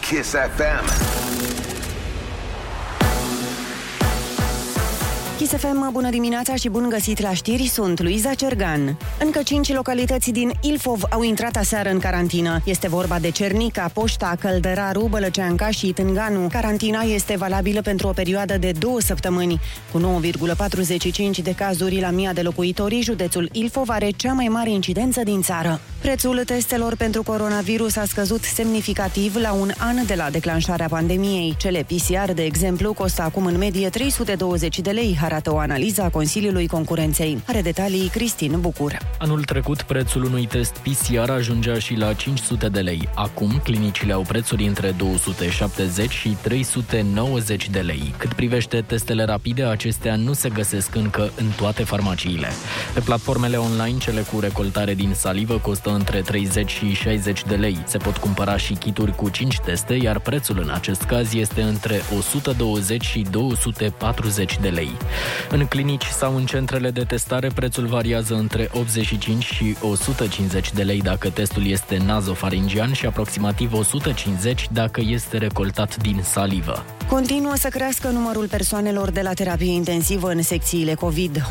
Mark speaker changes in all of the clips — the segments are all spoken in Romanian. Speaker 1: Kiss FM.
Speaker 2: Kiss FM, bună dimineața și bun găsit la știri, sunt Luiza Cergan. Încă 5 localități din Ilfov au intrat aseară în carantină. Este vorba de Cernica, Poșta, Căldăraru, Bălăceanca și Tânganu. Carantina este valabilă pentru o perioadă de două săptămâni. Cu 9,45 de cazuri la mia de locuitori, județul Ilfov are cea mai mare incidență din țară. Prețul testelor pentru coronavirus a scăzut semnificativ la un an de la declanșarea pandemiei. Cele PCR, de exemplu, costă acum în medie 320 de lei, arată o analiză a Consiliului Concurenței. Are detalii Cristin Bucur.
Speaker 3: Anul trecut, prețul unui test PCR ajungea și la 500 de lei. Acum, clinicile au prețuri între 270 și 390 de lei. Cât privește testele rapide, acestea nu se găsesc încă în toate farmaciile. Pe platformele online, cele cu recoltare din salivă costă între 30 și 60 de lei. Se pot cumpăra și kituri cu 5 teste, iar prețul în acest caz este între 120 și 240 de lei. În clinici sau în centrele de testare, prețul variază între 85 și 150 de lei dacă testul este nazofaringian și aproximativ 150 dacă este recoltat din salivă.
Speaker 2: Continuă să crească numărul persoanelor de la terapie intensivă în secțiile COVID.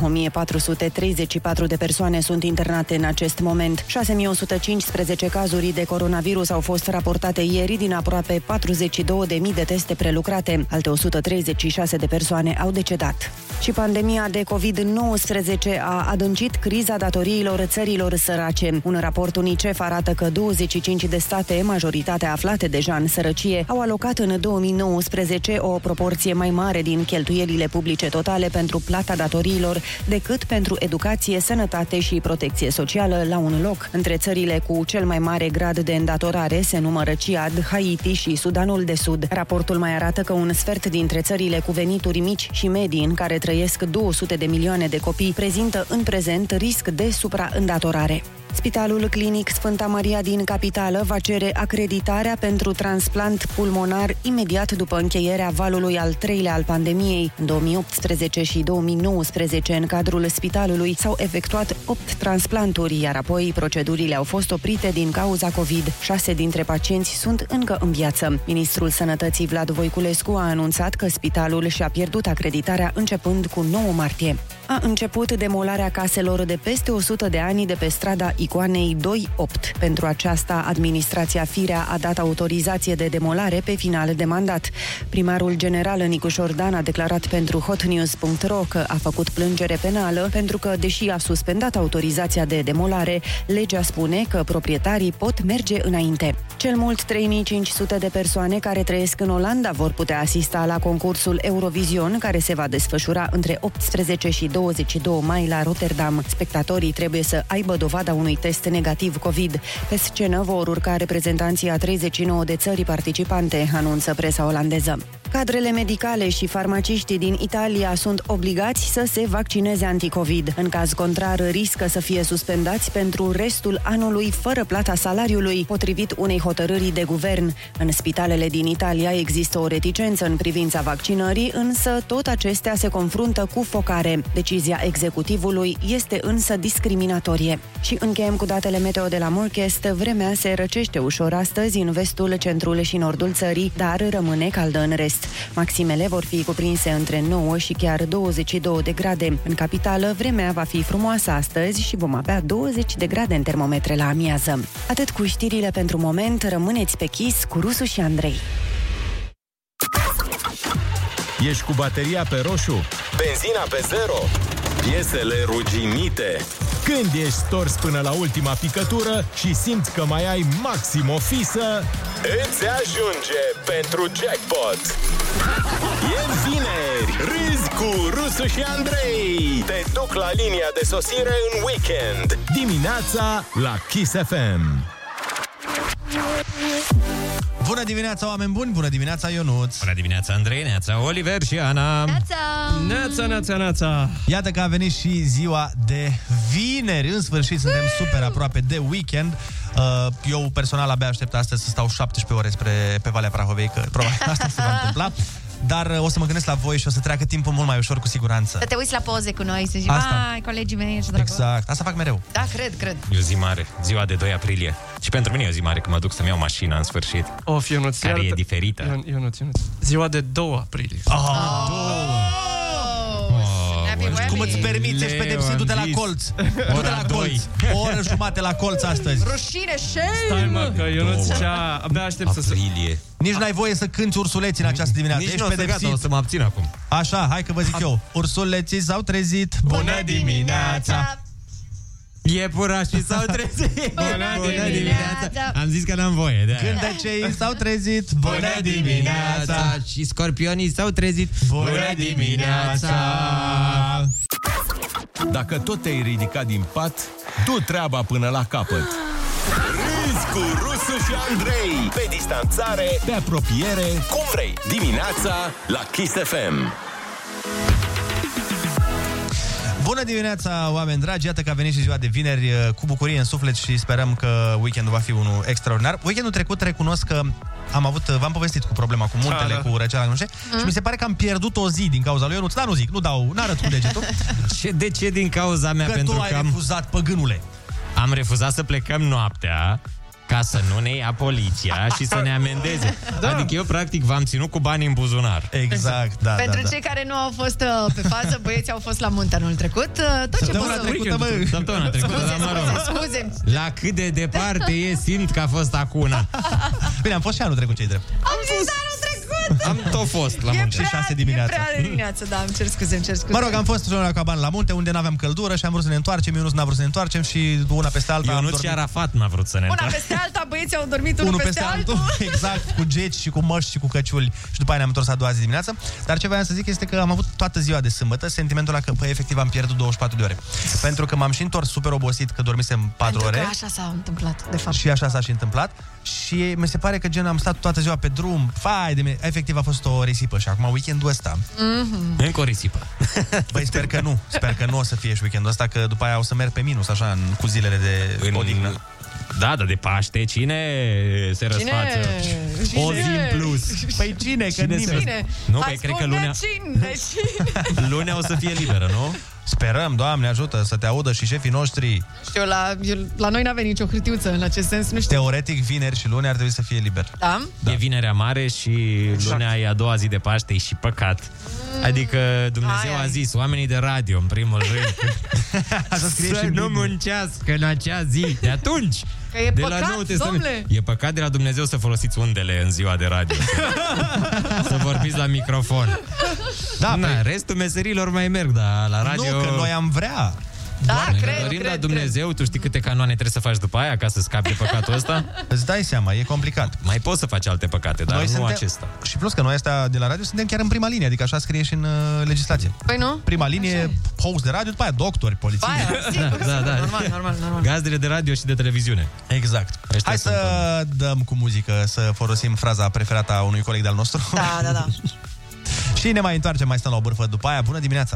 Speaker 2: 1434 de persoane sunt internate în acest moment. 6115 cazuri de coronavirus au fost raportate ieri din aproape 42.000 de teste prelucrate. Alte 136 de persoane au decedat. Și pandemia de COVID-19 a adâncit criza datoriilor țărilor sărace. Un raport UNICEF arată că 25 de state, majoritatea aflate deja în sărăcie, au alocat în 2019 o proporție mai mare din cheltuielile publice totale pentru plata datoriilor decât pentru educație, sănătate și protecție socială la un loc. Între țările cu cel mai mare grad de îndatorare se numără Ciad, Haiti și Sudanul de Sud. Raportul mai arată că un sfert dintre țările cu venituri mici și medii în care trăiesc 200 de milioane de copii prezintă în prezent risc de supraîndatorare. Spitalul Clinic Sfânta Maria din Capitală va cere acreditarea pentru transplant pulmonar imediat după încheierea valului al treilea al pandemiei. În 2018 și 2019, în cadrul spitalului, s-au efectuat 8 transplanturi, iar apoi procedurile au fost oprite din cauza COVID. Șase dintre pacienți sunt încă în viață. Ministrul Sănătății Vlad Voiculescu a anunțat că spitalul și-a pierdut acreditarea începând cu 9 martie. A început demolarea caselor de peste 100 de ani de pe strada icoanei 2.8. Pentru aceasta, administrația Firea a dat autorizație de demolare pe final de mandat. Primarul general Nicu Jordan a declarat pentru hotnews.ro că a făcut plângere penală pentru că, deși a suspendat autorizația de demolare, legea spune că proprietarii pot merge înainte. Cel mult 3500 de persoane care trăiesc în Olanda vor putea asista la concursul Eurovision, care se va desfășura între 18 și 22 mai la Rotterdam. Spectatorii trebuie să aibă dovada unui test negativ COVID. Pe scenă vor urca reprezentanții a 39 de țări participante, anunță presa olandeză. Cadrele medicale și farmaciștii din Italia sunt obligați să se vaccineze anticovid. În caz contrar, riscă să fie suspendați pentru restul anului fără plata salariului, potrivit unei hotărâri de guvern. În spitalele din Italia există o reticență în privința vaccinării, însă tot acestea se confruntă cu focare. Decizia executivului este însă discriminatorie. Și încheiem cu datele meteo de la Morchest. Vremea se răcește ușor astăzi în vestul, centrul și nordul țării, dar rămâne caldă în rest. Maximele vor fi cuprinse între 9 și chiar 22 de grade. În capitală, vremea va fi frumoasă astăzi și vom avea 20 de grade în termometre la amiază. Atât cu știrile pentru moment, rămâneți pe chis cu Rusu și Andrei.
Speaker 4: Ești cu bateria pe roșu?
Speaker 5: Benzina pe zero Piesele ruginite
Speaker 4: Când ești stors până la ultima picătură și simți că mai ai maxim o fisă,
Speaker 5: Îți ajunge pentru jackpot E vineri Râzi cu Rusu și Andrei Te duc la linia de sosire în weekend
Speaker 4: dimineața la Kiss FM.
Speaker 6: Bună dimineața, oameni buni! Bună dimineața, Ionuț!
Speaker 7: Bună dimineața, Andrei, neața, Oliver și Ana.
Speaker 8: Neața, neața, neața.
Speaker 6: Iată că a venit și ziua de vineri. În sfârșit suntem super aproape de weekend. Uh, Eu personal abia aștept astăzi să stau 17 ore spre, pe Valea Prahovei, că probabil asta se va întâmpla. dar uh, o să mă gândesc la voi și o să treacă timpul mult mai ușor cu siguranță.
Speaker 1: Să te uiți la poze cu noi, să zici,
Speaker 6: Asta.
Speaker 1: ai, colegii mei, ești drăguț.
Speaker 6: Exact, asta fac mereu.
Speaker 1: Da, cred, cred.
Speaker 9: E o zi mare, ziua de 2 aprilie. Și pentru mine e o zi mare, că mă duc să-mi iau mașina în sfârșit.
Speaker 8: Of, Ionuț,
Speaker 9: Care
Speaker 8: iar-
Speaker 9: e diferită.
Speaker 8: Ion, Ionuț, Ionuț. Ziua de 2 aprilie.
Speaker 6: Ah!
Speaker 1: Happy Webby.
Speaker 6: Cum îți permiți, ești pedepsit, du-te la colț. Du-te la colț. O oră jumate la colț astăzi.
Speaker 1: Rușine, shame! Da,
Speaker 8: Stai, mă, că Ionuț cea... Abia aștept să se...
Speaker 9: Aprilie.
Speaker 6: Nici n-ai voie să cânti ursuleții în această dimineață.
Speaker 9: Nici nu
Speaker 6: ești
Speaker 9: o să Deci, gata, o
Speaker 6: pedepsit.
Speaker 9: să mă abțin acum.
Speaker 6: Așa, hai că vă zic eu. Ursuleții s-au trezit.
Speaker 9: Iepurașii s-au trezit.
Speaker 1: Bună dimineața!
Speaker 9: Am zis că n-am voie. De aia.
Speaker 6: Gândecei s-au trezit. Bună
Speaker 9: Și scorpionii s-au trezit.
Speaker 5: Dacă tot te-ai ridicat din pat, du treaba până la capăt.
Speaker 10: Râzi cu Rusu și Andrei Pe distanțare,
Speaker 5: Pe apropiere,
Speaker 10: cum vrei Dimineața la Kiss FM
Speaker 6: Bună dimineața, oameni dragi! Iată că a venit și ziua de vineri eh, cu bucurie în suflet și sperăm că weekendul va fi unul extraordinar. Weekendul trecut recunosc că am avut, eh, v-am povestit cu problema cu muntele,
Speaker 8: Da, da.
Speaker 6: cu răceala, nu știu,
Speaker 1: Mm.
Speaker 6: ce, și mi se pare că am pierdut o zi din cauza lui Ionuț, dar nu zic, nu dau, n-arăt cu degetul,
Speaker 9: Ce, de ce din cauza mea?
Speaker 6: că
Speaker 9: pentru
Speaker 6: tu
Speaker 9: că
Speaker 6: ai
Speaker 9: am...
Speaker 6: refuzat păgânule.
Speaker 9: Am refuzat să plecăm noaptea ca să nu ne ia poliția și să ne amendeze. Da. Adică eu, practic, v-am ținut cu banii în buzunar.
Speaker 6: Exact, da,
Speaker 1: Pentru
Speaker 6: da, da.
Speaker 1: cei care nu au fost uh, pe fază, bieții au fost la munte anul trecut. Uh, tot ce pot
Speaker 6: Săptămâna
Speaker 1: să...
Speaker 6: trecută, bă,
Speaker 9: Săptămâna trecută, dar mă
Speaker 1: Scuze,
Speaker 9: rog.
Speaker 1: scuze, scuze.
Speaker 9: La cât de departe e, simt că a fost acum un an.
Speaker 6: bine, am fost și anul trecut, cei drept.
Speaker 1: Am zis anul trecut!
Speaker 9: Am tot fost la munte.
Speaker 6: și șase dimineața. Mm.
Speaker 1: E prea de dimineață, da, îmi cer scuze, îmi cer scuze.
Speaker 6: Mă rog, am fost la Caban la munte, unde n-aveam căldură și am vrut să ne întoarcem, Ionuț n-a vrut să ne întoarcem și una peste alta am
Speaker 9: Ionuț
Speaker 6: dormit
Speaker 9: și Arafat n-a vrut să ne
Speaker 1: Una
Speaker 9: întoarcă.
Speaker 1: Da, peste alta, băieții au dormit unul, peste, altul.
Speaker 6: exact, cu geci și cu măști și cu căciuli și după aia ne-am întors a doua zi dimineață. Dar ce voiam să zic este că am avut toată ziua de sâmbătă sentimentul ăla că, păi, efectiv am pierdut 24 de ore. Pentru că m-am și întors super obosit că dormisem 4
Speaker 1: Pentru că
Speaker 6: ore.
Speaker 1: așa s-a întâmplat, de fapt.
Speaker 6: Și așa s-a și întâmplat Și mi se pare că gen am stat toată ziua pe drum Fai de mine, efectiv a fost o risipă Și acum weekendul ăsta
Speaker 7: Mm-hmm.
Speaker 9: Încă o risipă.
Speaker 6: Băi, sper că nu, sper că nu o să fie și weekendul ăsta Că după aia o să merg pe minus așa în, cu zilele de în... odihnă
Speaker 9: Da, dar de Paște, cine se răsfață? O zi în plus.
Speaker 6: Păi cine? Că
Speaker 9: Cine se
Speaker 6: nimeni
Speaker 1: Bine,
Speaker 9: Nu, păi, cred că lunea-
Speaker 1: Cine, cine?
Speaker 9: Lunea o să fie liberă, nu?
Speaker 6: Sperăm, Doamne ajută, să te audă și șefii noștri
Speaker 1: Nu știu, la, eu, la noi n-avea nicio hârtiuță în acest sens, nu știu.
Speaker 6: Teoretic, vineri și luni ar trebui să fie liber.
Speaker 1: Da? Exact.
Speaker 9: Da. E vinerea mare și lunea e a doua zi de Paște, e și păcat. Adică Dumnezeu
Speaker 1: Mm. Ai,
Speaker 9: a
Speaker 1: ai.
Speaker 9: zis, oamenii de radio, în primul rând,
Speaker 6: Asta scrie
Speaker 9: să
Speaker 6: și
Speaker 9: nu
Speaker 6: nu
Speaker 9: muncească în acea zi. De atunci!
Speaker 1: Că e
Speaker 9: de
Speaker 1: păcat, domnule.
Speaker 9: E păcat de la Dumnezeu să folosiți undele în ziua de radio. să vorbiți la microfon. Da, Na,
Speaker 7: păi,
Speaker 9: restul meserilor mai merg, dar la radio...
Speaker 6: păi- Nu, că noi am vrea.
Speaker 1: Da,
Speaker 9: Noi
Speaker 1: cred,
Speaker 9: dorim
Speaker 1: cred,
Speaker 9: la
Speaker 1: cred.
Speaker 9: Dumnezeu, tu știi câte canoane trebuie să faci după aia ca să scapi de păcatul ăsta?
Speaker 6: Îți dai seama, e complicat.
Speaker 9: Mai poți să faci alte păcate, dar
Speaker 6: noi
Speaker 9: nu acesta.
Speaker 6: Și plus că noi astea de la radio suntem chiar în prima linie, adică așa scrie și în uh, legislație.
Speaker 1: Păi nu?
Speaker 6: Prima linie, host de radio, după aia doctori, polițiști.
Speaker 1: Baia, sigur,
Speaker 9: da, da.
Speaker 1: normal, normal, normal.
Speaker 9: Gazdele de radio și de televiziune.
Speaker 6: Exact.
Speaker 9: Ăștia
Speaker 6: Hai
Speaker 9: sunt,
Speaker 6: să dăm cu muzică, să folosim fraza preferată a unui coleg de-al nostru.
Speaker 1: Da, da, da.
Speaker 6: și ne mai întoarcem, mai stăm la o bârfă după aia. Bună dimineața!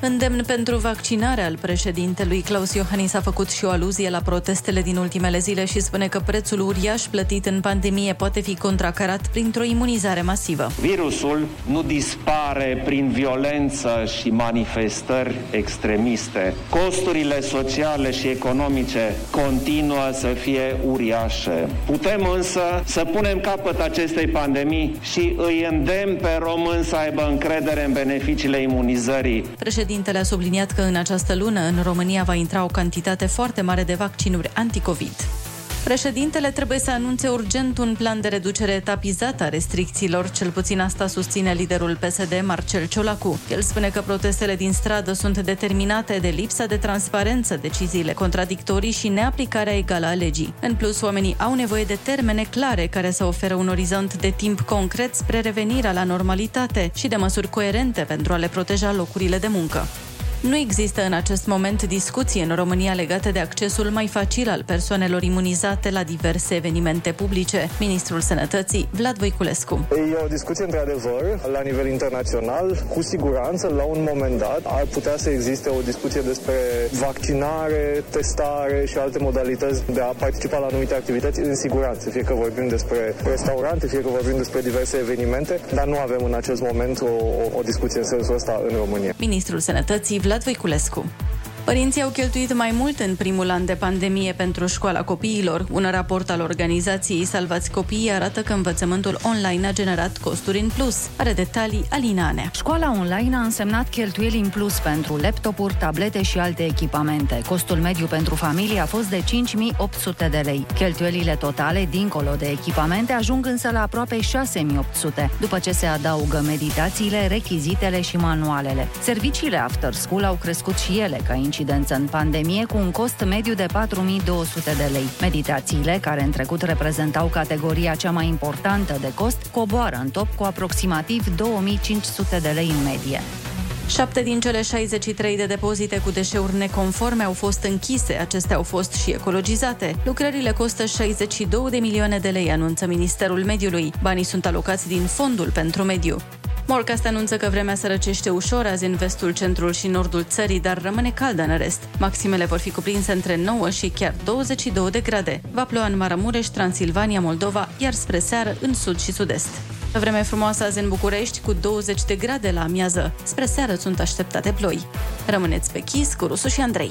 Speaker 11: Îndemn pentru vaccinare al președintelui Claus Iohannis a făcut și o aluzie la protestele din ultimele zile și spune că prețul uriaș plătit în pandemie poate fi contracarat printr-o imunizare masivă.
Speaker 12: Virusul nu dispare prin violență și manifestări extremiste. Costurile sociale și economice continuă să fie uriașe. Putem însă să punem capăt acestei pandemii și îi îndemn pe român să aibă încredere în beneficiile imunizării.
Speaker 11: Președintele a subliniat că în această lună în România va intra o cantitate foarte mare de vaccinuri anticovid. Președintele trebuie să anunțe urgent un plan de reducere etapizată a restricțiilor, cel puțin asta susține liderul PSD Marcel Ciolacu. El spune că protestele din stradă sunt determinate de lipsa de transparență, deciziile contradictorii și neaplicarea egală a legii. În plus, oamenii au nevoie de termene clare care să oferă un orizont de timp concret spre revenirea la normalitate și de măsuri coerente pentru a le proteja locurile de muncă. Nu există în acest moment discuții în România legate de accesul mai facil al persoanelor imunizate la diverse evenimente publice. Ministrul Sănătății, Vlad Voiculescu.
Speaker 8: E o discuție într-adevăr la nivel internațional. Cu siguranță, la un moment dat, ar putea să existe o discuție despre vaccinare, testare și alte modalități de a participa la anumite activități în siguranță. Fie că vorbim despre restaurante, fie că vorbim despre diverse evenimente, dar nu avem în acest moment o, o, o discuție în sensul ăsta în România.
Speaker 11: Ministrul Sănătății, Vlad Voiculescu. Părinții au cheltuit mai mult în primul an de pandemie pentru școala copiilor. Un raport al organizației Salvați Copiii arată că învățământul online a generat costuri în plus. Are detalii Alina Anea.
Speaker 13: Școala online a însemnat cheltuieli în plus pentru laptopuri, tablete și alte echipamente. Costul mediu pentru familie a fost de 5.800 de lei. Cheltuielile totale, dincolo de echipamente, ajung însă la aproape 6.800, după ce se adaugă meditațiile, rechizitele și manualele. Serviciile after school au crescut și ele ca incident incidență în pandemie cu un cost mediu de 4200 de lei. Meditațiile, care în trecut reprezentau categoria cea mai importantă de cost, coboară în top cu aproximativ 2500 de lei în medie.
Speaker 11: Șapte din cele 63 de depozite cu deșeuri neconforme au fost închise, acestea au fost și ecologizate. Lucrările costă 62 de milioane de lei, anunță Ministerul Mediului. Banii sunt alocați din Fondul pentru Mediu. Morcast anunță că vremea se răcește ușor azi în vestul, centrul și nordul țării, dar rămâne caldă în rest. Maximele vor fi cuprinse între 9 și chiar 22 de grade. Va ploua în Maramureș, Transilvania, Moldova, iar spre seară în sud și sud-est. Vreme frumoasă azi în București, cu 20 de grade la amiază. Spre seară sunt așteptate ploi. Rămâneți pe chis cu Rusu și Andrei.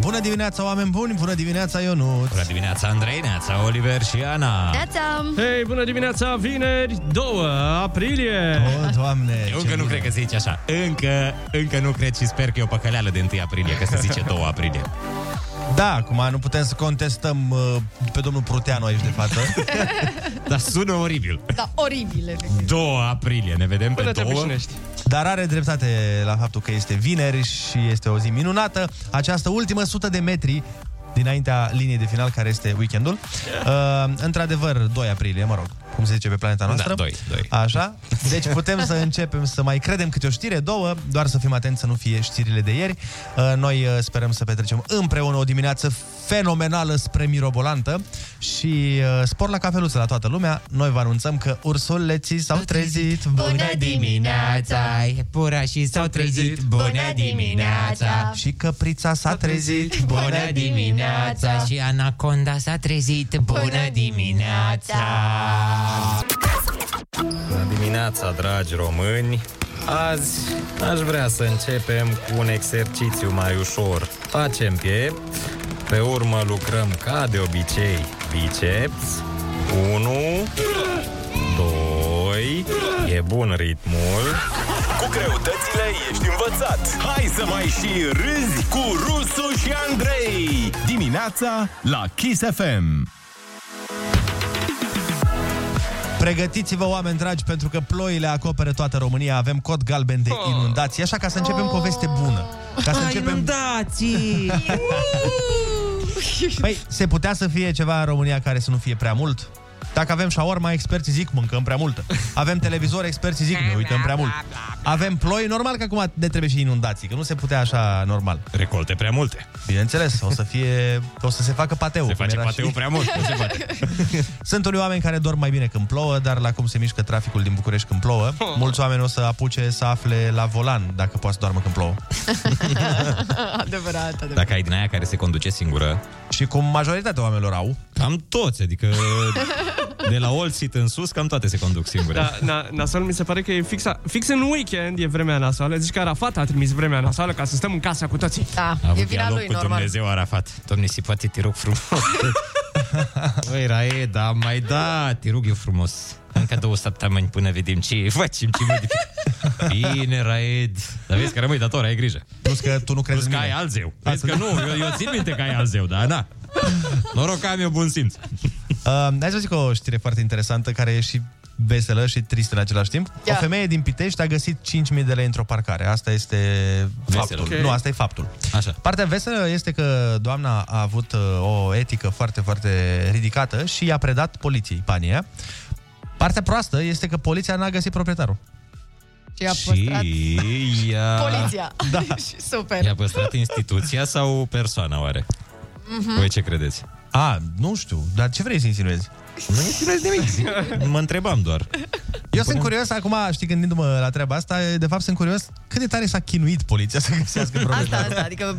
Speaker 6: Bună dimineața, oameni buni! Bună dimineața, Ionut!
Speaker 9: Bună dimineața, Andrei, neața, Oliver și Ana!
Speaker 1: Neața!
Speaker 14: Hei, bună dimineața, vineri, 2 aprilie!
Speaker 6: O, Doamne!
Speaker 9: Eu încă nu cred că se zice așa. Încă, încă nu cred și sper că e o păcăleală de 1 aprilie, că se zice 2 aprilie.
Speaker 6: Da, acum nu putem să contestăm uh, pe domnul Proteanu aici de față.
Speaker 9: Dar sună oribil.
Speaker 1: Da, oribil, efectiv.
Speaker 9: 2 aprilie, ne vedem
Speaker 14: Până
Speaker 9: pe
Speaker 14: te
Speaker 9: 2.
Speaker 14: obișnuiești.
Speaker 6: Dar are dreptate la faptul că este vineri și este o zi minunată. Această ultimă sută de metri dinaintea liniei de final, care este weekendul. Uh, într-adevăr, 2 aprilie, mă rog, cum se zice pe planeta noastră.
Speaker 9: Da, doi, doi.
Speaker 6: Așa? Deci putem să începem să mai credem câte o știre, două, doar să fim atenți să nu fie știrile de ieri. Uh, Noi uh, sperăm să petrecem împreună o dimineață fenomenală spre mirobolantă și uh, spor la cafeluță la toată lumea. Noi vă anunțăm că ursuleții s-au trezit.
Speaker 1: Bună dimineața!
Speaker 9: Purașii s-au trezit, bună dimineața!
Speaker 6: Și căprița s-a trezit.
Speaker 9: Bună dimineața! Și anaconda s-a trezit, bună dimineața! Bună dimineața, dragi români! Azi aș vrea să începem cu un exercițiu mai ușor. Facem piept, pe urmă lucrăm ca de obicei biceps. 1, 2, e bun ritmul.
Speaker 5: Cu greutățile ești învățat. Hai să mai și râzi cu Rusu și Andrei.
Speaker 15: Dimineața la Kiss FM.
Speaker 6: Pregătiți-vă, oameni dragi, pentru că ploile acoperă toată România. Avem cod galben
Speaker 9: Oh.
Speaker 6: de inundații, așa ca să începem cu o veste bună. Ca să începem...
Speaker 9: Ah, Inundații!
Speaker 6: Păi, se putea să fie ceva în România care să nu fie prea mult? Dacă avem șaorma, experții zic mâncăm prea multă. Avem televizor, experții zic ne uităm prea mult. Avem ploi, normal că acum ne trebuie și inundații, că nu se putea așa normal.
Speaker 9: Recolte prea multe.
Speaker 6: Bineînțeles, o să fie, o să se facă pateu.
Speaker 9: Se
Speaker 6: cum
Speaker 9: face
Speaker 6: era
Speaker 9: pateu prea mult, nu se poate.
Speaker 6: Sunt unii oameni care dorm mai bine când plouă, dar la cum se mișcă traficul din București când plouă,
Speaker 9: Oh.
Speaker 6: mulți oameni o să apuce să afle la volan dacă poate să doarmă când plouă.
Speaker 1: Adevărat, adevărat.
Speaker 9: Dacă ai din aia care se conduce singură,
Speaker 6: Și cum majoritatea oamenilor au,
Speaker 9: cam toți, adică de la Old Seat în sus, cam toate se conduc singure.
Speaker 14: Da, na, nasol mi se pare că e fix, fix în weekend e vremea nasoală. Zici că Arafat a trimis vremea nasoală ca să stăm în casa cu toții.
Speaker 1: Da,
Speaker 9: A avut
Speaker 1: e vina
Speaker 9: dialog
Speaker 1: lui,
Speaker 9: cu
Speaker 1: normal.
Speaker 9: Dumnezeu Arafat. Domne, si poate te rog frumos. Băi, Raed, da, mai da, te rog eu frumos. Încă două săptămâni până vedem ce facem, ce modificăm. Bine, Raed. Dar vezi că rămâi dator, ai grijă. Plus că tu nu crezi Plus că ai alt zeu. Vezi că nu, eu, eu țin minte că ai alt zeu, dar na. Noroc că am eu bun simț.
Speaker 6: Uh, hai să zic o știre foarte interesantă care e și veselă și tristă în același timp.
Speaker 1: Ia.
Speaker 6: O femeie din Pitești a găsit 5.000 de lei într-o parcare. Asta este faptul.
Speaker 9: Ok.
Speaker 6: Nu, asta e faptul.
Speaker 9: Așa.
Speaker 6: Partea veselă este că doamna a avut uh, o etică foarte, foarte ridicată și i-a predat poliției banii aia. Partea proastă este că poliția n-a găsit proprietarul.
Speaker 1: Și a păstrat
Speaker 9: ea...
Speaker 1: poliția. Da. și super.
Speaker 9: I-a
Speaker 7: da.
Speaker 9: păstrat instituția sau persoana oare?
Speaker 1: Mhm.
Speaker 9: Voi ce credeți?
Speaker 6: A, nu știu, dar ce vrei să insinuezi?
Speaker 9: Nu insinuez nimic. mă întrebam doar.
Speaker 6: Eu sunt curios acum, știi, gândindu-mă la treaba asta, de fapt sunt curios cât de tare s-a chinuit poliția să găsească
Speaker 1: Asta,
Speaker 6: proprietarul.
Speaker 1: asta, adică...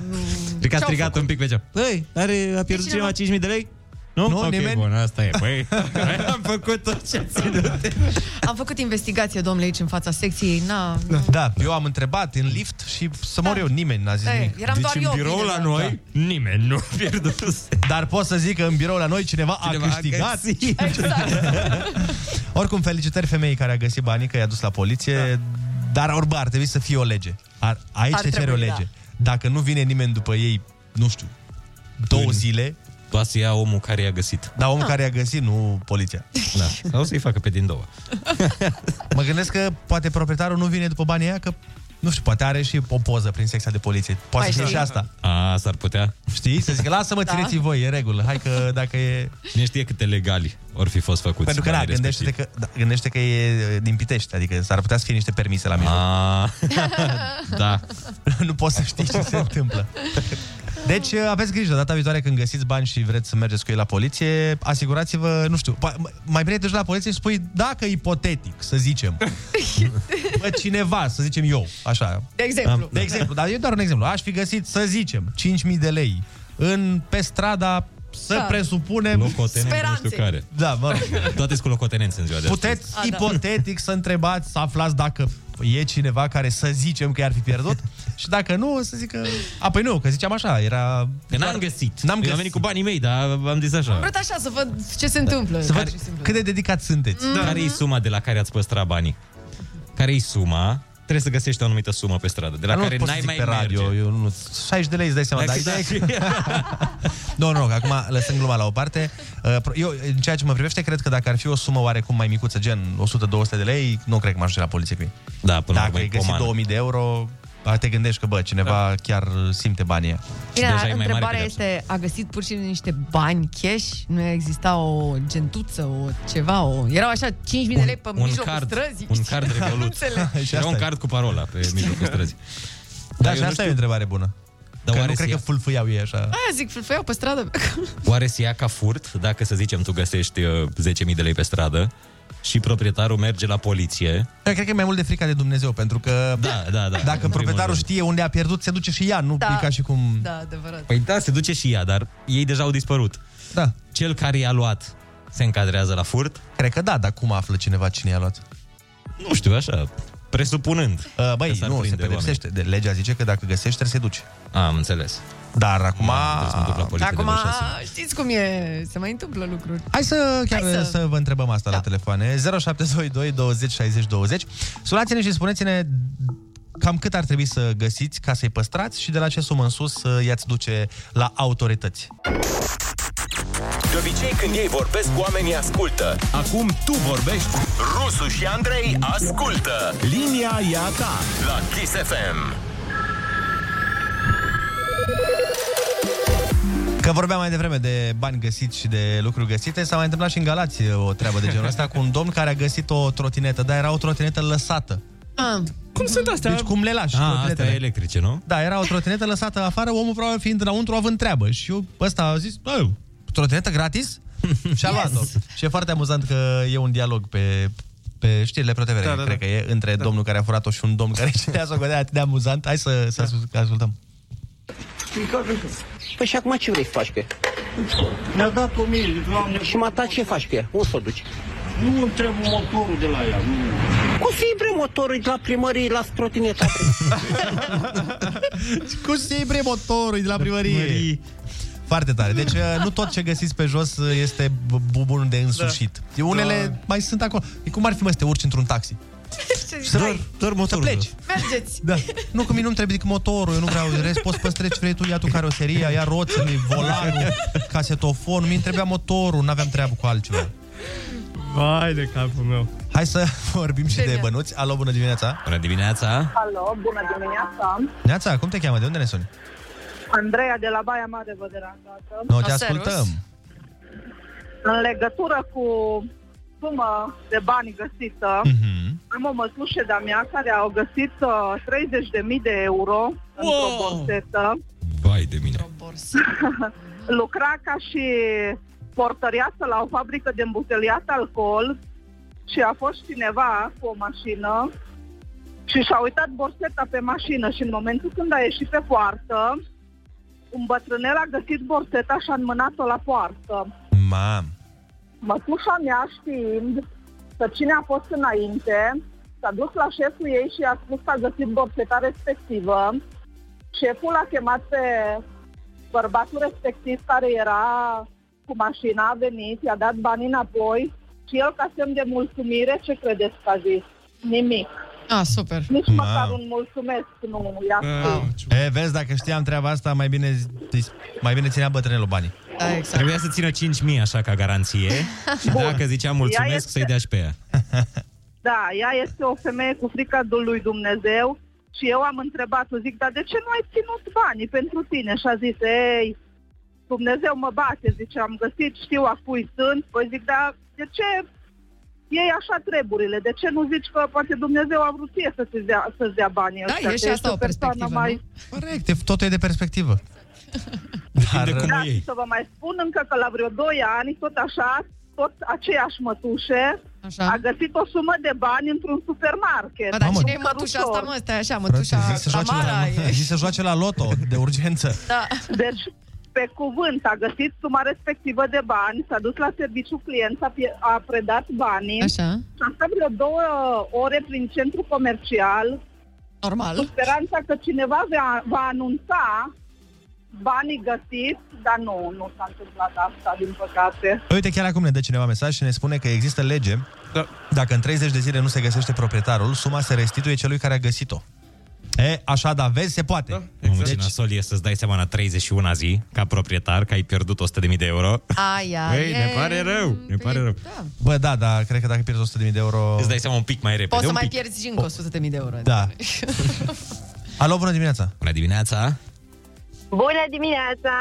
Speaker 9: Cred că a strigat un pic pe geam. Băi, are, a pierdut
Speaker 1: cineva
Speaker 9: cineva 5.000 de lei? Nu?
Speaker 6: Nu,
Speaker 9: ok,
Speaker 6: nimeni.
Speaker 9: bun, asta e.
Speaker 6: Păi,
Speaker 9: Băi, am făcut tot ce
Speaker 1: Am făcut investigație, domnule, aici în fața secției. Na,
Speaker 6: Da. da, eu am întrebat în lift și să mor eu, nimeni n-a zis
Speaker 1: Da,
Speaker 6: nimic.
Speaker 1: eram Deci doar în eu, birou bine, la da. noi,
Speaker 9: nimeni nu a pierdut.
Speaker 6: Dar pot să zic că în birou la noi cineva,
Speaker 9: Cineva a
Speaker 6: a câștigat.
Speaker 9: găsit.
Speaker 1: Exact.
Speaker 6: Oricum, felicitări femeii care a găsit banii, că i-a dus la poliție, da. dar orba ar trebui să fie o lege. Ar, aici
Speaker 16: Ar
Speaker 6: te cere o
Speaker 1: da.
Speaker 16: trebui,
Speaker 6: lege. Dacă nu vine nimeni după ei, nu știu, două
Speaker 9: În-
Speaker 6: zile,
Speaker 9: Poate să ia omul care i-a găsit.
Speaker 6: dar
Speaker 1: Da.
Speaker 6: omul care i-a găsit, nu poliția.
Speaker 9: Da. Sau să-i facă pe din două.
Speaker 6: Mă gândesc că poate proprietarul nu vine după banii aia, că nu știu, poate are și o poză prin secția de poliție. Poate
Speaker 1: Mai
Speaker 6: să fie
Speaker 1: știi.
Speaker 6: și asta.
Speaker 9: A, s-ar putea.
Speaker 6: Știi? Să zică, lasă-mă,
Speaker 1: Da.
Speaker 6: țineți voi, e regulă. Hai că dacă e...
Speaker 9: Cine știe câte legali or fi fost făcuți.
Speaker 6: Pentru că, da,
Speaker 9: banii
Speaker 6: gândește-te că, da, gândește că e e, din Pitești, adică s-ar putea să fie niște permise la mijloc.
Speaker 7: Ah.
Speaker 9: da.
Speaker 6: nu poți să știi ce se întâmplă. Deci aveți grijă, data viitoare când găsiți bani și vreți să mergeți cu ei la poliție, asigurați-vă, nu știu, po- m- mai bine te duci la poliție și spui, dacă ipotetic, să zicem, bă, cineva, să zicem eu, așa.
Speaker 1: De exemplu.
Speaker 6: Am- De exemplu, dar e doar un exemplu. Aș fi găsit, să zicem, 5.000 de lei în, pe strada, să
Speaker 1: Da.
Speaker 6: da. presupunem...
Speaker 9: Locotenenți, nu știu Speranțe. care.
Speaker 6: Da, mă rog.
Speaker 9: respectivi. Toate sunt cu locotenenți în ziua de astăzi.
Speaker 6: Puteți,
Speaker 1: A, da.
Speaker 6: ipotetic, să întrebați, să aflați dacă e cineva care să zicem că i-ar fi pierdut și dacă nu, să zică... A, păi nu, că ziceam așa, era...
Speaker 9: Că n-am găsit.
Speaker 6: N-am
Speaker 9: Eu
Speaker 6: găsit.
Speaker 9: Am venit cu banii mei, dar am zis
Speaker 1: Am
Speaker 9: așa.
Speaker 1: vrut așa să văd ce se întâmplă.
Speaker 9: Să văd
Speaker 1: pur și simplu. Mm.
Speaker 6: Cât de dedicați sunteți?
Speaker 9: Da. Care e suma de la care ați păstrat banii? Care e suma? Trebuie să găsești o anumită sumă pe stradă, de la
Speaker 6: Dar nu
Speaker 9: care
Speaker 6: pot să
Speaker 9: n-ai
Speaker 6: zic
Speaker 9: mai
Speaker 6: pe radio,
Speaker 9: merge. Exact.
Speaker 6: eu nu... 60 de lei, îți dai seama,
Speaker 9: Dacă-
Speaker 6: dar Nu, nu, acum lăsând gluma la o parte, uh, pro- eu, în ceea ce mă privește, cred că dacă ar fi o sumă oarecum mai micuță, gen 100-200 de lei, nu cred că m-aș duce la poliție cu ei.
Speaker 9: Da, până la
Speaker 6: Dacă
Speaker 9: urmă
Speaker 6: ai
Speaker 9: e
Speaker 6: găsit
Speaker 9: pomană.
Speaker 6: 2000 de euro, a, te gândești că, bă, cineva da. chiar simte banii ăia.
Speaker 1: Bine, dar întrebarea este, a găsit pur și simplu niște bani cash? Nu exista o gentuță, o ceva, o... Erau așa 5.000 de lei pe mijlocul străzii.
Speaker 9: un
Speaker 1: știi?
Speaker 9: card
Speaker 1: Nu
Speaker 9: revolut.
Speaker 1: înțeleg.
Speaker 6: Și
Speaker 9: Era
Speaker 6: asta
Speaker 9: un
Speaker 6: e.
Speaker 9: card cu parola pe mijlocul străzii.
Speaker 6: Da,
Speaker 9: Dar
Speaker 6: și
Speaker 9: eu nu
Speaker 6: asta e
Speaker 9: știu-
Speaker 6: o întrebare bună.
Speaker 9: Dar
Speaker 6: Că
Speaker 9: oare
Speaker 6: nu
Speaker 9: se
Speaker 6: cred că
Speaker 9: ia-
Speaker 6: fulfuiau ei așa.
Speaker 1: Aia zic, fâlfăiau pe stradă.
Speaker 9: Oare se ia ca furt dacă, să zicem, tu găsești uh, 10.000 de lei pe stradă și proprietarul merge la poliție?
Speaker 6: Eu cred că e mai mult de frica de Dumnezeu, pentru că
Speaker 9: Da, da, da.
Speaker 6: dacă
Speaker 9: în primul
Speaker 6: proprietarul
Speaker 9: rând.
Speaker 6: știe unde a pierdut, se duce și ea, nu
Speaker 1: Da.
Speaker 6: da. e ca și cum...
Speaker 1: Da, adevărat.
Speaker 9: Păi da, se duce și ea, dar ei deja au dispărut.
Speaker 6: Da.
Speaker 9: Cel care i-a luat se încadrează la furt?
Speaker 6: Cred că da, dar cum află cineva cine i-a luat?
Speaker 9: Nu știu, așa, presupunând.
Speaker 6: Uh,
Speaker 9: că
Speaker 6: băi,
Speaker 9: s-ar
Speaker 6: nu, se
Speaker 9: prinde
Speaker 6: pedepsește. De, legea zice că dacă găsești, trebuie să te duci.
Speaker 9: oamenii. Am înțeles.
Speaker 6: Dar acum...
Speaker 9: Trebuie să mă duc la poliție de
Speaker 1: Acum,
Speaker 9: vreo șase.
Speaker 1: știți cum e, se mai întâmplă lucruri.
Speaker 6: Hai să chiar
Speaker 1: Hai
Speaker 6: Hai
Speaker 1: să-
Speaker 6: să... să vă întrebăm asta da. la telefoane. 0722 20 60 20. Sunați-ne și spuneți-ne cam cât ar trebui să găsiți ca să-i păstrați și de la ce sumă în sus uh, i-ați duce la autorități.
Speaker 5: De obicei, când ei vorbesc, oamenii ascultă.
Speaker 17: Acum tu vorbești.
Speaker 5: Rusu și Andrei ascultă
Speaker 17: Linia e a ta.
Speaker 5: la Kiss FM.
Speaker 6: Că vorbeam mai devreme de bani găsiți și de lucruri găsite, s-a mai întâmplat și în Galați o treabă de genul ăsta cu un domn care a găsit o trotinetă, dar era o trotinetă lăsată.
Speaker 1: Ah,
Speaker 18: Cum sunt astea?
Speaker 6: Deci cum le lași
Speaker 9: A, astea
Speaker 6: trotinetele?
Speaker 9: electrice, nu?
Speaker 6: Da, era o trotinetă lăsată afară, omul probabil fiind înăuntru, având treabă. Și eu, ăsta a zis, "Ei, trotinetă gratis? Și a luat-o. Și e foarte amuzant că e un dialog pe pe știrile ProTV, da, da, cred da. că e între da. domnul care a furat-o și un domn care citea să o gădea atât de amuzant. Hai să, să da. ascultăm.
Speaker 7: Păi și acum ce vrei să faci cu ea?
Speaker 19: Mi-a dat o mie, doamne.
Speaker 7: Și mata ce faci cu ea? Unde să o duci?
Speaker 19: Nu îmi trebuie motorul de la ea. Nu.
Speaker 7: Cum să iei bre, motorul de la primărie, la trotineta?
Speaker 6: Cum se iei motorul de la primărie? Foarte tare. Deci uh, nu tot ce găsiți pe jos uh, este bu- bun de însușit.
Speaker 16: Da.
Speaker 6: Da. Unele
Speaker 16: Da.
Speaker 6: da. mai sunt acolo. E cum ar fi, mă, să te urci într-un taxi?
Speaker 1: Și
Speaker 6: Să-
Speaker 1: dai,
Speaker 6: doar motorul. Să pleci.
Speaker 1: Mergeți.
Speaker 6: Da. Nu, că mie nu-mi trebuie decât motorul, eu nu vreau rest, poți păstre ce vrei tu, ia tu caroseria, ia roțile, volanul, casetofonul, mi-mi trebuia motorul, n-aveam treabă cu altceva.
Speaker 8: Vai de capul meu.
Speaker 6: Hai să vorbim și de bănuți. Alo, bună dimineața! Bună dimineața!
Speaker 20: Alo, bună dimineața!
Speaker 6: Neața, cum te cheamă? De unde ne suni?
Speaker 20: Andreea de la Baia Mare vă deranjează.
Speaker 6: Noi te ascultăm.
Speaker 20: În legătură cu sumă de bani găsită,
Speaker 9: Mhm.
Speaker 20: am o mătușă de-a mea care au găsit uh, 30.000 de euro într-o
Speaker 9: Wow!
Speaker 20: borsetă.
Speaker 9: Vai de mine.
Speaker 20: Lucra ca și portăreasă la o fabrică de îmbuteliat alcool și a fost cineva cu o mașină și și-a uitat borseta pe mașină și în momentul când a ieșit pe poartă, un bătrânel a găsit borseta și a înmânat-o la poartă.
Speaker 6: Mam.
Speaker 20: Mătușa mea știind că cine a fost înainte, s-a dus la șeful ei și a spus că a găsit borseta respectivă. Șeful a chemat pe bărbatul respectiv care era cu mașina, a venit, i-a dat banii înapoi și el ca semn de mulțumire, ce credeți că a zis? Nimic.
Speaker 1: Ah, super.
Speaker 20: Nici
Speaker 6: Mamă.
Speaker 20: măcar un mulțumesc nu i-a spus.
Speaker 6: E, vezi, dacă știam treaba asta, mai bine, zi- mai bine ținea bătrânelul banii.
Speaker 1: Da, exact.
Speaker 7: Trebuia să țină 5.000 așa ca garanție și dacă zicea
Speaker 20: Ea
Speaker 7: mulțumesc
Speaker 20: este-
Speaker 7: să-i dea și pe ea.
Speaker 20: Da, ea este o femeie cu frica de lui Dumnezeu și eu am întrebat-o, zic, dar de ce nu ai ținut banii pentru tine? Și a zis, ei, Dumnezeu mă bate, zice, am găsit, știu a cui sunt, păi zic, dar de ce iei așa treburile? De ce nu zici că poate Dumnezeu a vrut ție să-ți dea, să-ți dea banii
Speaker 1: Da,
Speaker 20: ăștia,
Speaker 1: e
Speaker 20: că
Speaker 1: și
Speaker 20: ești
Speaker 1: asta o
Speaker 20: persoană
Speaker 1: perspectivă, nu?
Speaker 6: Corect, e- totul e de perspectivă. Depinde
Speaker 20: da, și să vă mai spun încă că la vreo 2 ani, tot așa, tot aceeași mătușe
Speaker 1: Așa.
Speaker 20: a găsit o sumă de bani într-un supermarket.
Speaker 1: Bă, dar cine e mătușa asta, mă? Stai așa, mătușa
Speaker 6: Zi să, joace
Speaker 1: Tamara.
Speaker 6: la,
Speaker 1: e-
Speaker 6: zi să joace la loto, de urgență.
Speaker 1: Da.
Speaker 20: Deci, pe cuvânt, a găsit suma respectivă de bani, s-a dus la serviciu client, a, pie- a predat banii.
Speaker 1: Așa.
Speaker 20: Și a stat vreo două ore prin centru comercial.
Speaker 1: Normal.
Speaker 20: Cu speranța că cineva va, va anunța banii găsiți, dar nu, nu s-a întâmplat asta, din păcate.
Speaker 6: Uite, chiar acum ne dă cineva mesaj și ne spune că există lege. Da. Dacă în 30 de zile nu se găsește proprietarul, suma se restituie celui care a găsit-o. E, așa da, vezi, se poate. Da,
Speaker 7: Exact. Deci... nasol e să-ți dai seama la 31 zi, ca proprietar, că ai pierdut 100.000 de euro.
Speaker 1: Aia
Speaker 7: Ei, ne
Speaker 1: Da, e- păi,
Speaker 7: pare rău, ne pare rău.
Speaker 6: Bă, da, da, cred că dacă pierzi 100.000 de euro...
Speaker 7: Îți dai seama un pic mai repede.
Speaker 1: Poți să
Speaker 7: un
Speaker 1: mai
Speaker 7: pic.
Speaker 1: pierzi și încă 100.000 de euro.
Speaker 6: Da. Alo, bună dimineața!
Speaker 7: Bună dimineața!
Speaker 21: Bună dimineața!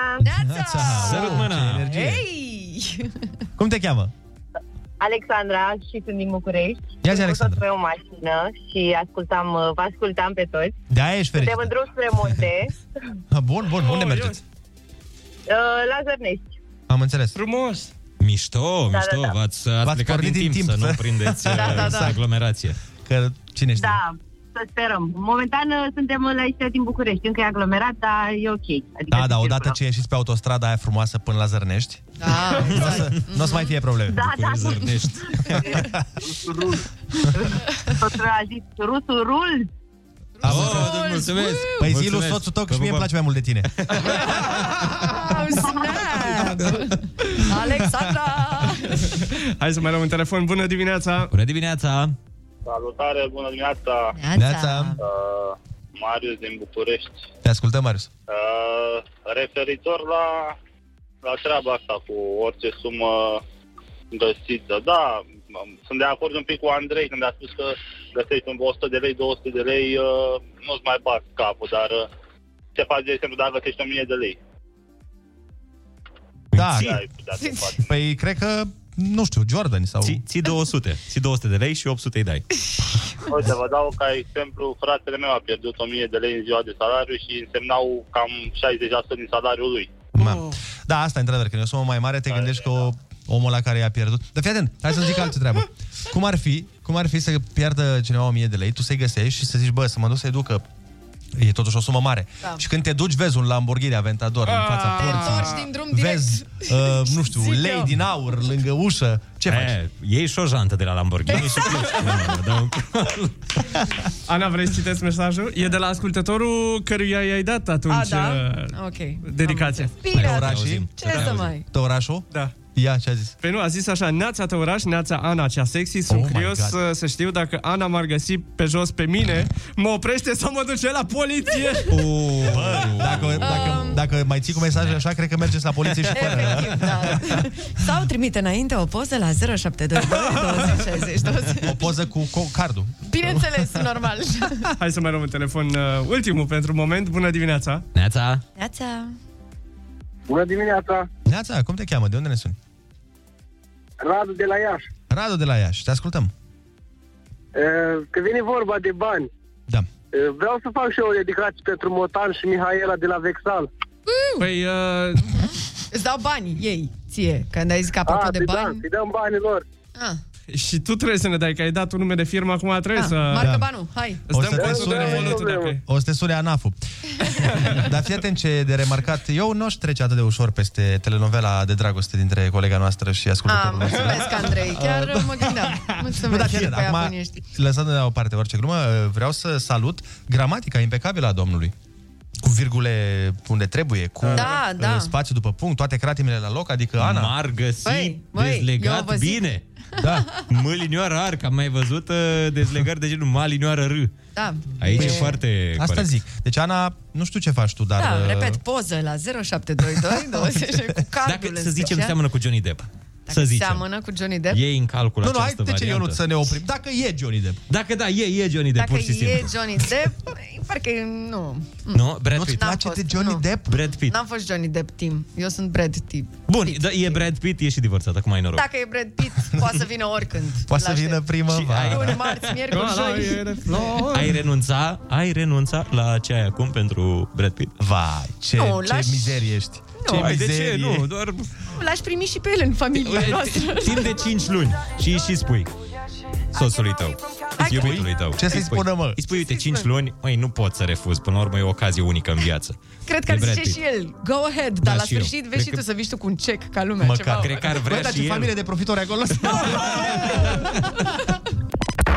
Speaker 1: Neața!
Speaker 6: Sărut mâna! Ce energie.
Speaker 1: Ei!
Speaker 6: Cum te cheamă?
Speaker 21: Alexandra și sunt din București.
Speaker 6: Ia zi,
Speaker 21: Sunt
Speaker 6: Alexandra.
Speaker 21: tot pe o mașină și ascultam, uh, vă ascultam pe toți.
Speaker 6: De-aia ești
Speaker 21: Suntem
Speaker 6: fericită.
Speaker 21: în drum spre munte,
Speaker 6: Bun, bun, unde mergeți?
Speaker 21: uh, la Zărnești.
Speaker 6: Am înțeles.
Speaker 7: Frumos! Mișto,
Speaker 21: Da,
Speaker 7: mișto,
Speaker 21: da, da.
Speaker 7: v-ați, ați plecat din, timp, să nu prindeți da, da, da. aglomerație.
Speaker 6: Că cine știe?
Speaker 21: Da, să sperăm. Momentan uh, suntem la ieșirea din București, încă e aglomerat, dar e ok. Adică
Speaker 6: Da, da,
Speaker 21: se
Speaker 6: odată
Speaker 21: circulă.
Speaker 6: ce ieșiți pe autostrada aia frumoasă până la Zărnești,
Speaker 1: da,
Speaker 6: nu o să, n-o să mai fie probleme.
Speaker 21: Da, da.
Speaker 6: Zărnești.
Speaker 21: Rus. Totul a zis, rusul rul.
Speaker 6: Am
Speaker 21: Oh,
Speaker 6: înțeles.
Speaker 21: mulțumesc!
Speaker 6: Păi zi lui
Speaker 21: Mulțumesc!
Speaker 6: soțul tău că
Speaker 21: Vă
Speaker 6: și mie îmi
Speaker 21: pupăm.
Speaker 6: place mai mult de tine.
Speaker 1: Alexandra!
Speaker 8: Hai să mai luăm un telefon. Bună dimineața!
Speaker 7: Bună dimineața!
Speaker 22: Salutare, bună dimineața!
Speaker 6: Neața.
Speaker 22: Uh, Marius din București.
Speaker 6: Te ascultăm, Marius.
Speaker 22: Uh, referitor la, la treaba asta cu orice sumă găsită, da, m- sunt de acord un pic cu Andrei când a spus că găsești un 100 de lei, 200 de lei, uh, nu-ți mai bat capul, dar uh, ce faci, de exemplu, dacă găsești 1000 de lei?
Speaker 6: Da.
Speaker 22: Ce ai putea să faci?
Speaker 6: Păi cred că, nu știu, Jordan sau...
Speaker 7: Ții, ții 200, ții 200 de lei și 800 îi dai.
Speaker 22: Uite, vă dau ca exemplu, fratele meu a pierdut 1000 de lei în ziua de salariu și însemnau cam 60% din salariul lui.
Speaker 6: Ma. Da, asta e într-adevăr, când e o sumă mai mare, te gândești că o, omul la care i-a pierdut... Dar fii atent, hai să zic altă treabă. Cum ar fi, cum ar fi să pierdă cineva 1000 de lei, tu să-i găsești și să zici, bă, să mă duc să-i duc, că e totuși o sumă mare.
Speaker 1: Da.
Speaker 6: Da. Și când te duci, vezi un Lamborghini Aventador în fața
Speaker 1: Te
Speaker 6: porții.
Speaker 1: întorci din drum direct.
Speaker 6: Vezi, uh, nu știu,
Speaker 1: Zic
Speaker 6: lei
Speaker 1: eu.
Speaker 6: din aur lângă ușă, Ce faci?
Speaker 9: Iei și o jantă de la Lamborghini și pleci.
Speaker 8: Ana, vrei să citesc mesajul? E de la ascultătorul căruia i-ai dat atunci
Speaker 1: A, da?
Speaker 8: uh,
Speaker 1: Ok.
Speaker 8: dedicația.
Speaker 1: Bine, atunci. ce să mai...
Speaker 6: Tăurașul?
Speaker 8: Da.
Speaker 6: Ia, ce a zis?
Speaker 8: Păi nu, a zis așa, Neața Tăuraș, Neața Ana, cea sexy, sunt
Speaker 6: Oh
Speaker 8: oh
Speaker 6: my
Speaker 8: curios
Speaker 6: God.
Speaker 8: să, să știu dacă Ana m-ar găsi pe jos pe mine, mă oprește sau mă duce la poliție.
Speaker 6: Uh, dacă, dacă, dacă mai ții cu mesaje așa, cred că mergeți la poliție și fără.
Speaker 1: da. Sau trimite înainte o poză la 0722
Speaker 6: O poză cu, cu cardul.
Speaker 1: Bineînțeles, Oh. normal.
Speaker 8: Hai să mai luăm un telefon uh, ultimul pentru moment. Bună dimineața!
Speaker 9: Neața!
Speaker 1: Neața.
Speaker 6: Bună dimineața! Neața, cum te cheamă? De unde ne suni?
Speaker 23: Radu de la Iași.
Speaker 6: Radu de la Iași, te ascultăm.
Speaker 23: Uh, Că vine vorba de bani.
Speaker 6: Da.
Speaker 23: Vreau să fac și eu o dedicație pentru Motan și Mihaela de la Vexal.
Speaker 8: Păi, uh,
Speaker 1: Îți dau banii ei, ție, când ai zis că apropo
Speaker 23: A,
Speaker 1: de
Speaker 23: îi
Speaker 1: bani...
Speaker 23: dăm, îi dăm banii lor.
Speaker 1: Ah,
Speaker 8: Și tu trebuie să ne dai, că ai dat un nume de firmă, acum trebuie
Speaker 1: ah,
Speaker 8: să...
Speaker 1: marcă
Speaker 9: Da.
Speaker 1: banul, hai.
Speaker 8: Îți dăm
Speaker 6: te
Speaker 23: da,
Speaker 8: contul de
Speaker 6: sune-
Speaker 8: revolut dacă
Speaker 6: O să te sune anaful. Dar fii atent ce e de remarcat. Eu nu aș trece atât de ușor peste telenovela de dragoste dintre colega noastră și
Speaker 1: Ah,
Speaker 6: ascultătorul nostru.
Speaker 1: mulțumesc, Andrei, chiar
Speaker 7: Da.
Speaker 1: mă gândeam.
Speaker 6: Nu, dar
Speaker 1: Mulțumesc,
Speaker 6: fii
Speaker 1: ce
Speaker 6: atent, acum,
Speaker 1: băiat ești.
Speaker 6: lăsând la o parte orice glumă, vreau să salut gramatica impecabilă a domnului. Cu virgule unde trebuie, cu
Speaker 1: Da,
Speaker 6: uh,
Speaker 1: da.
Speaker 6: spațiu după punct, toate cratimile la loc, adică Ana...
Speaker 9: M-ar găsi
Speaker 1: Păi, măi, eu vă
Speaker 9: dezlegat
Speaker 1: zic-
Speaker 9: bine.
Speaker 6: Da.
Speaker 9: M linioară ar, că am mai văzut uh, dezlegări de genul M linioară R.
Speaker 1: Da.
Speaker 9: Aici e
Speaker 1: Deci,
Speaker 9: foarte
Speaker 6: Asta
Speaker 9: corect.
Speaker 6: zic. Deci, Ana, nu știu ce faci tu, dar...
Speaker 1: Da,
Speaker 6: uh,
Speaker 1: repet, poză la 0722 20 cu cardul
Speaker 9: Dacă,
Speaker 1: în
Speaker 9: să zicem,
Speaker 1: special.
Speaker 9: seamănă cu Johnny Depp.
Speaker 1: Dacă
Speaker 9: să zicem.
Speaker 1: Seamănă cu Johnny Depp?
Speaker 9: Ei în calcul
Speaker 6: Nu, nu, hai,
Speaker 9: această
Speaker 6: de ce
Speaker 9: variantă.
Speaker 6: eu nu să ne oprim? Dacă e Johnny Depp.
Speaker 9: Dacă da, e, e Johnny Depp,
Speaker 1: Dacă
Speaker 9: pur și
Speaker 1: e
Speaker 9: simplu.
Speaker 1: Johnny Depp, păi, parcă nu.
Speaker 9: Nu? Brad Pitt.
Speaker 1: N-am fost, nu.
Speaker 9: Brad Pitt.
Speaker 1: N-am fost Johnny Depp team. Eu sunt Brad Pitt.
Speaker 9: Bun, da, e Brad Pitt, e și divorțat, acum ai noroc.
Speaker 1: Dacă e Brad Pitt, poate să vină oricând.
Speaker 9: Poate
Speaker 1: L-aștept.
Speaker 9: primăvara.
Speaker 1: Luni, marți, miercuri, joi.
Speaker 9: Ai renunța, ai renunța la ce ai acum pentru Brad Pitt?
Speaker 6: Vai, ce,
Speaker 1: Nu, ce l-aș-
Speaker 6: mizerie ești.
Speaker 1: Nu.
Speaker 9: Ce
Speaker 1: Ai, de ce?
Speaker 9: mizerie.
Speaker 1: Nu,
Speaker 9: Nu, doar
Speaker 1: L-aș primi și pe el în familia noastră.
Speaker 9: timp de 5 luni și și spui sosului tău. Iubitului tău.
Speaker 6: Ce să-i
Speaker 9: Îi spui.
Speaker 6: spună, mă?
Speaker 9: Îi spui, uite, 5 luni, măi, nu pot să refuz. Până la urmă e o ocazie unică în viață.
Speaker 1: Cred că
Speaker 9: E
Speaker 1: ar
Speaker 9: Brad
Speaker 1: zice
Speaker 9: Pitt.
Speaker 1: și el, go ahead,
Speaker 9: Da,
Speaker 1: dar la
Speaker 9: și eu.
Speaker 1: sfârșit vezi
Speaker 9: Cred
Speaker 1: și
Speaker 9: că-
Speaker 1: tu să vii și tu cu un cec ca lumea. ceva.
Speaker 9: Cred că ar vrea
Speaker 6: Bă, dar
Speaker 9: și
Speaker 6: ce
Speaker 9: el.
Speaker 6: familie de profitori acolo?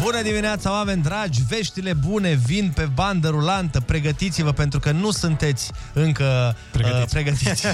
Speaker 6: Bună dimineața, oameni dragi! Veștile bune vin pe bandă rulantă. Pregătiți-vă pentru că nu sunteți încă pregătiți. Uh, pregătiți.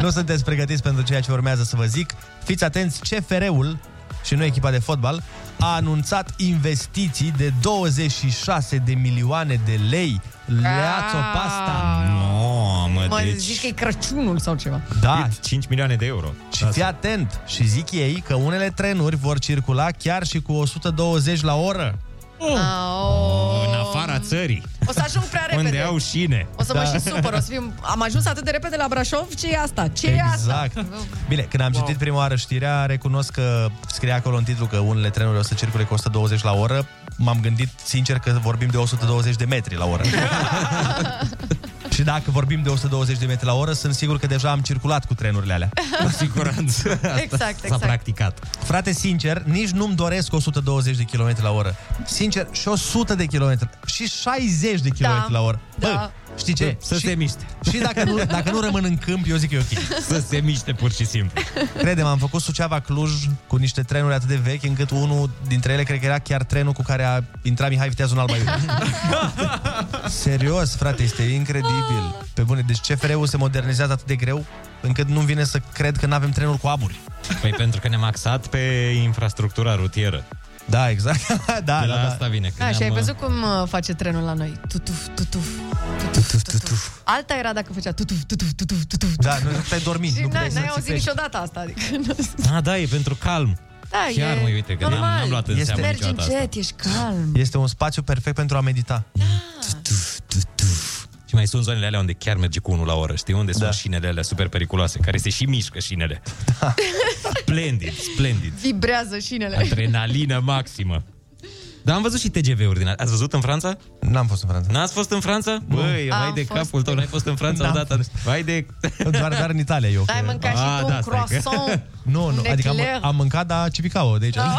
Speaker 6: nu sunteți pregătiți pentru ceea ce urmează să vă zic. Fiți atenți, CFR-ul și nu echipa de fotbal a anunțat investiții de 26 de milioane de lei. Leați-o pasta!
Speaker 9: Mamă,
Speaker 1: Mă
Speaker 9: deci...
Speaker 1: zici că e Crăciunul sau ceva.
Speaker 6: Da,
Speaker 9: 5 milioane de euro.
Speaker 6: Și fii atent, și zic ei că unele trenuri vor circula chiar și cu 120 la oră.
Speaker 1: Aoleu.
Speaker 9: Oh. În afara țării.
Speaker 1: O să ajung prea repede.
Speaker 9: Unde au Da. șine.
Speaker 1: O să mă și supăr, o să fiu... Am ajuns atât de repede la Brașov? ce e asta? ce e asta?
Speaker 6: Exact. Bine, când am citit prima oară știrea, recunosc că scrie acolo în titlu că unele trenuri o să circule cu 120 la oră. M-am gândit sincer că vorbim de 120 de metri la oră. Și dacă vorbim de 120 de metri la oră, sunt sigur că deja am circulat cu trenurile alea.
Speaker 9: Cu siguranță. Asta
Speaker 1: Exact,
Speaker 9: s-a
Speaker 1: exact.
Speaker 9: practicat.
Speaker 6: Frate, sincer, nici nu-mi doresc 120 de km la oră. Sincer, și 100 de km și 60 de km
Speaker 1: Da,
Speaker 6: la oră. Bă,
Speaker 1: da.
Speaker 6: știi ce?
Speaker 9: Să
Speaker 6: și,
Speaker 9: se miște.
Speaker 6: Și dacă nu, dacă nu rămân în câmp, eu zic că e ok.
Speaker 9: Să se miște pur și simplu.
Speaker 6: Credem, am făcut Suceava-Cluj cu niște trenuri atât de vechi încât unul dintre ele cred că era chiar trenul cu care a intrat Mihai Viteazul în Alba Iulia. Serios, frate, este incredibil.
Speaker 9: Ah.
Speaker 6: Pe bune, deci CFR-ul se modernizează atât de greu încât nu vine să cred că nu avem trenuri cu aburi.
Speaker 9: Păi pentru că ne-am axat pe infrastructura rutieră.
Speaker 6: Da, exact. da,
Speaker 9: De la
Speaker 6: da.
Speaker 9: asta vine. că
Speaker 1: Da, și ai
Speaker 9: ne-am,
Speaker 1: văzut cum uh, face trenul la noi. Tutuf, tutuf. Alta era dacă făcea tutuf, tutuf, tutuf, tutuf.
Speaker 6: Da, nu te-ai dormit.
Speaker 1: Și
Speaker 6: nu
Speaker 1: n-ai,
Speaker 6: puteai să
Speaker 1: n-ai auzit
Speaker 6: țipești.
Speaker 1: niciodată asta. Adică, nu-
Speaker 9: uh, A, da, e pentru calm.
Speaker 1: da,
Speaker 9: Chiar,
Speaker 1: e
Speaker 9: mă, uite, că n-am-
Speaker 1: normal.
Speaker 9: n-am luat în Este- seamă
Speaker 1: Mergi
Speaker 9: niciodată
Speaker 1: încet, ești calm.
Speaker 6: Este un spațiu perfect pentru a medita.
Speaker 9: Și mai sunt zonele alea unde chiar merge cu unul la oră, știi? Unde da. sunt șinele alea super periculoase, care se și mișcă șinele. Da. Splendid, splendid.
Speaker 1: Vibrează șinele.
Speaker 9: Adrenalină maximă. Dar am văzut și TGV-uri din alea. Ați văzut în Franța?
Speaker 6: N-am fost în Franța.
Speaker 9: N-ați fost în Franța? Băi,
Speaker 1: Am
Speaker 9: vai de
Speaker 1: fost.
Speaker 9: capul tău, n-ai fost în Franța
Speaker 6: N-am
Speaker 9: odată. Vai de... da,
Speaker 6: Doar, doar în Italia eu.
Speaker 1: Ai mâncat și tu un croissant,
Speaker 6: Nu,
Speaker 1: un
Speaker 6: nu, adică am,
Speaker 1: eclair.
Speaker 6: am mâncat, dar cipicao de aici.
Speaker 9: Da.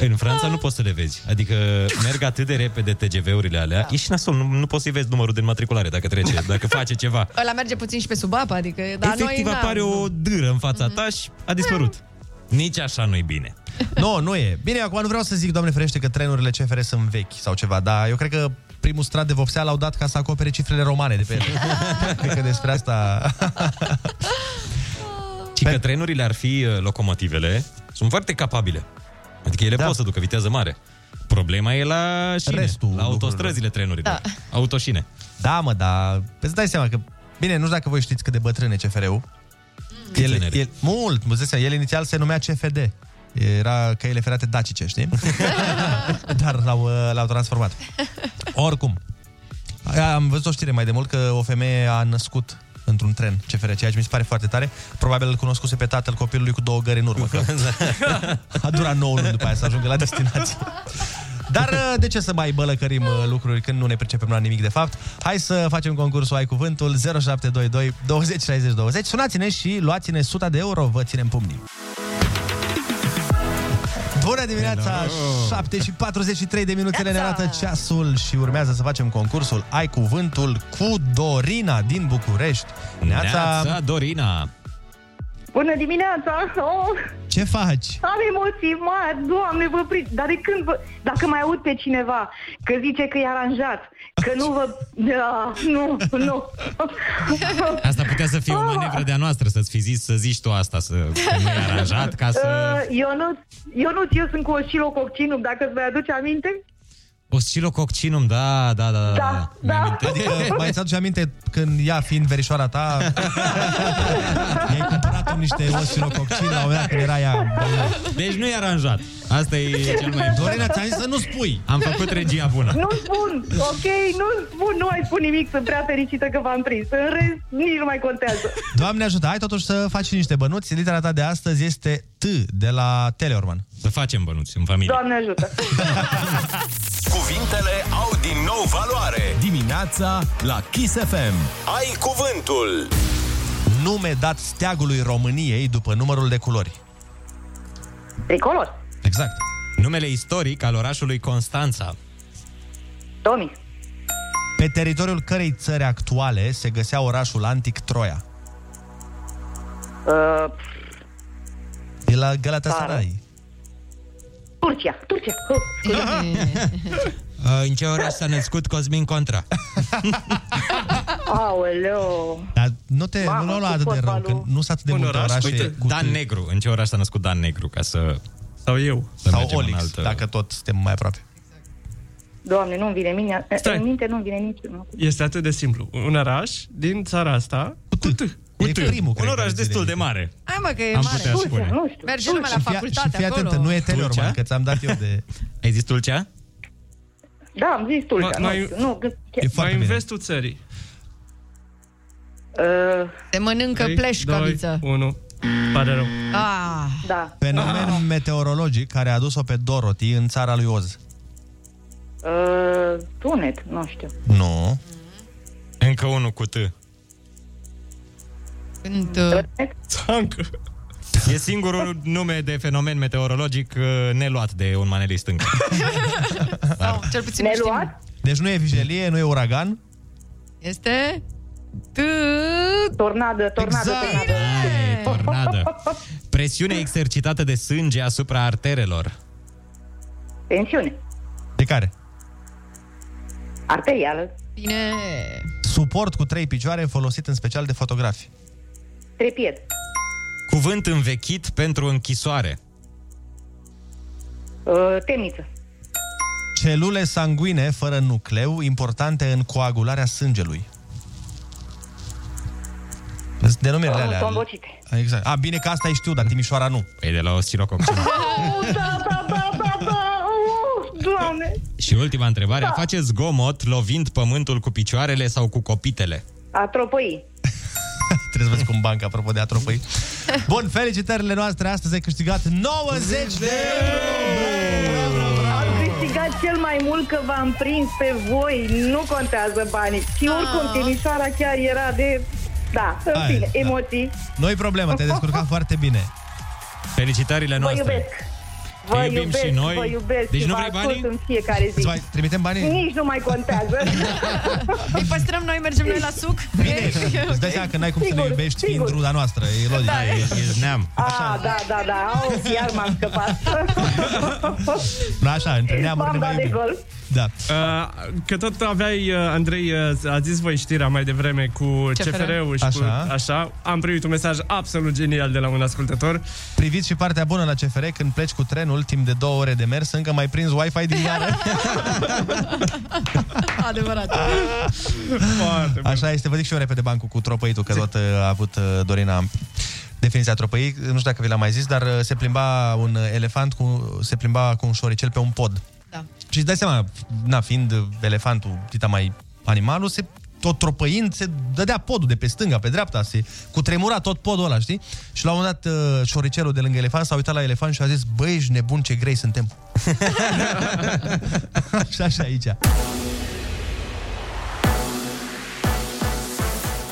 Speaker 9: În Franța nu poți să le vezi. Adică merg atât de repede TGV-urile alea. E și nasol, nu, nu poți să-i vezi numărul de matriculare dacă trece, dacă face ceva.
Speaker 1: Ăla merge puțin și pe sub apă, adică... Dar
Speaker 9: Efectiv
Speaker 1: noi n-am.
Speaker 9: apare o dâră în fața ta și a dispărut. Nici așa nu-i bine.
Speaker 6: Nu, nu e. Bine, acum nu vreau să zic, doamne ferește, că trenurile CFR sunt vechi sau ceva, dar eu cred că primul strat de vopsea l-au dat ca să acopere cifrele romane de pe el. cred că despre asta...
Speaker 9: Și că trenurile ar fi uh, locomotivele, sunt foarte capabile. Adică ele da. pot să ducă viteză mare. Problema e la șine,
Speaker 6: Restul
Speaker 9: la autostrăzile trenurilor. Da. Autoșine.
Speaker 6: Da, mă, dar îți dai seama că... Bine, nu știu dacă voi știți cât de bătrân e CFR-ul. El, el, mult, mă zice, el inițial se numea CFD. Era căile ferate dacice, știi? Dar l-au, uh, l-au transformat. Oricum, am văzut o știre mai de mult că o femeie a născut într-un tren CFR, ceea ce mi se pare foarte tare. Probabil îl cunoscuse pe tatăl copilului cu două gări în urmă, că a durat 9 luni după aia să ajungă la destinație. Dar uh, de ce să mai bălăcărim uh, lucruri când nu ne pricepem la nimic de fapt? Hai să facem concursul Ai Cuvântul 0722 20 60 20. Sunați-ne și luați-ne 100 de euro, vă ținem pumnii. Bună dimineața,
Speaker 9: Hello.
Speaker 6: 7 și 43 de minutele ne arată ceasul și urmează să facem concursul Ai Cuvântul cu Dorina din București.
Speaker 9: Neața, Dorina!
Speaker 24: Bună dimineața! Oh,
Speaker 6: Ce faci?
Speaker 24: am emoții mari, doamne, vă prind. Dar de când vă... Dacă mai aud pe cineva că zice că e aranjat, că nu vă... Da, nu, nu.
Speaker 9: Asta putea să fie o manevră de-a noastră, să-ți fi zis, să zici tu asta, să că nu e aranjat, ca să...
Speaker 24: Uh, Ionuț, Ionuț, eu sunt cu oscilococcinum, dacă îți mai aduce aminte.
Speaker 9: Oscilococcinum, da, da, da, da. da.
Speaker 24: Da,
Speaker 6: Adică mai ți aduce aminte când ea fiind verișoara ta I-ai cumpărat tu niște oscilococcini la un moment dat când era ea
Speaker 9: Deci nu e aranjat. Asta e cel mai...
Speaker 6: Dorina, ți-am zis să nu spui.
Speaker 9: Am făcut regia bună.
Speaker 24: nu spun, ok, nu spun, nu mai spun nimic, sunt prea fericită că v-am prins. În rest, nici nu mai contează.
Speaker 6: Doamne ajută, hai totuși să faci și niște bănuți Litera ta de astăzi este T de la Teleorman Da.
Speaker 9: Să facem bănuți în familie
Speaker 24: Doamne ajută!
Speaker 5: Cuvintele au din nou valoare.
Speaker 6: Dimineața la Kiss FM
Speaker 5: Ai cuvântul.
Speaker 6: Nume dat steagului României după numărul de culori
Speaker 24: Tricolor,
Speaker 6: Exact.
Speaker 9: Numele istoric al orașului Constanța.
Speaker 24: Tomi,
Speaker 6: Pe teritoriul cărei țări actuale se găsea orașul antic Troia
Speaker 24: uh,
Speaker 6: De la Galatasaray
Speaker 24: Turcia, Turcia. Uh, scuze.
Speaker 9: În ce oraș s-a născut Cosmin Contra?
Speaker 24: Aoleo!
Speaker 6: Dar nu te,
Speaker 24: Mamă,
Speaker 6: nu l-au
Speaker 24: cu
Speaker 6: luat atât de rău,
Speaker 24: fotbalul.
Speaker 6: că nu sunt atât de
Speaker 9: Un
Speaker 6: multe
Speaker 9: oraș,
Speaker 6: orașe
Speaker 9: uite,
Speaker 6: cu
Speaker 9: Dan
Speaker 6: T.
Speaker 9: Negru. În ce oraș s-a născut Dan Negru? Ca să...
Speaker 6: Sau eu.
Speaker 9: Să
Speaker 6: Sau
Speaker 9: mergem în
Speaker 6: Olix,
Speaker 9: altă-
Speaker 6: dacă tot suntem mai aproape.
Speaker 24: Doamne, nu-mi vine mine,
Speaker 8: Stai.
Speaker 24: în minte nu-mi vine niciunul.
Speaker 8: Da. Este atât de simplu. Un oraș din țara asta... Cu T.
Speaker 6: Cu T.
Speaker 9: Un oraș destul de mare.
Speaker 1: Hai mă, că e
Speaker 9: Am
Speaker 1: mare.
Speaker 9: putea spune.
Speaker 24: Nu știu.
Speaker 1: Mergi numai la
Speaker 6: Și fii-
Speaker 1: facultate
Speaker 6: și fii
Speaker 1: acolo.
Speaker 6: atentă, nu e
Speaker 9: Tulcea?
Speaker 6: Teleorman, că ți-am dat eu de...
Speaker 9: Ai zis Tulcea?
Speaker 24: Da, am zis Tulcea,
Speaker 8: Ma- mai-
Speaker 24: nu știu, nu, că-
Speaker 8: Mai în vestul țării.
Speaker 1: Te mănâncă
Speaker 8: Trei,
Speaker 1: pleșcoviță.
Speaker 8: doi, unu. Pare rău.
Speaker 1: Ah.
Speaker 24: Da.
Speaker 6: Fenomen meteorologic care a adus-o pe Dorothy în țara lui Oz.
Speaker 24: Uh, tunet, nu știu.
Speaker 6: Nu.
Speaker 9: Încă unul cu T.
Speaker 1: Când...
Speaker 9: Țancă. E singurul nume de fenomen meteorologic uh, neluat de un manelist încă.
Speaker 1: Sau, cel puțin ne știm.
Speaker 6: Deci nu e vijelie, nu e uragan.
Speaker 1: Este... T... Exact.
Speaker 24: Tornadă, tornadă, tornadă.
Speaker 9: Tornadă. Presiune exercitată de sânge asupra arterelor.
Speaker 24: Tensiune,
Speaker 6: De care?
Speaker 24: arterială,
Speaker 1: Bine.
Speaker 6: Suport cu trei picioare folosit în special de fotografi.
Speaker 24: trepied,
Speaker 9: Cuvânt învechit pentru închisoare.
Speaker 24: uh, temniță,
Speaker 6: Celule sanguine fără nucleu, importante în coagularea sângelui. Sunt Denumirile
Speaker 24: uh,
Speaker 6: alea.
Speaker 24: tombocite.
Speaker 6: Exact. A, bine că asta ai știu, dar Timișoara nu.
Speaker 9: Păi de la oscilococ.
Speaker 24: Oh, da, da, da, da, da, uh, doamne!
Speaker 9: Și ultima întrebare. Face zgomot lovind pământul cu picioarele sau cu copitele?
Speaker 24: A tropăi.
Speaker 6: Trebuie să vezi cum banca, apropo de atropăi. Bun, felicitările noastre. Astăzi ai câștigat 90 de
Speaker 24: Am câștigat cel mai mult că v-am prins pe voi, nu contează banii. Și
Speaker 1: Ah.
Speaker 24: oricum, Timișoara chiar era de... Da, în
Speaker 6: Hai,
Speaker 24: fine,
Speaker 6: da.
Speaker 24: emoții.
Speaker 6: Noi problemă, te-ai descurcat foarte bine. Felicitările
Speaker 24: Vă iubesc. Vă
Speaker 6: Te iubim
Speaker 24: iubesc,
Speaker 6: și noi.
Speaker 24: vă iubesc
Speaker 6: Deci
Speaker 24: și
Speaker 6: nu
Speaker 24: vă
Speaker 6: vrei
Speaker 24: ascult
Speaker 6: banii?
Speaker 24: în fiecare zi.
Speaker 6: Îți mai trimitem banii?
Speaker 24: Nici nu mai contează.
Speaker 1: Îi păstrăm noi, mergem noi la suc.
Speaker 6: Bine, îți dai seama că n-ai cum să ne iubești fiind ruda noastră. E logic,
Speaker 24: Da.
Speaker 6: e, e neam.
Speaker 24: A, da, da, da, au, iar m-am scăpat.
Speaker 6: Da, Așa, între neamuri ne mai
Speaker 24: V-am dat de
Speaker 6: iubim.
Speaker 24: gol.
Speaker 6: Da.
Speaker 8: Uh, Că tot aveai, uh, Andrei, uh, a zis voi știrea mai devreme cu
Speaker 6: CFR.
Speaker 8: CFR-ul și
Speaker 6: Așa.
Speaker 8: Cu, așa. Am primit un mesaj absolut genial de la un ascultător.
Speaker 6: Priviți și partea bună la CFR când pleci cu trenul timp de două ore de mers, încă mai prins Wi-Fi din gară.
Speaker 1: Adevărat.
Speaker 6: Așa este, vă zic și eu repede bancul cu tropăitul, că tot uh, a avut uh, Dorina definiția tropăi. Nu știu dacă vi l-am mai zis, dar uh, se plimba un uh, elefant cu, se plimba cu un șoricel pe un pod.
Speaker 1: Da.
Speaker 6: Și îți dai seama, na, fiind uh, elefantul tita mai animalul, se tot tropăind, se dădea podul de pe stânga, pe dreapta, se cutremura tot podul ăla, știi? Și la un moment dat, uh, șoricelul de lângă elefant s-a uitat la elefant și a zis, băi, ești nebun, ce grei suntem. și așa aici.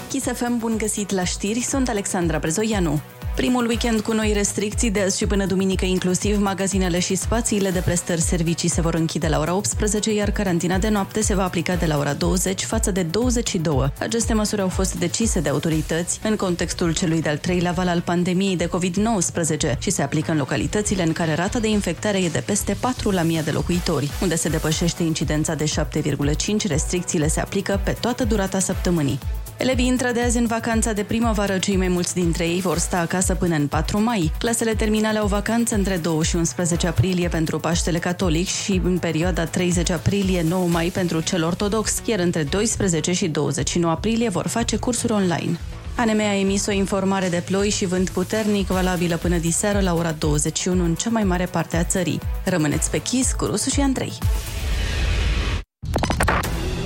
Speaker 11: Kiss FM, bun găsit la știri, sunt Alexandra Brezoianu. Primul weekend cu noi restricții de azi și până duminică inclusiv, magazinele și spațiile de prestări servicii se vor închide la ora 18, iar carantina de noapte se va aplica de la ora 20 față de 22. Aceste măsuri au fost decise de autorități în contextul celui de-al treilea val al pandemiei de COVID-19 și se aplică în localitățile în care rata de infectare e de peste 4 la 1000 de locuitori. Unde se depășește incidența de 7,5, restricțiile se aplică pe toată durata săptămânii. Elevii intră de azi în vacanța de primăvară, cei mai mulți dintre ei vor sta acasă până în 4 mai. Clasele terminale au vacanță între 2 și 11 aprilie pentru Paștele Catolic și în perioada 30 aprilie-9 mai pentru cel ortodox, iar între 12 și 29 aprilie vor face cursuri online. ANM a emis o informare de ploi și vânt puternic valabilă până diseară la ora 21 în cea mai mare parte a țării. Rămâneți pe chis cu Rusu și Andrei.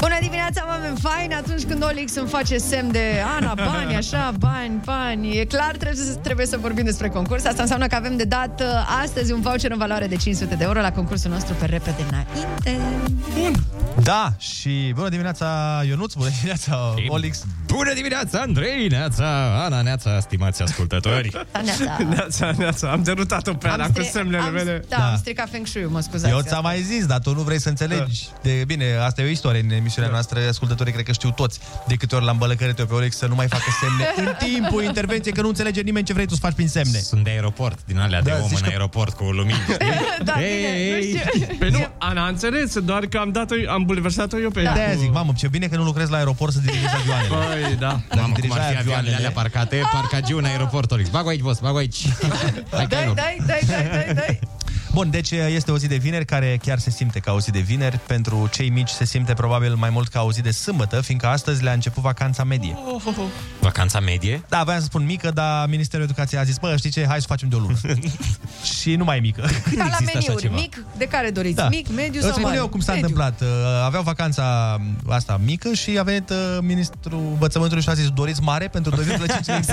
Speaker 1: Bună dimineața, oameni faini! Atunci când Olix îmi face semn de Ana, bani, așa, bani, bani, e clar, trebuie să, trebuie să vorbim despre concurs. Asta înseamnă că avem de dat uh, astăzi un voucher în valoare de 500 de euro la concursul nostru pe repede înainte. Bun!
Speaker 6: Da, și bună dimineața Ionuț, bună dimineața Olix.
Speaker 9: Bună dimineața, Andrei, neața, Ana, neața, stimați ascultători.
Speaker 1: Neața.
Speaker 9: neața, neața, am derutat-o pe
Speaker 1: Am stri- am, Da, da, am stricat Feng Shui-ul, mă scuzați.
Speaker 6: Eu ți-am mai zis, dar tu nu vrei să înțelegi. De, bine, asta e o istorie în emisiunea noastră, ascultătorii cred că știu toți. De câte ori l-am bălăcărit eu pe Olex să nu mai facă semne în timpul intervenției, că nu înțelege nimeni ce vrei tu să faci prin semne.
Speaker 9: Sunt de aeroport, din alea
Speaker 6: Da,
Speaker 9: de om
Speaker 6: zici
Speaker 9: în
Speaker 6: că-
Speaker 9: aeroport cu lumini.
Speaker 1: da, bine, nu știu.
Speaker 8: Păi nu, Ana a înțeles, doar că am dat-o, am bulversat-o eu pe
Speaker 6: Da.
Speaker 8: ea.
Speaker 6: De-aia zic, mamă, ce bine că nu lucrez la aeroport să dirigez avioanele.
Speaker 8: Băi, da.
Speaker 9: Mamă, cum
Speaker 6: dirija
Speaker 9: ar fi avioanele
Speaker 6: Păi, avioanele.
Speaker 9: alea parcate, parcagiu în aeroport, Olix. Bag aici, boss, bag aici. Hai,
Speaker 1: Ah! Dai, dai, dai, dai, dai, dai.
Speaker 6: Bun, deci este o zi de vineri care chiar se simte ca o zi de vineri. Pentru cei mici se simte probabil mai mult ca o zi de sâmbătă, fiindcă astăzi le-a început vacanța medie.
Speaker 9: Vacanța medie?
Speaker 6: Da, voiam să spun mică, dar Ministerul Educației a zis, bă, știi ce, hai să facem de o lună. și nu mai mică.
Speaker 1: Ca la meniuri, mic, de care doriți? Mic, mediu
Speaker 6: Da. Îți
Speaker 1: sau
Speaker 6: spun
Speaker 1: mare?
Speaker 6: eu cum s-a
Speaker 1: Mediu.
Speaker 6: întâmplat. Uh, Aveau vacanța um, asta mică și a venit uh, ministrul învățământului și a zis doriți mare pentru 2,5 lei plus.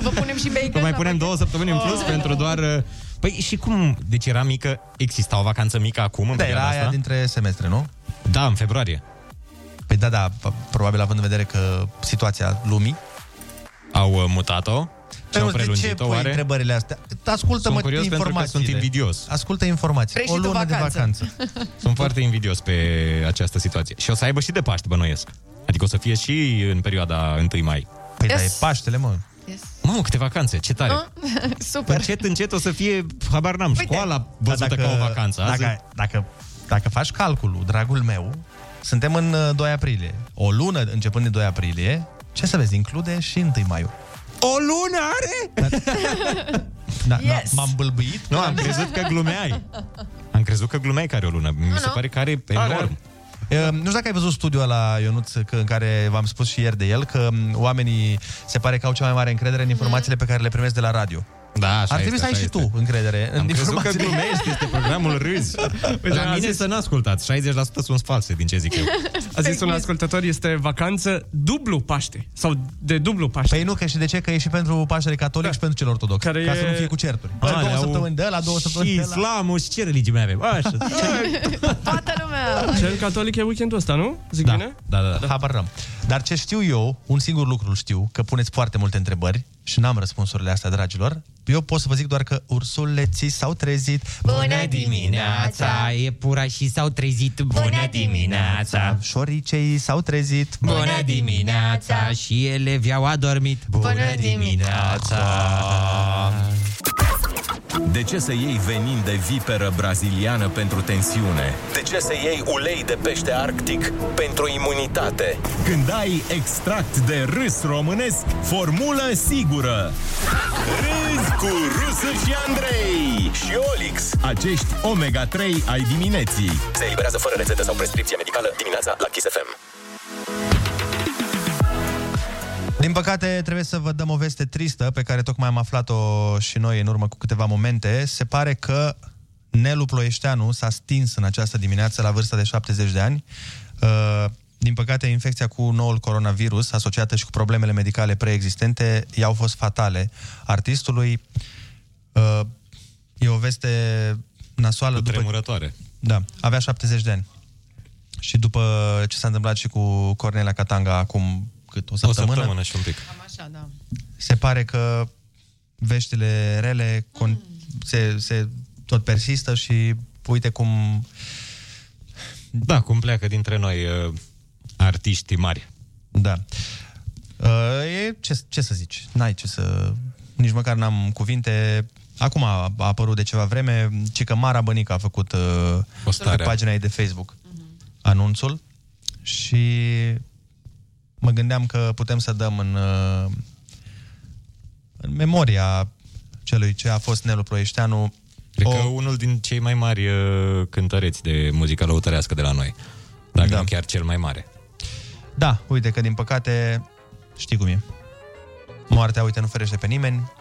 Speaker 1: Vă punem și bacon?
Speaker 9: Vă Păi mai punem două săptămâni în
Speaker 1: Oh!
Speaker 9: plus pentru doar... uh, Păi și cum, deci era mică, exista o vacanță mică acum în
Speaker 6: Da,
Speaker 9: perioada
Speaker 6: era aia
Speaker 9: asta?
Speaker 6: dintre semestre, nu?
Speaker 9: Da, în februarie.
Speaker 6: Păi da, da, p- probabil având în vedere că situația lumii...
Speaker 9: Au uh, mutat-o? Ce au
Speaker 6: nu, de ce
Speaker 9: prelungit-o
Speaker 6: pui
Speaker 9: oare?
Speaker 6: întrebările astea? Ascultă-mă
Speaker 9: Sunt curios pentru că
Speaker 6: informațiile.
Speaker 9: sunt invidios.
Speaker 6: Ascultă informații.
Speaker 1: Vrei și
Speaker 6: o
Speaker 1: tu
Speaker 6: lună de
Speaker 1: vacanță.
Speaker 6: vacanță.
Speaker 9: Sunt foarte invidios pe această situație. Și o să aibă și de Paști, bănuiesc. Adică o să fie și în perioada 1 mai.
Speaker 6: Păi da, e Paștele, mă.
Speaker 1: Yes.
Speaker 9: Mamă, câte vacanțe, ce tare.
Speaker 1: Ah, Super.
Speaker 9: Păi Încet, încet o să fie, habar n-am, școala văzută
Speaker 6: Dar
Speaker 9: ca o vacanță. Azi-
Speaker 6: Dacă, dacă, dacă faci calculul, dragul meu, suntem în uh, 2 aprilie. O lună începând de 2 aprilie, ce să vezi, include și 1 maiul. O lună are?
Speaker 9: Da,
Speaker 1: Yes.
Speaker 9: m-am bâlbâit? Nu, am crezut că glumeai. Am crezut că glumeai care o lună. Mi se
Speaker 1: nu.
Speaker 9: pare că are enorm.
Speaker 6: Uh, Nu știu dacă ai văzut studiul la Ionuț, că, în care v-am spus și ieri de el, că um, oamenii se pare că au cea mai mare încredere în informațiile pe care le primesc de la radio.
Speaker 9: Da,
Speaker 6: Ar trebui să ai și tu încredere în Păi da,
Speaker 9: Am crezut că
Speaker 6: informațiile.
Speaker 9: glumești, este programul Râzi. La mine să n-ascultați, 60% sunt false din ce zic eu.
Speaker 8: A zis un ascultător, este vacanță dublu Paște. Sau de dublu Paște. Da.
Speaker 6: Păi nu, că și de ce? Că e și pentru pașele catolici și pentru cel ortodox.
Speaker 8: Care
Speaker 6: ca
Speaker 8: e-
Speaker 6: să nu fie cu certuri.
Speaker 9: Ah,
Speaker 6: Bă, două
Speaker 9: le-au-
Speaker 6: săptămâni de la două
Speaker 9: și
Speaker 6: săptămâni de la...
Speaker 9: islamul și ce religii mai avem? Așa.
Speaker 1: Toată lumea.
Speaker 8: Cel catolic e weekendul ăsta, nu? Zic
Speaker 6: Da,
Speaker 8: bine?
Speaker 6: da, da, da. Habar n-am. Dar ce știu eu, un singur lucru îl știu, că puneți foarte multe întrebări și n-am răspunsurile astea, dragilor. Eu pot să vă zic doar că ursuleții s-au trezit.
Speaker 25: Bună dimineața! Iepurașii s-au trezit Bună dimineața!
Speaker 6: Șoricei s-au trezit
Speaker 25: Bună dimineața! Și elevii au adormit Bună dimineața!
Speaker 5: De ce să iei venin de viperă braziliană pentru tensiune? De ce să iei ulei de pește arctic pentru imunitate?
Speaker 4: Când ai extract de râs românesc, formulă sigură.
Speaker 5: Râzi cu Rusu și Andrei și Olix.
Speaker 4: Acești omega-3 ai dimineții.
Speaker 5: Se eliberează fără rețetă sau prescripție medicală dimineața la Kiss FM.
Speaker 6: Din păcate, trebuie să vă dăm o veste tristă pe care tocmai am aflat-o și noi în urmă cu câteva momente. Se pare că Nelu Ploieșteanu s-a stins în această dimineață la vârsta de 70 de ani. Uh, Din păcate, infecția cu noul coronavirus, asociată și cu problemele medicale preexistente, i-au fost fatale artistului. Uh, E o veste nasoală.
Speaker 9: Tremurătoare.
Speaker 6: Da, avea 70 de ani. Și după ce s-a întâmplat și cu Cornelia Catanga acum cât, o săptămână,
Speaker 9: săptămână și un pic.
Speaker 1: Așa, da.
Speaker 6: se pare că veștile rele con- se, se tot persistă și uite cum...
Speaker 9: Da, cum pleacă dintre noi uh, artiștii mari.
Speaker 6: Da. Uh, e, ce, ce să zici? N-ai ce să... Nici măcar n-am cuvinte. Acum a, a apărut de ceva vreme, ci că Mara Bănică a făcut uh,
Speaker 9: Postarea.
Speaker 6: pe pagina ei de Facebook anunțul și mă gândeam că putem să dăm în, uh, în memoria celui ce a fost Nelu Proieșteanu
Speaker 9: Cred că unul din cei mai mari uh, cântăreți de muzică lăutărească de la noi. Dacă da. nu chiar cel mai mare.
Speaker 6: Da, uite că din păcate știi cum e. Moartea, uite, nu ferește pe nimeni,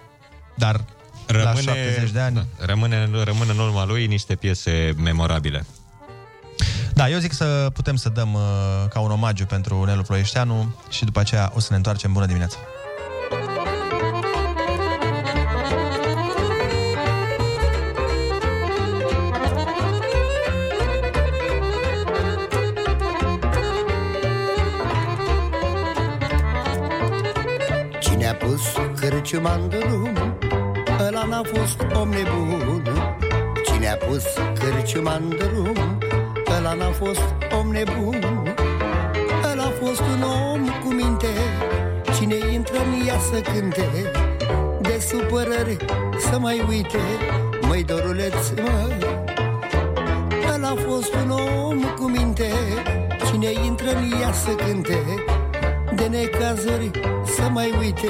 Speaker 6: dar Rămâne... la 70 de ani... Da.
Speaker 9: Da, rămâne, rămâne în urma lui niște piese memorabile.
Speaker 6: da, eu zic să putem să dăm uh, ca un omagiu pentru Nelu Ploieșteanu și după aceea o să ne întoarcem. Bună dimineața!
Speaker 19: Cine a pus cărciuma în drum Ăla n-a fost om nebun Cine a pus cărciuma în drum Ăla n-a fost om nebun Ăla a fost un om cu minte Cine intră în ea să cânte De supărări să mai uite Măi doruleț, mă Ăla a fost un om cu minte Cine intră în ea să cânte de necazuri să mai uite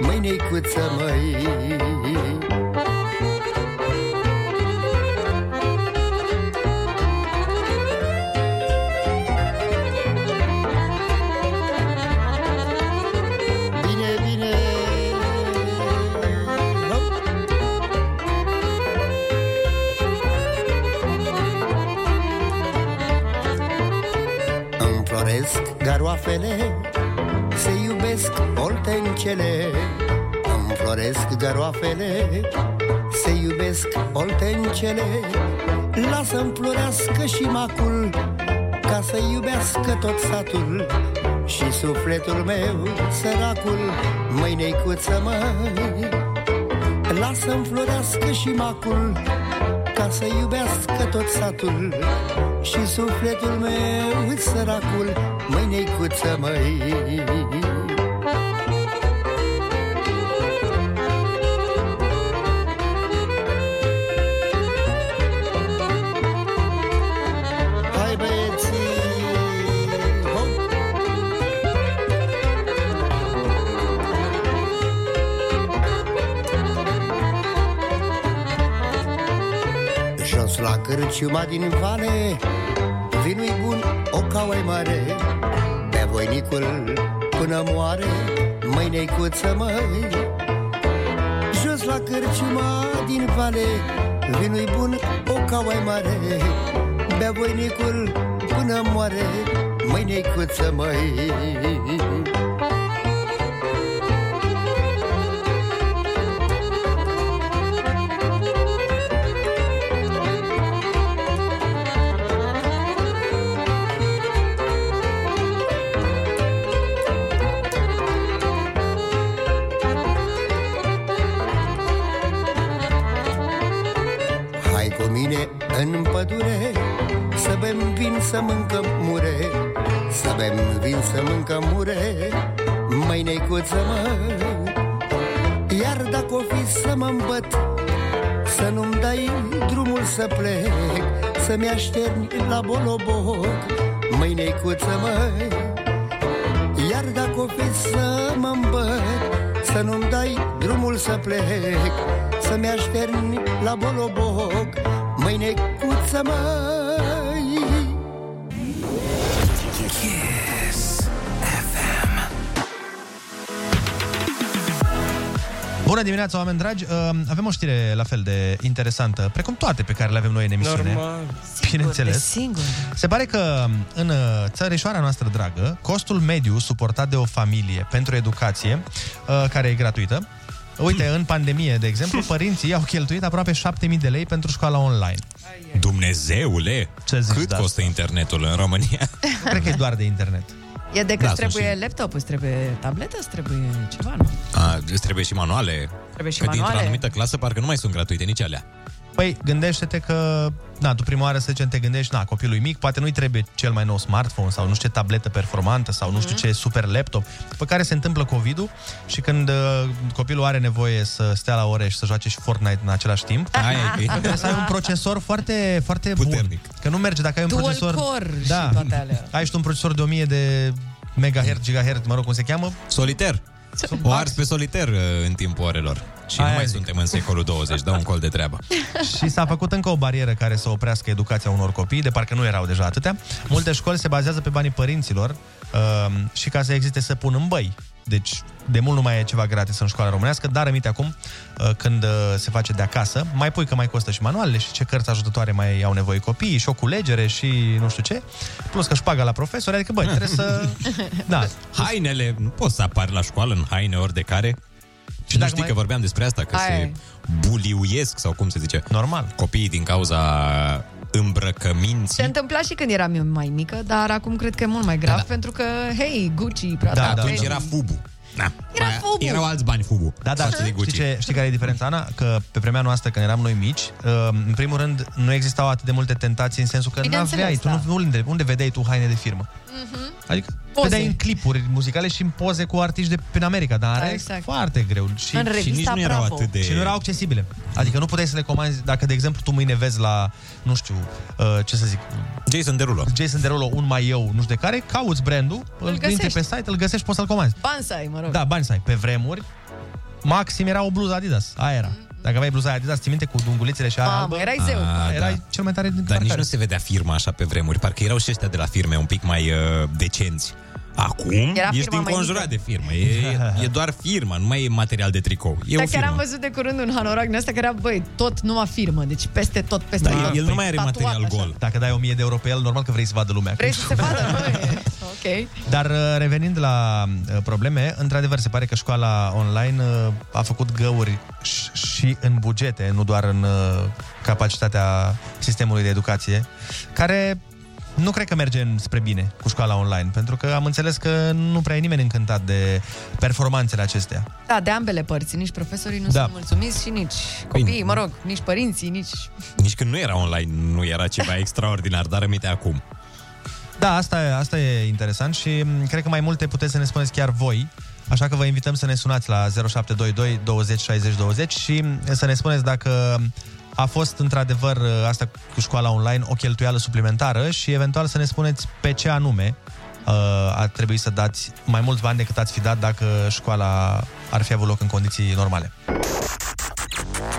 Speaker 19: Mâine-i cuță, măi Bine, bine Hop! Înfloresc garoafele Se iubesc oltencele Înfloresc garoafele Se iubesc oltencele Lasă-mi florească și macul Ca să iubească tot satul Și sufletul meu, săracul Mâine-i cuță, măi Lasă-mi florească și macul Ca să iubească tot satul Și sufletul meu, săracul Mâine-i cuță, măi Hai băieții! Hop! la cârciuma din vale Vinui bun, o cauai mare Bea voinicul până moare Mâine-i cuță măi Jos la cârciuma din vale Vinui bun, o cauai mare Bea voinicul până moare Mâine-i cuță măi Hai cu mine în pădure Să bem vin, să mâncăm mure Să bem vin, să mâncăm mure Mâine-i cuță mă Iar dacă o fi să mă îmbăt Să nu-mi dai drumul să plec Să-mi așterni la boloboc Mâine-i cuță mă Iar dacă o fi să mă îmbăt Să nu-mi dai drumul să plec Să-mi așterni la boloboc Mâine cuță mai
Speaker 2: Yes.
Speaker 6: Bună dimineața, oameni dragi! Uh, Avem o știre la fel de interesantă, precum toate pe care le avem noi în emisiune.
Speaker 8: Normal.
Speaker 6: Bineînțeles.
Speaker 1: Singur.
Speaker 6: Se pare că în uh, țărișoara noastră dragă, costul mediu suportat de o familie pentru educație, uh, care e gratuită, uite, în pandemie, de exemplu, părinții au cheltuit aproape 7000 de lei pentru școala online.
Speaker 5: Dumnezeule, Ce zici cât costă internetul în România?
Speaker 6: Cred că e doar de internet.
Speaker 1: E decât
Speaker 5: Da,
Speaker 1: da,
Speaker 5: să
Speaker 1: trebuie laptop, îți trebuie tabletă, îți trebuie ceva, nu?
Speaker 5: A, îți trebuie și manuale.
Speaker 1: Trebuie și
Speaker 5: că dintr-o
Speaker 1: manuale.
Speaker 5: anumită clasă parcă nu mai sunt gratuite nici alea.
Speaker 6: Păi, gândește-te că, na, tu prima oară, să zicem, te gândești, na, copilul e mic, poate nu-i trebuie cel mai nou smartphone sau nu știu ce tabletă performantă sau nu știu
Speaker 1: Mhm.
Speaker 6: ce super laptop, după care se întâmplă COVID-ul și când uh, copilul are nevoie să stea la ore și să joace și Fortnite în același timp,
Speaker 5: Aia e.
Speaker 1: Ah,
Speaker 6: trebuie să ai un procesor foarte, foarte Puternic. bun. Că nu merge dacă ai un
Speaker 1: Dual
Speaker 6: procesor... Da.
Speaker 1: core și toate alea.
Speaker 6: Ai și tu un procesor de 1000 de megahertz, gigahertz, mă rog cum se cheamă.
Speaker 5: Soliter. O ars pe soliter uh, în timpul orelor. Și Aia nu mai zic. suntem în secolul 20, dă un col de treabă.
Speaker 6: Și s-a făcut încă o barieră care să oprească educația unor copii, de parcă nu erau deja atâtea. Multe școli se bazează pe banii părinților um, și ca să existe să pun în băi. Deci, de mult nu mai e ceva gratis în școala românească, dar aminte acum, uh, când uh, se face de acasă, mai pui că mai costă și manualele și ce cărți ajutătoare mai au nevoie copiii și o culegere și nu știu ce, plus că își paga la profesori, adică băi, trebuie să... Da.
Speaker 5: Hainele, nu poți să apari la școală în haine ori de care. Și nu știi mai... că vorbeam despre asta, că
Speaker 1: Aia
Speaker 5: Aia.
Speaker 1: e.
Speaker 5: se buliuiesc sau cum se zice.
Speaker 6: Normal.
Speaker 5: Copiii din cauza îmbrăcăminții.
Speaker 1: Se întâmpla și când eram eu mai mică, dar acum cred că e mult mai grav, da, da. pentru că, hei, Gucci, Prada,
Speaker 6: Da, da,
Speaker 1: Fendi.
Speaker 6: da. Era
Speaker 5: Fubu. Da.
Speaker 1: Era Fubu.
Speaker 5: Erau alți bani Fubu.
Speaker 6: Da, da,
Speaker 5: față de
Speaker 6: știi,
Speaker 5: Gucci.
Speaker 6: ce, știi care e diferența, Ana? Că pe vremea noastră, când eram noi mici, uh, în primul rând, nu existau atât de multe tentații în sensul că nu
Speaker 1: Bineînțeles,
Speaker 6: aveai, tu
Speaker 1: da.
Speaker 6: nu, unde, unde vedeai tu haine de firmă?
Speaker 1: Mhm.
Speaker 6: Adică
Speaker 1: Poze.
Speaker 6: poze. vedeai în clipuri muzicale și în poze cu artiști de prin America, dar
Speaker 1: Da,
Speaker 6: are
Speaker 1: exact.
Speaker 6: exact. foarte greu. Și,
Speaker 1: În revista
Speaker 6: și nici nu erau
Speaker 1: Bravo.
Speaker 6: atât de... Și nu erau accesibile. Adică nu puteai să le comanzi, dacă, de exemplu, tu mâine vezi la, nu știu, uh, ce să zic...
Speaker 5: Jason Derulo.
Speaker 6: Jason Derulo, un mai eu, nu știu de care, cauți brandul, îl, îl
Speaker 1: găsești.
Speaker 6: intri pe site, îl găsești, poți să-l comanzi.
Speaker 1: Bani să ai, mă rog.
Speaker 6: Da, bani să ai. Pe vremuri, maxim era o bluză Adidas. Aia era. Dacă aveai bluza Adidas, ții minte cu dungulițele și aia
Speaker 1: Mm-hmm. Mamă,
Speaker 6: albă?
Speaker 1: erai zeu.
Speaker 5: Ah, da.
Speaker 6: Erai cel mai tare din
Speaker 5: Dar nici
Speaker 6: parcare.
Speaker 5: nu se vedea firma așa pe vremuri. Parcă erau și ăștia de la firme un pic mai uh, decenți. Acum
Speaker 1: Era
Speaker 5: ești
Speaker 1: firma mai
Speaker 5: înconjurat
Speaker 1: mică.
Speaker 5: de firmă. E, e doar firma, nu mai e material de tricou. E
Speaker 1: Dar
Speaker 5: o
Speaker 1: chiar
Speaker 5: firmă.
Speaker 1: am văzut de curând un hanorac din ăsta care era, băi, tot numai firmă, deci peste tot, peste
Speaker 5: Da,
Speaker 1: tot.
Speaker 5: el nu mai are
Speaker 1: tatuat
Speaker 5: material
Speaker 1: așa.
Speaker 5: gol.
Speaker 6: Păi, Dacă dai 1000 de euro pe el, normal că vrei să vadă lumea.
Speaker 1: Vrei să se vadă, nu? E- Ok.
Speaker 6: Dar uh, revenind la uh, probleme, într-adevăr se pare că școala online uh, a făcut găuri și- și în bugete, nu doar în uh, capacitatea sistemului de educație, care nu cred că merge spre bine cu școala online, pentru că am înțeles că nu prea e nimeni încântat de performanțele acestea.
Speaker 1: Da, de ambele părți, nici profesorii nu
Speaker 6: Da.
Speaker 1: sunt mulțumiți și nici copiii, mă rog, nici părinții, nici...
Speaker 5: Nici când nu era online, nu era ceva extraordinar, dar aminte acum.
Speaker 6: Da, asta e, asta e interesant și m, cred că mai multe puteți să ne spuneți chiar voi. Așa că vă invităm să ne sunați la 0722 20 60 20 și m, să ne spuneți dacă a fost într-adevăr uh, asta cu școala online o cheltuială suplimentară și eventual să ne spuneți pe ce anume uh, ar trebui să dați mai mulți bani decât ați fi dat dacă școala ar fi avut loc în condiții normale.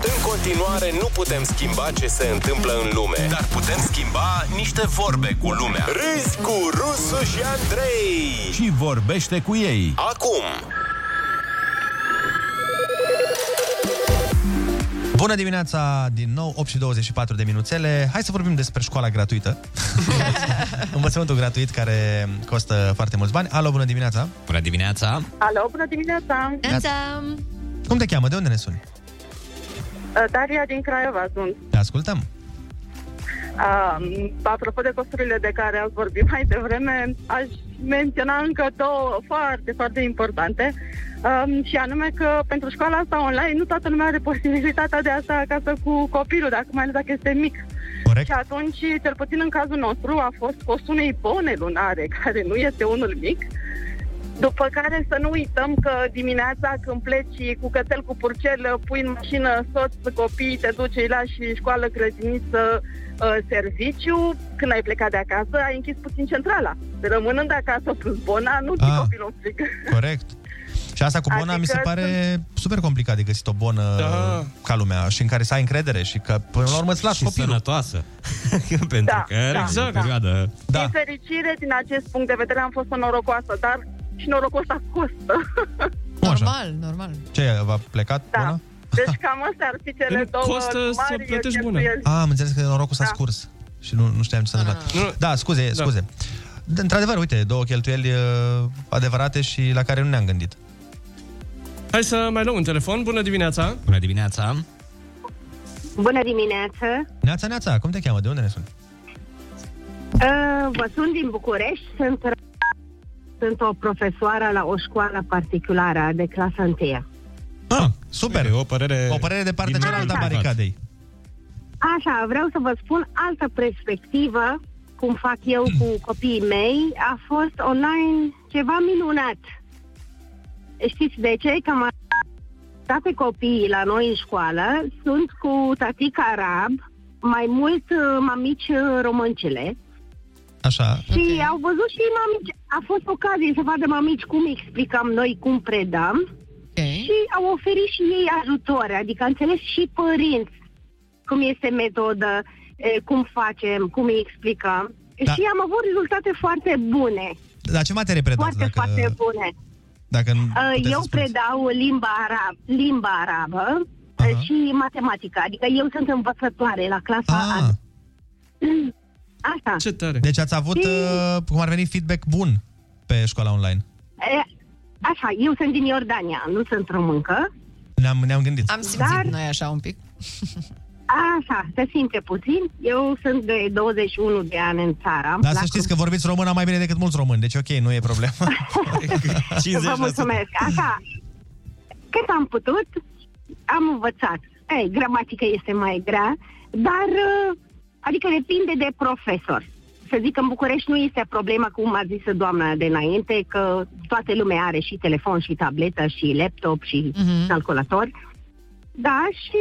Speaker 2: În
Speaker 5: continuare nu putem schimba ce se întâmplă în lume, dar putem schimba niște vorbe cu lumea. Râzi cu Rusu și Andrei!
Speaker 4: Și vorbește cu ei.
Speaker 5: Acum,
Speaker 6: Bună dimineața din nou, 8 și 24 de minuțele. Hai să vorbim despre școala gratuită. Învățământul gratuit care costă foarte mulți bani. Alo, bună dimineața! Bună dimineața!
Speaker 3: Alo, bună dimineața! Neața!
Speaker 6: Cum te cheamă? De unde ne suni?
Speaker 3: Uh, Daria din Craiova sunt.
Speaker 6: Te ascultăm.
Speaker 3: Um, Apropo de costurile de care ați vorbit mai devreme, aș menționa încă două foarte, foarte importante. Um, și anume că pentru școala asta online nu toată lumea are posibilitatea de a sta acasă cu copilul, dacă mai ales dacă este mic. Corect. Și atunci, cel puțin în cazul nostru, a fost costul unei bone lunare, care nu este unul mic. După care să nu uităm că dimineața când pleci cu cățel cu purcel, pui în mașină soț, copii, te duci, îi lași școală, grădiniță, uh, serviciu. Când ai plecat de acasă, ai închis puțin centrala. Rămânând acasă plus bona, nu ți
Speaker 6: Ah.
Speaker 3: copilul în frică.
Speaker 6: Corect. Și asta cu bona adică
Speaker 3: Adică
Speaker 6: mi se pare super complicat de găsit o bonă da. ca lumea și în care să ai încredere și că până la urmă îți lași copilul. sănătoasă. Pentru
Speaker 3: Da, că da, exact. da.
Speaker 6: perioadă... Da.
Speaker 3: Din fericire, din acest punct de vedere, am fost o norocoasă, dar și norocul ăsta costă.
Speaker 1: Normal, normal.
Speaker 6: Ce, v-a plecat da. bona?
Speaker 3: Deci cam astea ar fi cele
Speaker 6: Îmi
Speaker 3: două
Speaker 6: costă
Speaker 3: mari
Speaker 6: să
Speaker 3: plătești cheltuieli.
Speaker 6: Ah, am înțeles că norocul s-a
Speaker 3: Da.
Speaker 6: scurs și nu, nu știam ce s-a întâmplat. Da, scuze, scuze. Da. Într-adevăr, uite, două cheltuieli uh, adevărate și la care nu ne-am gândit.
Speaker 8: Hai să mai luăm un telefon. Bună dimineața! Bună dimineața!
Speaker 26: Bună dimineața!
Speaker 6: Neața, Neața, cum te cheamă? De unde ne suni?
Speaker 26: Uh, Vă sunt din București, sunt, sunt o profesoară la o școală particulară de clasa 1.
Speaker 6: Ah, super! O părere, o părere de partea cealaltă a baricadei.
Speaker 26: Așa, vreau să vă spun altă perspectivă, cum fac eu cu copiii mei, a fost online ceva minunat. Știți de ce? Că mă toate copiii la noi în școală sunt cu tatic arab, mai mult uh, mamici uh, româncele.
Speaker 6: Așa.
Speaker 26: Și okay. au văzut și mamici. A fost ocazie să vadă mamici cum explicam noi, cum predam. Okay. Și au oferit și ei ajutor, adică au înțeles și părinți cum este metodă, eh, cum facem, cum îi explicăm.
Speaker 6: Da.
Speaker 26: Da. Și am avut rezultate foarte bune.
Speaker 6: La ce materie predați?
Speaker 26: Foarte,
Speaker 6: Dacă,
Speaker 26: foarte bune.
Speaker 6: dacă nu
Speaker 26: Uh,
Speaker 6: puteți
Speaker 26: Eu
Speaker 6: să spuneți?
Speaker 26: predau limba, arab, limba arabă uh și matematică. Adică eu sunt învățătoare la clasa ah. a Asta.
Speaker 8: Ce tare.
Speaker 6: Deci ați avut,
Speaker 26: Și-
Speaker 6: uh, cum ar veni, feedback bun pe școala online.
Speaker 26: Eh, Așa, eu sunt din Iordania, nu sunt româncă.
Speaker 6: Ne-am, ne-am gândit.
Speaker 26: Am simțit Dar... noi așa un pic. Așa, se simte puțin. Eu sunt de 21 de ani în țară.
Speaker 6: Dar
Speaker 26: Am plecat
Speaker 6: să știți că vorbiți româna mai bine decât mulți români, deci ok, nu e problemă.
Speaker 26: Vă mulțumesc. Așa, cât am putut, am învățat. Ei, gramatica este mai grea, dar, uh, adică depinde de profesor. Să zic, în București nu este problema, cum a zis doamna de înainte, că toată lumea are și telefon, și tabletă, și laptop, și
Speaker 27: Mhm.
Speaker 26: calculator. Da, și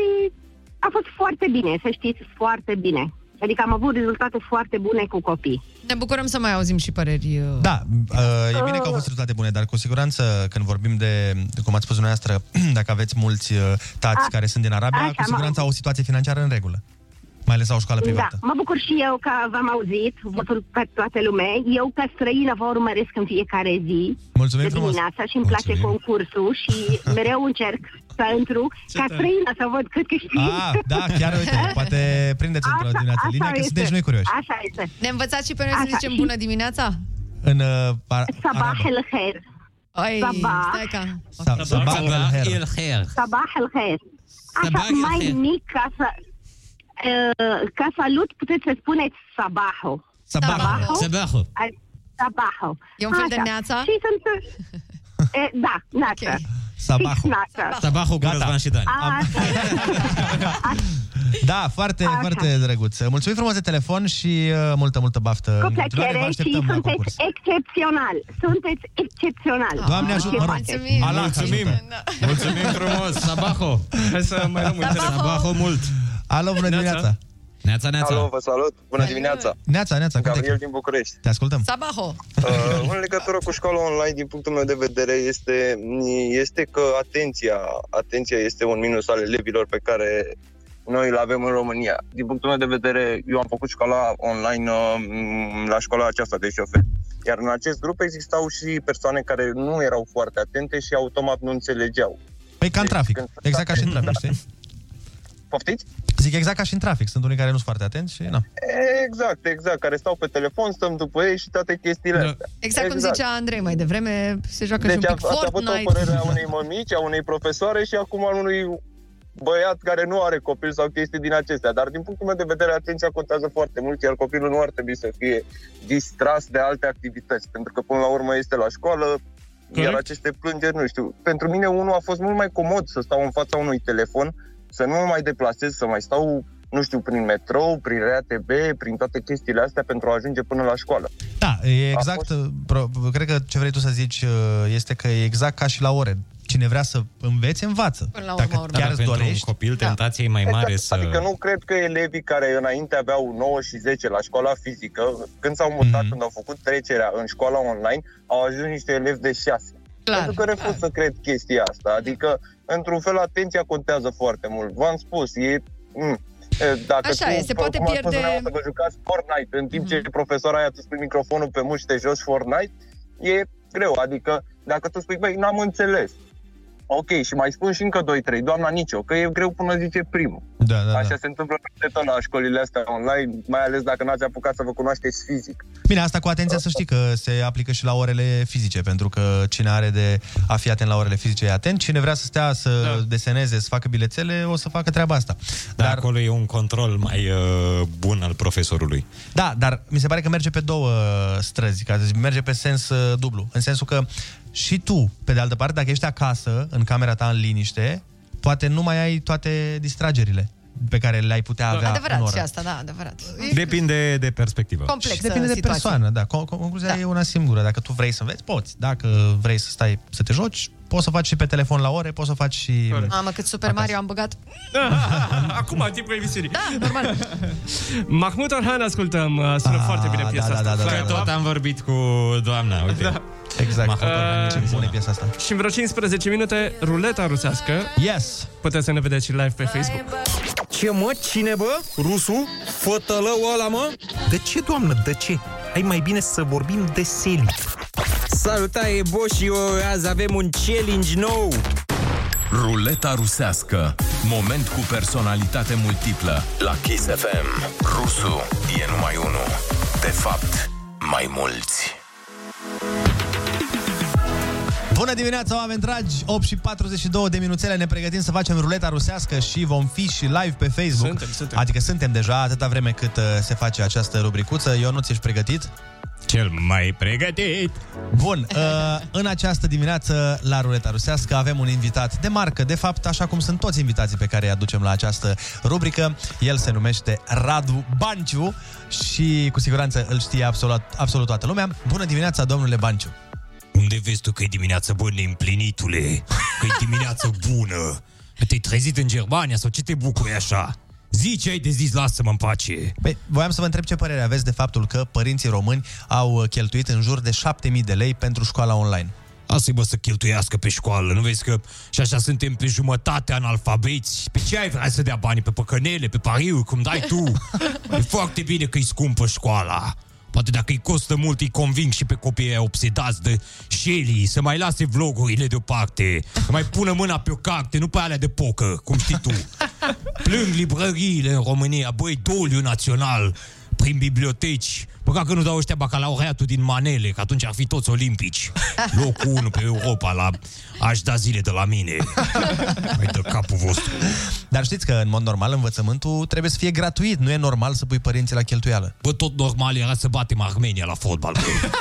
Speaker 26: a fost foarte bine, să știți, foarte bine. Adică am avut rezultate foarte bune cu copii.
Speaker 1: Ne bucurăm să mai auzim și păreri. uh,
Speaker 6: Da, uh, e bine că au fost rezultate bune, dar cu siguranță când vorbim de, cum ați spus dumneavoastră, dacă aveți mulți uh, tați
Speaker 26: A-
Speaker 6: care sunt din Arabia,
Speaker 26: așa,
Speaker 6: cu siguranță au o situație financiară în regulă. Mai ales la o școală privată.
Speaker 26: Da, mă bucur și eu că v-am auzit, vă salut pe toată lumea. Eu, ca străină, vă urmăresc în fiecare zi.
Speaker 6: Mulțumim
Speaker 26: de
Speaker 6: frumos.
Speaker 26: dimineața și îmi place concursul și mereu încerc pentru, ca
Speaker 6: tare.
Speaker 26: străină, să văd cât câștig.
Speaker 6: Ah, da, chiar uite, poate prindeți într-o dimineață linia, că suntem și noi curioși.
Speaker 26: Așa este.
Speaker 1: Ne învățați și pe noi să
Speaker 26: Așa,
Speaker 1: zicem
Speaker 26: și-
Speaker 1: bună dimineața?
Speaker 6: În uh, ar-
Speaker 26: Sabah
Speaker 6: arabă.
Speaker 26: el khair.
Speaker 1: Ai,
Speaker 26: Sabah.
Speaker 1: stai ca...
Speaker 6: Sa- Sabah el
Speaker 26: khair. Sabah el khair. Așa,
Speaker 25: Sabah el
Speaker 26: mai
Speaker 25: khair.
Speaker 26: mic, ca să... uh, Ca salut, puteți să spuneți sabahul.
Speaker 25: Sabahul. Sabahul.
Speaker 26: Al- Sabahul.
Speaker 1: E un fel de neața?
Speaker 26: Și sunt... E, da, neața.
Speaker 6: Sabahul.
Speaker 26: Fix neața.
Speaker 9: Sabahul cu Răzvan și Dani.
Speaker 26: Așa.
Speaker 6: Da, foarte, Așa. foarte drăguț. Mulțumim frumos de telefon și uh, multă, multă baftă.
Speaker 26: Cu
Speaker 6: în continuare. Vă
Speaker 26: plăcere și
Speaker 6: așteptăm la concurs.
Speaker 26: sunteți excepțional. Sunteți excepțional.
Speaker 6: Doamne ajută, mă rog. Allah,
Speaker 9: Mulțumim.
Speaker 6: ajută.
Speaker 9: Mulțumim frumos. Sabaho. Hai să mai luăm un telefon. Sabaho Da, mult.
Speaker 6: Alo, bună dimineața.
Speaker 9: Neața, neața.
Speaker 23: Alo, vă salut! Bună dimineața!
Speaker 6: Neața, Neața, cum te
Speaker 23: Gabriel din București.
Speaker 6: Te ascultăm.
Speaker 1: Sabaho.
Speaker 23: Uh, în legătură cu școala online, din punctul meu de vedere, este, este că atenția, atenția este un minus al elevilor pe care noi îl avem în România. Din punctul meu de vedere, eu am făcut școala online um, la școala aceasta de șofer. Iar în acest grup existau și persoane care nu erau foarte atente și automat nu înțelegeau.
Speaker 6: Păi ca în trafic. Exact ca și în trafic, știi?
Speaker 23: Deci Poftiți?
Speaker 6: Zic exact ca și în trafic. Sunt unii care nu sunt foarte atenți și na.
Speaker 23: Exact, exact, care stau pe telefon, stăm după ei și toate chestiile da. astea.
Speaker 1: Exact, exact cum zicea Andrei mai devreme, se joacă
Speaker 23: deci
Speaker 1: și un pic
Speaker 23: a, ați avut o părere
Speaker 1: Fortnite.
Speaker 23: a unei mămici, a unei profesoare și acum a unui băiat care nu are copil sau chestii din acestea. Dar din punctul meu de vedere, atenția contează foarte mult, iar copilul nu ar trebui să fie distras de alte activități, pentru că până la urmă este la școală, iar
Speaker 17: Corect.
Speaker 23: aceste plângeri, nu știu, pentru mine unul a fost mult mai comod să stau în fața unui telefon, să nu mă mai deplasez, să mai stau, nu știu, prin metrou, prin RATB, prin toate chestiile astea pentru a ajunge până la școală.
Speaker 6: Da, e exact, pro, cred că ce vrei tu să zici uh, este că e exact ca și la ore. Cine vrea să învețe, învață.
Speaker 1: Până la urma
Speaker 6: Dacă
Speaker 1: urmei.
Speaker 6: chiar
Speaker 1: Dar
Speaker 6: îți
Speaker 1: pentru un
Speaker 6: dorești...
Speaker 9: copil, tentația e mai mare să...
Speaker 23: Adică nu cred că elevii care înainte aveau 9 și 10 la școala fizică, când s-au
Speaker 9: Mhm.
Speaker 23: mutat, mm-hmm. când au făcut trecerea în școala online, au ajuns niște elevi de 6.
Speaker 1: Clar,
Speaker 23: Pentru că refuz să cred chestia asta. Adică, într-un fel, atenția contează foarte mult. V-am spus, e... Mm, e, dacă
Speaker 1: Așa
Speaker 23: tu,
Speaker 1: e, se
Speaker 23: cum
Speaker 1: poate
Speaker 23: ați spus
Speaker 1: pierde- Mhm.
Speaker 23: dumneavoastră, Vă jucați Fortnite în timp ce profesora aia tu spui microfonul pe muște jos Fortnite, e greu. Adică, dacă tu spui, băi, n-am înțeles. Ok, și mai spun și încă 2-3, doamna Nicio, că e greu până zice primul.
Speaker 6: Da, da,
Speaker 23: Așa
Speaker 6: da.
Speaker 23: se întâmplă peste tot la școlile astea online, mai ales dacă n-ați apucat să vă cunoașteți fizic.
Speaker 6: Bine, asta cu atenția să știi că se aplică și la orele fizice, pentru că cine are de a fi atent la orele fizice e atent. Cine vrea să stea să da. deseneze, să facă bilețele, o să facă treaba asta.
Speaker 9: Dar acolo e un control mai uh, bun al profesorului.
Speaker 6: Da, dar mi se pare că merge pe două străzi, ca să zic, merge pe sens uh, dublu. În sensul că și tu, pe de altă parte, dacă ești acasă, în camera ta, în liniște, poate nu mai ai toate distragerile pe care le-ai putea avea în
Speaker 1: Adevărat
Speaker 6: oră.
Speaker 1: și asta, da, adevărat.
Speaker 9: Depinde de perspectivă.
Speaker 1: Complexă
Speaker 6: Și depinde de
Speaker 1: situație.
Speaker 6: persoană, da. Con- con- Concluzia da. e una singură. Dacă tu vrei să înveți, poți. Dacă vrei să stai să te joci, poți să faci și pe telefon la ore, poți să faci și...
Speaker 1: Mamă, cât Super Mario am băgat.
Speaker 8: Acum, timpul emisiunii.
Speaker 1: Da, normal.
Speaker 6: Exact.
Speaker 8: Mahmut Orhan ascultăm, uh, sună
Speaker 5: Ah,
Speaker 8: foarte bine piesa
Speaker 9: da,
Speaker 8: asta.
Speaker 9: da, da,
Speaker 8: Fly
Speaker 9: da,
Speaker 8: Up.
Speaker 9: da. Tot am vorbit cu doamna, uite. Da.
Speaker 6: Exact.
Speaker 9: M-a
Speaker 8: Ah.
Speaker 9: făcut
Speaker 6: uh... piesa asta.
Speaker 8: Și în vreo 15 minute, ruleta rusească.
Speaker 6: Yes!
Speaker 8: Puteți să ne vedeți și live pe Facebook.
Speaker 28: Ce mă? Cine bă? Rusu? Fătălău ăla mă? De ce, doamnă, de ce? Hai mai bine să vorbim de seli. Salutare, Bo și eu, azi avem un challenge nou.
Speaker 2: Ruleta rusească. Moment cu personalitate multiplă. La Kiss FM. Rusu e numai unul. De fapt, mai mulți.
Speaker 6: Bună dimineața, oameni dragi! 8 și 42 de minuțele ne pregătim să facem ruleta rusească și vom fi și live pe Facebook.
Speaker 8: Suntem, suntem.
Speaker 6: Adică suntem deja atâta vreme cât uh, se face această rubricuță. Eu nu ți-ești pregătit?
Speaker 9: Cel mai pregătit!
Speaker 6: Bun, uh, în această dimineață la Ruleta Rusească avem un invitat de marcă, de fapt, așa cum sunt toți invitații pe care îi aducem la această rubrică. El se numește Radu Banciu și cu siguranță îl știe absolut, absolut toată lumea. Bună dimineața, domnule Banciu!
Speaker 17: Unde vezi tu că e dimineață bună, împlinitule? că e dimineață bună? Te-ai trezit în Germania sau ce te bucuri așa? Zi ce ai de zis, lasă-mă în pace.
Speaker 6: Păi, voiam să vă întreb ce părere aveți de faptul că părinții români au uh, cheltuit în jur de 7000 de lei pentru școala online.
Speaker 17: Asta-i bă să cheltuiască pe școală, nu vezi că și așa suntem pe jumătate analfabeți. Pe ce ai vrea să dea bani? Pe păcănele, pe pariuri, cum dai tu? E foarte bine că-i scumpă școala. Poate dacă îi costă mult, îi conving și pe copiii ăia obsedați de Shelly să mai lase vlogurile deoparte, să mai pună mâna pe o carte, nu pe alea de pocă, cum știi tu. Plâng librăriile în România, băi, doliu național, prin biblioteci. Păcat că nu dau ăștia bacalaureatul din manele, că atunci ar fi toți olimpici. Locul 1 pe Europa, la... aș da zile de la mine. Mai dă capul vostru.
Speaker 6: Dar știți că, în mod normal, învățământul trebuie să fie gratuit. Nu e normal să pui părinții la cheltuială.
Speaker 17: Bă, tot normal era să batem Armenia la fotbal. bă.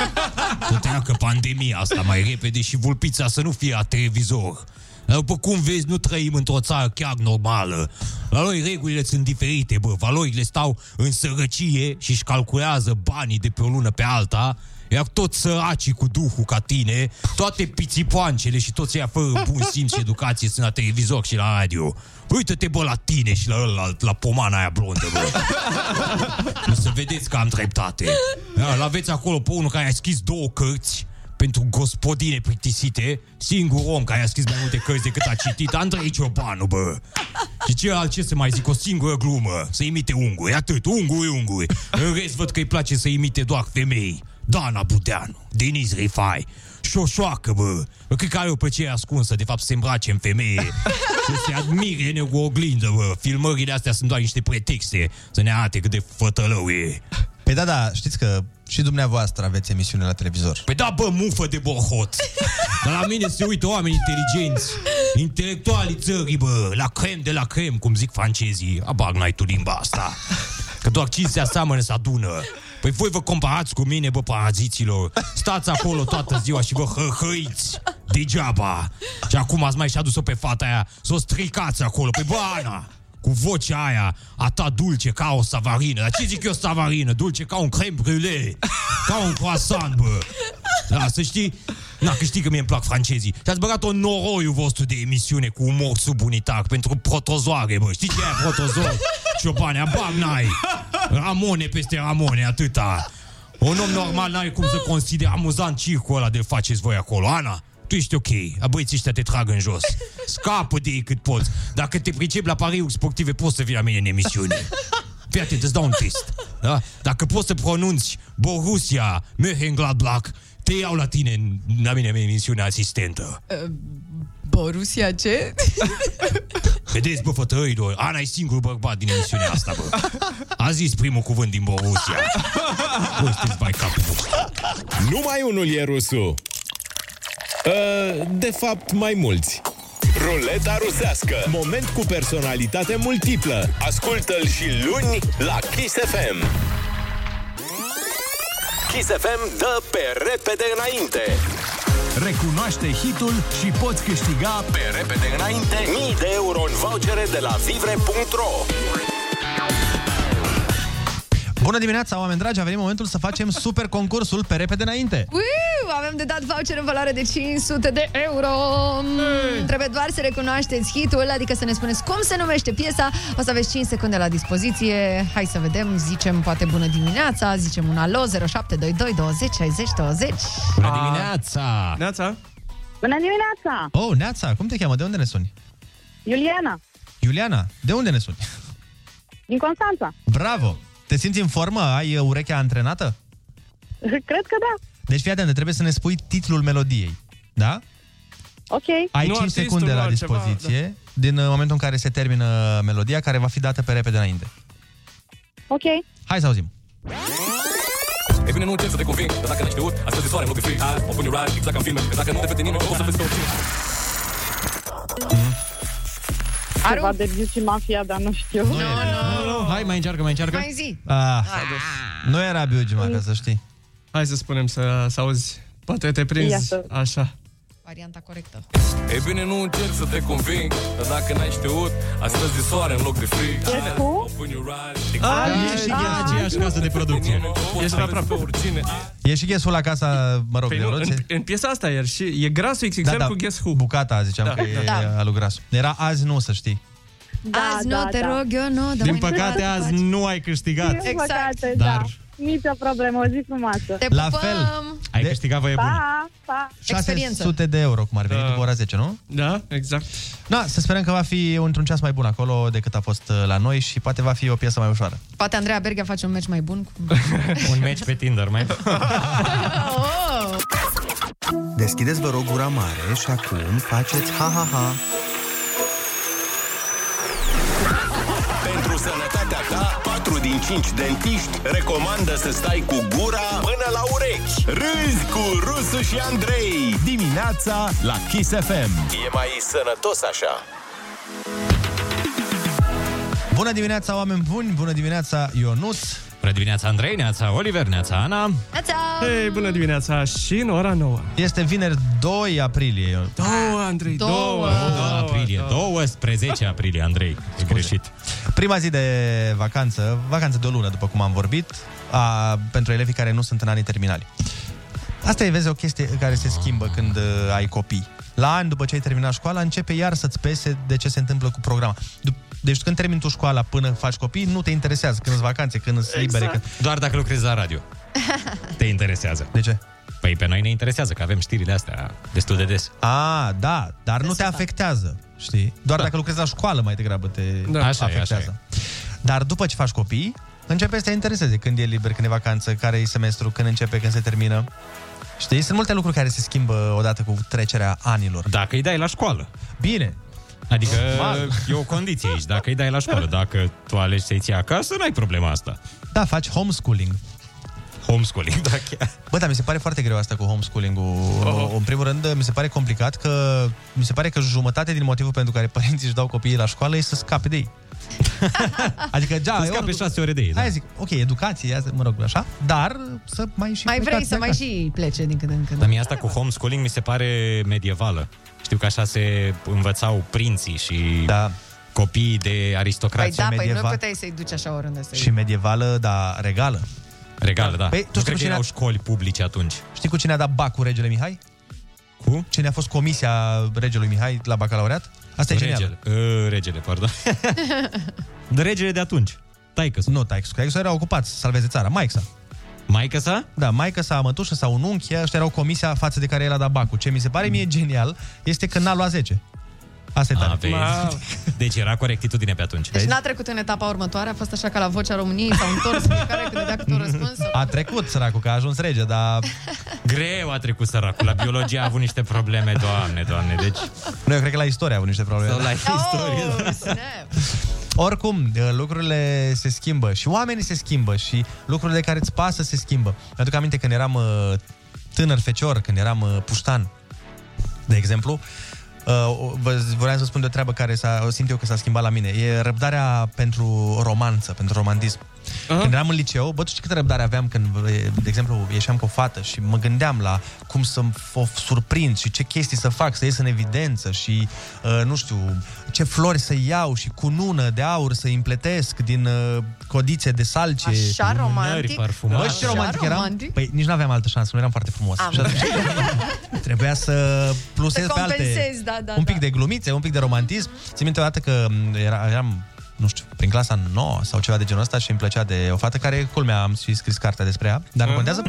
Speaker 17: Să treacă pandemia asta mai repede și vulpița să nu fie a televizor. După cum vezi, nu trăim într-o țară chiar normală. La noi regulile sunt diferite, bă. Valorile stau în sărăcie și își calculează banii de pe o lună pe alta, iar toți săracii cu duhul ca tine, toate pițipoancele și toți ea fără bun simț și educație sunt la televizor și la radio. Uită-te, bă, la tine și la ălalt, la pomana aia blondă, bă. O să vedeți că am dreptate. Da, L-aveți acolo pe unul care a scris două cărți pentru gospodine plictisite, singur om care a scris mai multe cărți decât a citit, Andrei Ciobanu, bă. Și ce altce să mai zic, o singură glumă, să imite ungui, atât, ungui, ungui. În rest văd că îi place să imite doar femei. Dana Budeanu, Denis Rifai, șoșoacă, bă. Eu Cred că are o plăcere ascunsă, de fapt, să se îmbrace în femeie. Să se admire în o oglindă, bă. Filmările astea sunt doar niște pretexte să ne arate cât de fătălău e.
Speaker 6: Păi da, da, știți că și dumneavoastră aveți emisiune la televizor.
Speaker 17: Păi da, bă, mufă de bohot! Dar la mine se uită oameni inteligenți, intelectualii țării, bă, la crem de la crem, cum zic francezii. Abag n-ai tu limba asta. Că doar cine se aseamănă se adună. Păi voi vă comparați cu mine, bă, paraziților. Stați acolo toată ziua și vă hăhăiți degeaba. Și acum ați mai și adus-o pe fata aia să o stricați acolo. Păi bă, Ana, cu vocea aia a ta dulce ca o savarină. Dar ce zic eu savarină? Dulce ca un crem brulee, ca un croissant, bă. Da, să știi, na, că știi că mie îmi plac francezii. Și ați băgat-o în noroiul vostru de emisiune cu umor subunitar pentru protozoare, bă. Știi ce e protozor? Ciobanea, bag n-ai. Ramone peste Ramone, atâta. Un om normal n-ai cum să consideri amuzant circul ăla de faceți voi acolo. Ana, tu ești ok, a băieții ăștia te trag în jos. Scapă de ei cât poți. Dacă te pricepi la pariuri sportive, poți să vii la mine în emisiune. Fii atent, îți dau un test. Da? Dacă poți să pronunți Borussia, Mönchengladbach, te iau la tine, în- la mine în emisiunea asistentă.
Speaker 29: Borussia ce?
Speaker 17: Vedeți, bă, fătăilor, Ana e singurul bărbat din emisiunea asta, bă. A zis primul cuvânt din Borussia. Bă, sunteți mai capul.
Speaker 5: Numai unul e rusul. Uh, De fapt, mai mulți. Ruleta rusească. Moment cu personalitate multiplă. Ascultă-l și luni la Kiss FM. Kiss FM dă pe repede înainte.
Speaker 4: Recunoaște hitul și poți câștiga
Speaker 5: Pe repede înainte, mii de euro în vouchere de la vivre.ro
Speaker 6: Bună dimineața, oameni dragi! A venit momentul să facem super concursul pe repede înainte.
Speaker 1: Uiu, avem de dat voucher în valoare de 500 de euro. Trebuie doar să recunoașteți hitul, adică să ne spuneți cum se numește piesa. O să aveți 5 secunde la dispoziție. Hai să vedem, zicem poate bună dimineața, zicem un alo 0722 20 60 20.
Speaker 6: Bună dimineața! Neața!
Speaker 24: Bună dimineața!
Speaker 6: Oh, Neața, cum te cheamă? De unde ne suni?
Speaker 24: Iuliana,
Speaker 6: Iuliana, de unde ne suni?
Speaker 24: din Constanța.
Speaker 6: Bravo! Te simți în formă? Ai uh, urechea antrenată?
Speaker 24: Cred că da.
Speaker 6: Deci fii atent, trebuie să ne spui titlul melodiei. Da?
Speaker 24: Ok.
Speaker 6: Ai 5 secunde la dispoziție ceva, da. din uh, momentul în care se termină melodia, care va fi dată pe repede înainte.
Speaker 24: Ok.
Speaker 6: Hai să auzim.
Speaker 12: E bine, nu încerc să te conving Dar dacă n-ai știut, astăzi de soare în loc de frig Azi o pune ride, exact ca în filme Că dacă nu te vede nimeni, o să vezi pe oricine
Speaker 24: Ceva de Beauty Mafia, dar nu știu. Nu,
Speaker 6: nu, nu. Hai, mai încearcă, mai încearcă.
Speaker 24: Mai zi.
Speaker 6: Ah, nu era Biugi, mai, ca să știi.
Speaker 8: Hai să spunem să, să auzi. Poate te
Speaker 12: Ia
Speaker 8: prinzi
Speaker 12: să-
Speaker 8: așa.
Speaker 1: Varianta corectă.
Speaker 12: E bine, nu încerc să te conving Dar dacă n-ai știut, astăzi de soare în loc de frig Azi o pune ride, exact
Speaker 6: Ah, e și chiar aceeași casă de producție.
Speaker 12: Ești aproape oricine
Speaker 6: E și Guess Who la casa, mă rog,
Speaker 8: Păi
Speaker 6: de
Speaker 8: nu, în,
Speaker 6: roțe?
Speaker 8: în, piesa asta iar și e grasul XXL
Speaker 6: Da, da.
Speaker 8: cu Guess Who.
Speaker 6: Bucata, ziceam
Speaker 8: Da.
Speaker 6: că e
Speaker 8: Da.
Speaker 6: al lui Grasu. Era azi nu, să știi.
Speaker 24: Da,
Speaker 1: azi
Speaker 24: da,
Speaker 1: nu, te
Speaker 24: da.
Speaker 1: rog, eu nu. dar
Speaker 6: Din
Speaker 1: mâine
Speaker 6: păcate,
Speaker 1: dimineață
Speaker 6: azi
Speaker 1: faci.
Speaker 6: nu ai câștigat.
Speaker 24: Din
Speaker 1: Exact.
Speaker 24: păcate,
Speaker 6: Dar-
Speaker 24: da. Nici o problemă, o zi frumoasă.
Speaker 1: Te
Speaker 6: La fel, ai de... câștigat
Speaker 24: Da,
Speaker 6: voie bună.
Speaker 24: Pa, pa.
Speaker 6: 600 de euro, cum ar veni, da. după ora 10, nu?
Speaker 8: Da, exact.
Speaker 6: Da, să sperăm că va fi într-un ceas mai bun acolo decât a fost uh, la noi și poate va fi o piesă mai ușoară.
Speaker 1: Poate Andreea Berghia face un meci mai bun cu...
Speaker 9: Un meci pe Tinder, mai...
Speaker 1: Oh!
Speaker 20: Deschideți, vă rog, gura mare și acum faceți ha-ha-ha.
Speaker 5: Pentru sănătatea ta, 4 din 5 dentiști recomandă să stai cu gura până la urechi. Râzi cu Rusu și Andrei. Dimineața la Kiss FM. E mai sănătos așa.
Speaker 6: Bună dimineața, oameni buni! Bună dimineața, Ionuț!
Speaker 9: Bună dimineața, Andrei, neața, Oliver, neața, Ana.
Speaker 8: Hei, bună dimineața și în ora nouă.
Speaker 6: Este vineri 2 aprilie.
Speaker 8: Două, Andrei, două.
Speaker 9: Două. Două aprilie, 12 aprilie, Andrei. E greșit.
Speaker 6: Prima zi de vacanță, vacanță de o lună, după cum am vorbit, a, pentru elevii care nu sunt în anii terminali. Asta e, vezi, o chestie care se schimbă când uh, ai copii. La ani, după ce ai terminat școala, începe iar să-ți pese de ce se întâmplă cu programa. Dup- Deci când termini tu școala până faci copii, nu te interesează când sunt vacanțe, când sunt
Speaker 9: Exact.
Speaker 6: libere. Când...
Speaker 9: Doar dacă lucrezi la radio. Te interesează.
Speaker 6: De ce?
Speaker 9: Păi pe noi ne interesează, că avem știrile astea destul de des.
Speaker 6: A, da, dar nu te afectează. știi? Doar da. dacă lucrezi la școală mai degrabă te da.
Speaker 9: Da. Așa e,
Speaker 6: afectează.
Speaker 9: așa
Speaker 6: Dar după ce faci copii, începe să te intereseze când e liber, când e vacanță, care e semestru, când începe, când se termină. Știi? Sunt multe lucruri care se schimbă odată cu trecerea anilor.
Speaker 9: Dacă îi dai la Da, școală.
Speaker 6: Bine.
Speaker 9: Adică
Speaker 6: Normal.
Speaker 9: e o condiție aici. Dacă îi dai la școală, dacă tu alegi să-i ții acasă, n-ai problema asta.
Speaker 6: Da, faci homeschooling.
Speaker 9: Homeschooling, da, chiar.
Speaker 6: Bă, dar mi se pare foarte greu asta cu homeschooling-ul. Oh. În primul rând, mi se pare complicat că mi se pare că jumătate din motivul pentru care părinții își dau copiii la școală e să scape de ei. adică, da,
Speaker 9: Să
Speaker 6: e o
Speaker 9: scape
Speaker 6: edu-
Speaker 9: șase ore de ei, da.
Speaker 6: Hai zic, ok, educație, ia- mă rog, așa, dar să mai și
Speaker 1: Mai vrei
Speaker 6: plecați
Speaker 1: să
Speaker 6: de
Speaker 1: mai
Speaker 6: acasă.
Speaker 1: și plece din când în când.
Speaker 9: Dar mie asta cu homeschooling mi se pare medievală. Știu că așa se învățau prinții și da. copiii de
Speaker 1: Păi
Speaker 9: aristocrație
Speaker 1: da, păi nu puteai să-i duci așa oriunde să-i...
Speaker 6: Și medievală, dar regală.
Speaker 9: Regală, da.
Speaker 6: Păi,
Speaker 9: Păi,
Speaker 6: tu
Speaker 9: tu
Speaker 6: știi
Speaker 9: cred că
Speaker 6: cine-
Speaker 9: erau școli publice atunci.
Speaker 6: Deci, Știi cu cine a dat bacul regele Mihai?
Speaker 9: Cu?
Speaker 6: Cine a fost comisia regelui Mihai la bacalaureat? Asta e genial.
Speaker 9: regele, uh, regele, pardon. De regele de atunci. Taică
Speaker 6: Nu, taică Taică era ocupat să salveze țara. Maica
Speaker 9: Maica sa?
Speaker 6: Da, maica sa, mătușă sau un unchi, ăștia erau comisia față de care el a dat bacul. Ce mi se pare mie genial este că n-a luat 10. Asta e
Speaker 9: A,
Speaker 6: tare.
Speaker 9: vezi. Deci era corectitudine pe atunci.
Speaker 1: Deci n-a trecut în etapa următoare, a fost așa ca la vocea României, s-au întors fiecare când dădea câte un răspuns.
Speaker 6: A trecut săracul, că a ajuns rege, dar...
Speaker 9: Greu a trecut săracul. La biologie a avut niște probleme, doamne, doamne. Deci...
Speaker 6: Nu, eu cred că la istorie a avut niște probleme.
Speaker 9: Sau la istorie.
Speaker 1: Oh,
Speaker 9: da.
Speaker 1: snap.
Speaker 6: Oricum, lucrurile se schimbă și oamenii se schimbă și lucrurile care îți pasă se schimbă. Mi-aduc aminte când eram uh, tânăr fecior, când eram uh, puștan, de exemplu, uh, vă vreau să spun de o treabă care s-a, o simt eu că s-a schimbat la mine. E răbdarea pentru romanță, pentru romantism. Uh-huh. Când eram în liceu, bă, tu știi câtă răbdare aveam când, uh, de exemplu, ieșeam cu o fată și mă gândeam la cum să o surprind și ce chestii să fac, să ies în evidență și, uh, nu știu, ce flori să iau și cu nună de aur să împletesc din uh, codițe de salce.
Speaker 1: Așa romantic.
Speaker 6: Bă, și ce
Speaker 1: Așa
Speaker 6: romantic eram?
Speaker 1: romantic.
Speaker 6: Păi nici nu aveam altă șansă, nu eram foarte frumos.
Speaker 1: Am.
Speaker 6: Și atunci Trebuia să plusez
Speaker 1: Să
Speaker 6: pe alte...
Speaker 1: compensezi, da, da,
Speaker 6: un pic
Speaker 1: da.
Speaker 6: de glumițe, un pic de romantism. Țin minte odată că m, era, eram, nu știu, prin clasa 9 sau ceva de genul ăsta și îmi plăcea de o fată care, culmea, am și scris cartea despre ea, dar nu contează.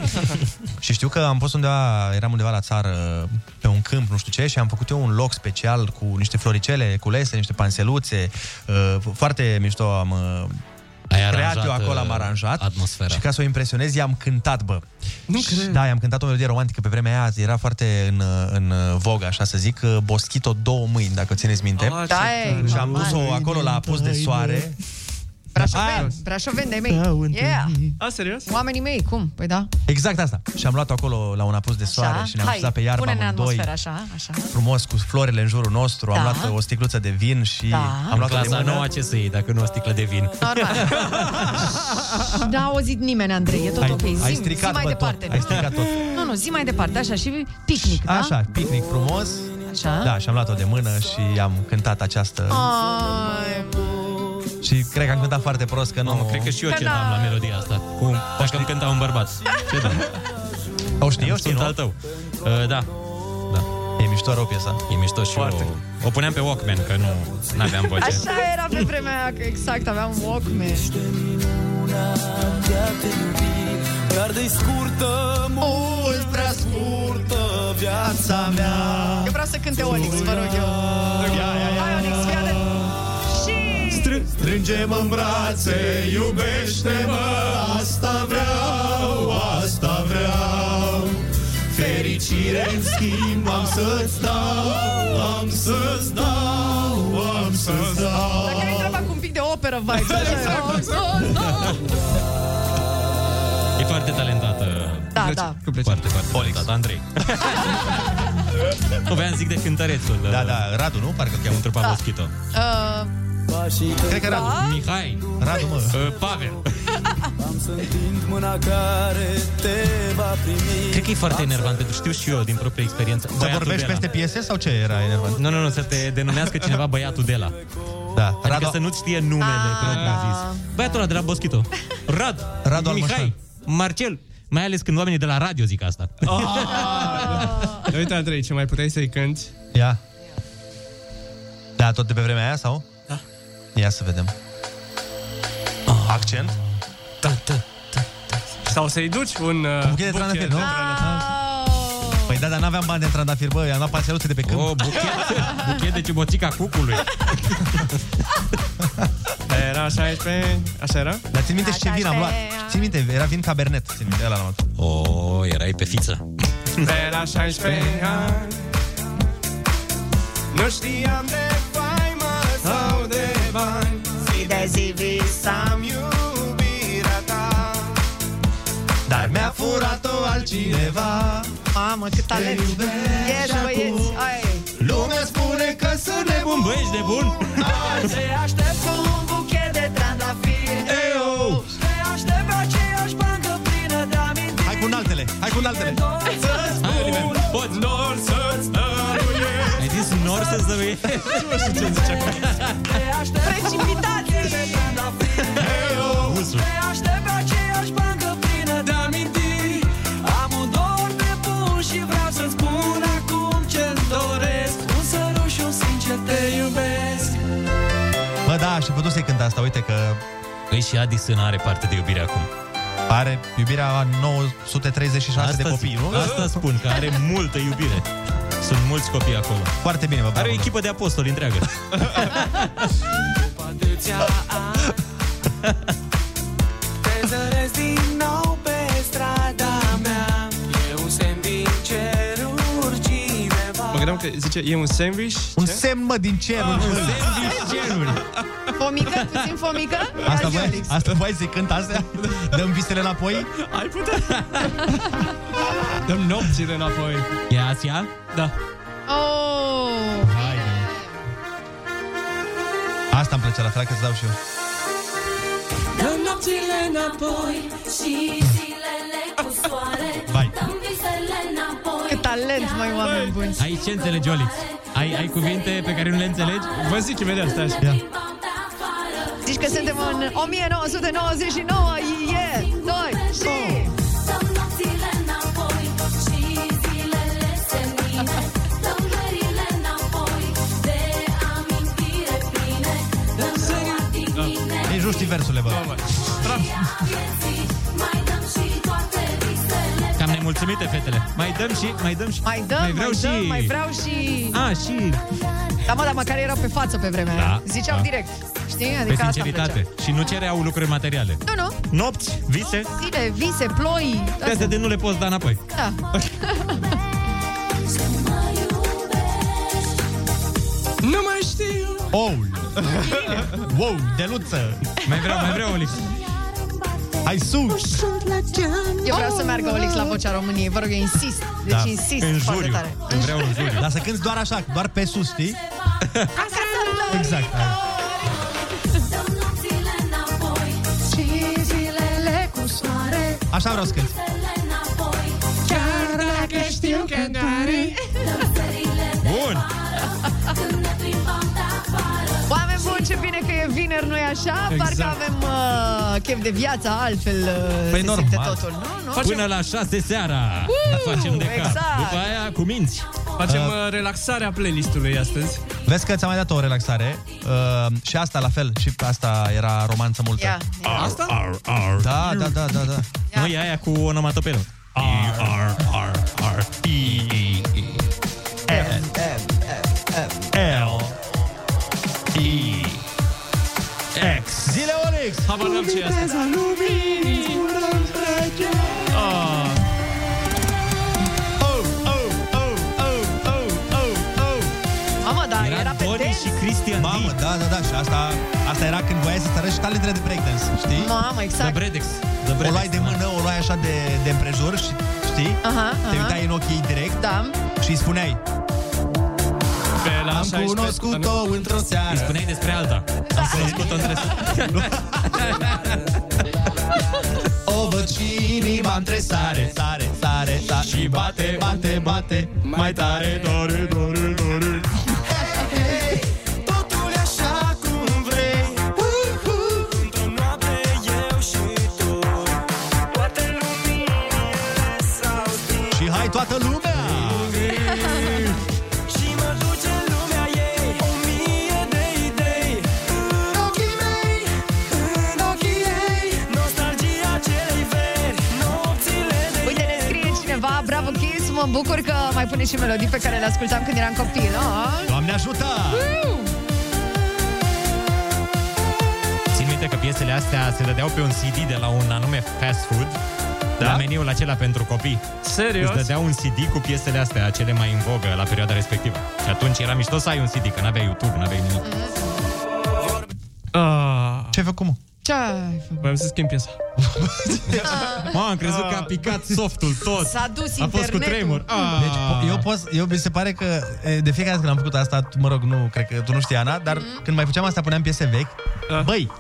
Speaker 6: și știu că am fost undeva, eram undeva la țară, pe un câmp, nu știu ce, și am făcut eu un loc special cu niște floricele culese, niște panseluțe, uh, foarte mișto am... uh, creat eu
Speaker 9: aranjat,
Speaker 6: acolo, am
Speaker 9: uh,
Speaker 6: aranjat
Speaker 9: atmosfera.
Speaker 6: și ca să o impresionez, i-am cântat, bă.
Speaker 9: Nu
Speaker 6: Și-
Speaker 9: cred.
Speaker 6: Da, i-am cântat o melodie romantică pe vremea aia, era foarte în, uh, în vogă, așa să zic, uh, Boschito două mâini, dacă țineți minte.
Speaker 1: Ah, ce Da, tare. e,
Speaker 6: și am
Speaker 1: normal.
Speaker 6: pus-o acolo la apus de soare. Ah, Aia.
Speaker 1: Brașoven, Brașoven de mei. Yeah.
Speaker 8: A, serios?
Speaker 1: Oamenii mei, cum? Păi da.
Speaker 6: Exact asta. Și am luat-o acolo la un apus de soare și ne-am
Speaker 1: Hai,
Speaker 6: așezat pe iarbă
Speaker 1: Pune-ne
Speaker 6: amândoi.
Speaker 1: atmosfera, așa, așa.
Speaker 6: Frumos, cu florile în jurul nostru,
Speaker 1: Da.
Speaker 6: am luat o sticluță de vin și
Speaker 1: Da.
Speaker 6: am
Speaker 9: În
Speaker 6: luat
Speaker 9: clasa nouă ce să iei dacă nu o sticlă de vin?
Speaker 1: Normal. N-a Da, auzit nimeni, Andrei, e tot
Speaker 9: Ai-
Speaker 1: ok. Zi,
Speaker 9: ai stricat,
Speaker 1: zi mai
Speaker 9: bă, tot.
Speaker 1: departe.
Speaker 6: Ai stricat tot.
Speaker 1: Nu, nu, zi mai departe, așa, și picnic, da?
Speaker 6: Așa, picnic frumos.
Speaker 1: Așa.
Speaker 6: Da, și am luat-o de mână și am cântat această...
Speaker 1: Ah. Ai,
Speaker 6: Și cred că am cântat foarte prost, că nu... Mamă,
Speaker 9: Cred că și eu
Speaker 1: Că da.
Speaker 9: cedam
Speaker 1: n-a-
Speaker 9: la melodia asta. Cum? Dacă îmi cânta un bărbat. Ce da?
Speaker 6: O știi, o știi,
Speaker 9: Sunt al tău. Uh, da. Da.
Speaker 6: E mișto rău piesa.
Speaker 9: E mișto și eu. O puneam pe Walkman, că nu aveam voce.
Speaker 1: Așa era pe vremea aia, că exact, aveam un Walkman.
Speaker 16: Dar de scurtă, mult prea scurtă viața mea
Speaker 1: Eu vreau să cânte Olix, vă rog eu. Hai, Olix, fii atent.
Speaker 16: Strângem în brațe, iubește-mă Asta vreau, asta vreau Fericire în schimb am să-ți dau Am să-ți dau, am să-ți dau
Speaker 1: Dacă ai treaba cu un pic de operă vibes, așa.
Speaker 16: Exact,
Speaker 9: E foarte talentată.
Speaker 1: Da,
Speaker 8: Deci-
Speaker 1: da.
Speaker 9: Cu plăcere. Foarte, foarte talentată. Andrei. Nu voiam să zic de cântărețul. Da,
Speaker 6: da, Radu, nu? Parcă cheamă
Speaker 9: întrebat
Speaker 1: Da.
Speaker 9: da. Moschito.
Speaker 1: Uh,
Speaker 6: Cred că Radu.
Speaker 1: Da?
Speaker 9: Mihai.
Speaker 6: Radu, mă.
Speaker 9: Pavel.
Speaker 16: Am să întind mâna care te va primi
Speaker 9: Cred că e foarte enervant, pentru că știu și eu din propria experiență.
Speaker 6: Să
Speaker 9: Băiatul
Speaker 6: vorbești
Speaker 9: Bela.
Speaker 6: peste piese sau ce era enervant?
Speaker 9: Nu, nu, nu, să te denumească cineva băiatul de la.
Speaker 6: Da.
Speaker 9: Adică
Speaker 6: Radu-
Speaker 9: să nu-ți știe numele propriu zis. Băiatul ăla de la Boschito. Rad,
Speaker 6: Radu
Speaker 9: Mihai,
Speaker 6: Almășan.
Speaker 9: Marcel. Mai ales când oamenii de la radio zic asta.
Speaker 6: Ah.
Speaker 8: Dar uite, Andrei, ce mai puteai să-i cânti?
Speaker 6: Ia. Da, tot de pe vremea aia sau? Da. Ia să vedem.
Speaker 9: Ah.
Speaker 6: Accent?
Speaker 8: Da, da, da. Sau să-i duci un... Uh,
Speaker 6: buchet de tranafir, nu?
Speaker 1: Au.
Speaker 6: Păi Da, dar n-aveam bani de trandafir, bă, i-am luat panseluțe de pe câmp.
Speaker 9: O, Oh, buchet, buchet de ciuboțica cucului.
Speaker 6: Era 16, așa era? Dar țin minte și ce vin am luat. Țin minte, era vin cabernet, țin minte, ăla l-am luat.
Speaker 9: O, Oh, erai pe fiță.
Speaker 6: Era 16
Speaker 8: ani Nu știam de faimă sau de bani Zi de zi visam iubirea ta
Speaker 9: Da.
Speaker 6: Dar mi-a furat-o altcineva
Speaker 1: Mamă, cât talent! Ești băieți! Ai.
Speaker 6: Lumea spune că sunt nebun Băi, ești nebun?
Speaker 7: Se așteaptă un buchet de trandafiri
Speaker 6: oh.
Speaker 7: Eu Se așteaptă aceeași bancă plină de amintiri
Speaker 6: Hai cu altele, hai cu altele
Speaker 7: Hai, Oliver, poți Nor să-ți dăruiesc
Speaker 9: Ai zis nor să-ți dăruie?
Speaker 7: Nu știu ce zice Se așteaptă
Speaker 1: Precipitați!
Speaker 7: un buchet de trandafiri Eu
Speaker 9: Ursul.
Speaker 7: Se așteaptă aceeași bancă plină de amintiri Am un dor nebun și vreau să-ți spun acum ce-mi doresc Un sărut și un sincer te iubesc
Speaker 6: Bă, da, și putut să-i cânt asta, uite că...
Speaker 9: Păi și Adi Sân are parte de iubire acum.
Speaker 6: Are iubirea a 936 de copii, nu?
Speaker 9: Asta spun, că are multă iubire. Sunt mulți copii acolo.
Speaker 6: Foarte bine, bă,
Speaker 9: Are o echipă de apostoli întreagă.
Speaker 7: Poate ți-a Te zăresc din nou pe strada mea E un semn din ceruri cineva
Speaker 8: Mă gândeam că zice, e un sandwich? Ah,
Speaker 6: Un semn, mă, din ceruri.
Speaker 8: Un sandwich ceruri.
Speaker 1: Fomică? Puțin fomică?
Speaker 6: Asta
Speaker 1: Ia zi,
Speaker 6: voi,
Speaker 1: Alex.
Speaker 6: asta voi să cânt astea? Dăm visele înapoi?
Speaker 8: Ai putea? Dăm nopțile înapoi.
Speaker 9: E Asia?
Speaker 8: Da.
Speaker 1: Oh!
Speaker 6: Asta îmi plăcea la fel, că îți dau și eu.
Speaker 7: Dăm nopțile înapoi Și zilele cu soare
Speaker 9: Vai.
Speaker 7: Dăm visele înapoi
Speaker 1: Cât talent, mai oameni buni!
Speaker 9: Aici ce înțelegi, Olix? Ai, ai cuvinte pe care nu le înțelegi?
Speaker 8: Vă zic imediat, stai așa. Da.
Speaker 1: Zici că suntem în 1999, e 2 și...
Speaker 7: Dăm nopțile înapoi Și zilele semnine Dăm verile înapoi De amintire pline Dăm
Speaker 17: Da.
Speaker 7: noua divină
Speaker 6: Nici nu știi versurile, bă.
Speaker 7: Mai dăm și toate visele
Speaker 9: Cam nemulțumite fetele. Mai dăm și, mai dăm și.
Speaker 1: Mai dăm,
Speaker 9: mai vreau
Speaker 1: dăm,
Speaker 9: și.
Speaker 1: mai vreau și...
Speaker 9: A, și.
Speaker 1: Da, mă, dar măcar erau pe față pe vremea
Speaker 9: Da,
Speaker 1: aia. Ziceau
Speaker 9: da.
Speaker 1: direct. Știi?
Speaker 9: Pe
Speaker 1: Adică asta îmi
Speaker 9: sinceritate. Și nu cereau lucruri materiale.
Speaker 1: plăcea. Nu, nu.
Speaker 9: Nopți, vise,
Speaker 1: Zile, vise, ploi.
Speaker 9: de astea de nu le poți da înapoi.
Speaker 1: Da.
Speaker 8: Nu mai știu
Speaker 6: Oh! wow, de luță!
Speaker 9: Mai vreau, mai vreau, Olix.
Speaker 6: Hai sus!
Speaker 1: Eu vreau să meargă Olix la vocea României. Vă rog, eu insist.
Speaker 9: Da.
Speaker 1: Deci insist foarte tare.
Speaker 6: Vreau în juriu. Da. Dar să cânti doar așa, doar pe sus, știi? Exact.
Speaker 7: Dăm nopțile înapoi Și zilele cu soare
Speaker 6: Așa vreau să cânt.
Speaker 7: Chiar dacă știu că n-are
Speaker 9: Bun!
Speaker 1: Oameni buni, ce bine că e vineri, nu-i așa?
Speaker 9: Exact.
Speaker 1: Parcă avem uh, chef de viață, altfel uh,
Speaker 9: Păi
Speaker 1: se simte
Speaker 9: normal.
Speaker 1: totul. Nu, nu?
Speaker 9: Până la 6 seara ne facem de cap.
Speaker 1: exact.
Speaker 9: După aia cu minți.
Speaker 8: Facem
Speaker 11: Ah.
Speaker 6: Uh,
Speaker 8: uh, relaxarea playlistului astăzi.
Speaker 6: Vezi că ți-am mai dat o relaxare uh, Și asta la fel, și asta era romanță multă
Speaker 1: Ia, ia.
Speaker 8: Asta?
Speaker 9: Ar, ar.
Speaker 6: Da, da, da, da, da
Speaker 9: Nu e aia cu onomatopeia. Ar, ar, ar, ar. I, I, I.
Speaker 1: F,
Speaker 9: L. I. X.
Speaker 6: Zile Olix!
Speaker 8: Habar n-am ce e asta. Ah,
Speaker 6: Oh, oh, oh, oh, oh, oh, oh
Speaker 1: Mamă, dar era, pe
Speaker 9: Dori
Speaker 1: dance?
Speaker 9: și Cristian
Speaker 6: Mamă,
Speaker 9: D.
Speaker 6: da, da, da, și asta, asta era când voiai să-ți arăți și talentele de breakdance, știi?
Speaker 1: Mamă,
Speaker 9: The
Speaker 1: exact.
Speaker 9: Bredex. The Bredex.
Speaker 6: O luai de
Speaker 9: da.
Speaker 6: mână, o luai așa de, de împrejur, și- știi?
Speaker 1: Aha,
Speaker 6: Te
Speaker 1: aha.
Speaker 6: uitai în ochii direct
Speaker 1: Da.
Speaker 6: și îi spuneai
Speaker 8: pe la
Speaker 6: Am
Speaker 8: 16
Speaker 6: cunoscut-o într-o
Speaker 9: Îi
Speaker 6: seară
Speaker 9: spuneai despre alta. Am cunoscut-o între...
Speaker 6: O văd și inima între sare, sare, sare, sare Și bate, bate, bate Mai tare, dore, dore, dore
Speaker 7: Totul e așa cum vrei Uhu. Într-o noapte eu și tu Toate luminile s-au stins
Speaker 6: Și hai toată lumea!
Speaker 7: Și mă duce în lumea ei O mie de idei În ochii mei, în ochii ei Nostalgia celei veri Nopțile de
Speaker 1: Uite, ne scrie cineva, bravo Kiss, mă bucur că mai mai pune și melodii pe care le ascultam când eram copil. Oh.
Speaker 6: Doamne ajută!
Speaker 9: Țin minte că piesele astea se dădeau pe un CD de la un anume fast food da? la meniul acela pentru copii.
Speaker 11: Serios?
Speaker 9: Îți dădeau un CD cu piesele astea, cele mai în vogă la perioada respectivă. Și atunci era mișto să ai un CD, că n-aveai YouTube, n-aveai nimic.
Speaker 11: Ah.
Speaker 6: Ce ai făcut, mă?
Speaker 1: Ce ai
Speaker 11: Voiam să schimb piesa.
Speaker 9: Mă, am crezut
Speaker 11: Ah.
Speaker 9: că a picat softul tot.
Speaker 1: S-a dus
Speaker 9: A fost cu
Speaker 1: internetul.
Speaker 9: tremur. Ah.
Speaker 6: Deci, po- eu, pot, eu mi se pare că e, de fiecare dată când am făcut asta, tu- mă rog, nu, cred că tu nu știi, Ana, dar
Speaker 1: Mm-hmm.
Speaker 6: când mai făceam asta, puneam piese vechi.
Speaker 9: Ah.
Speaker 6: Băi,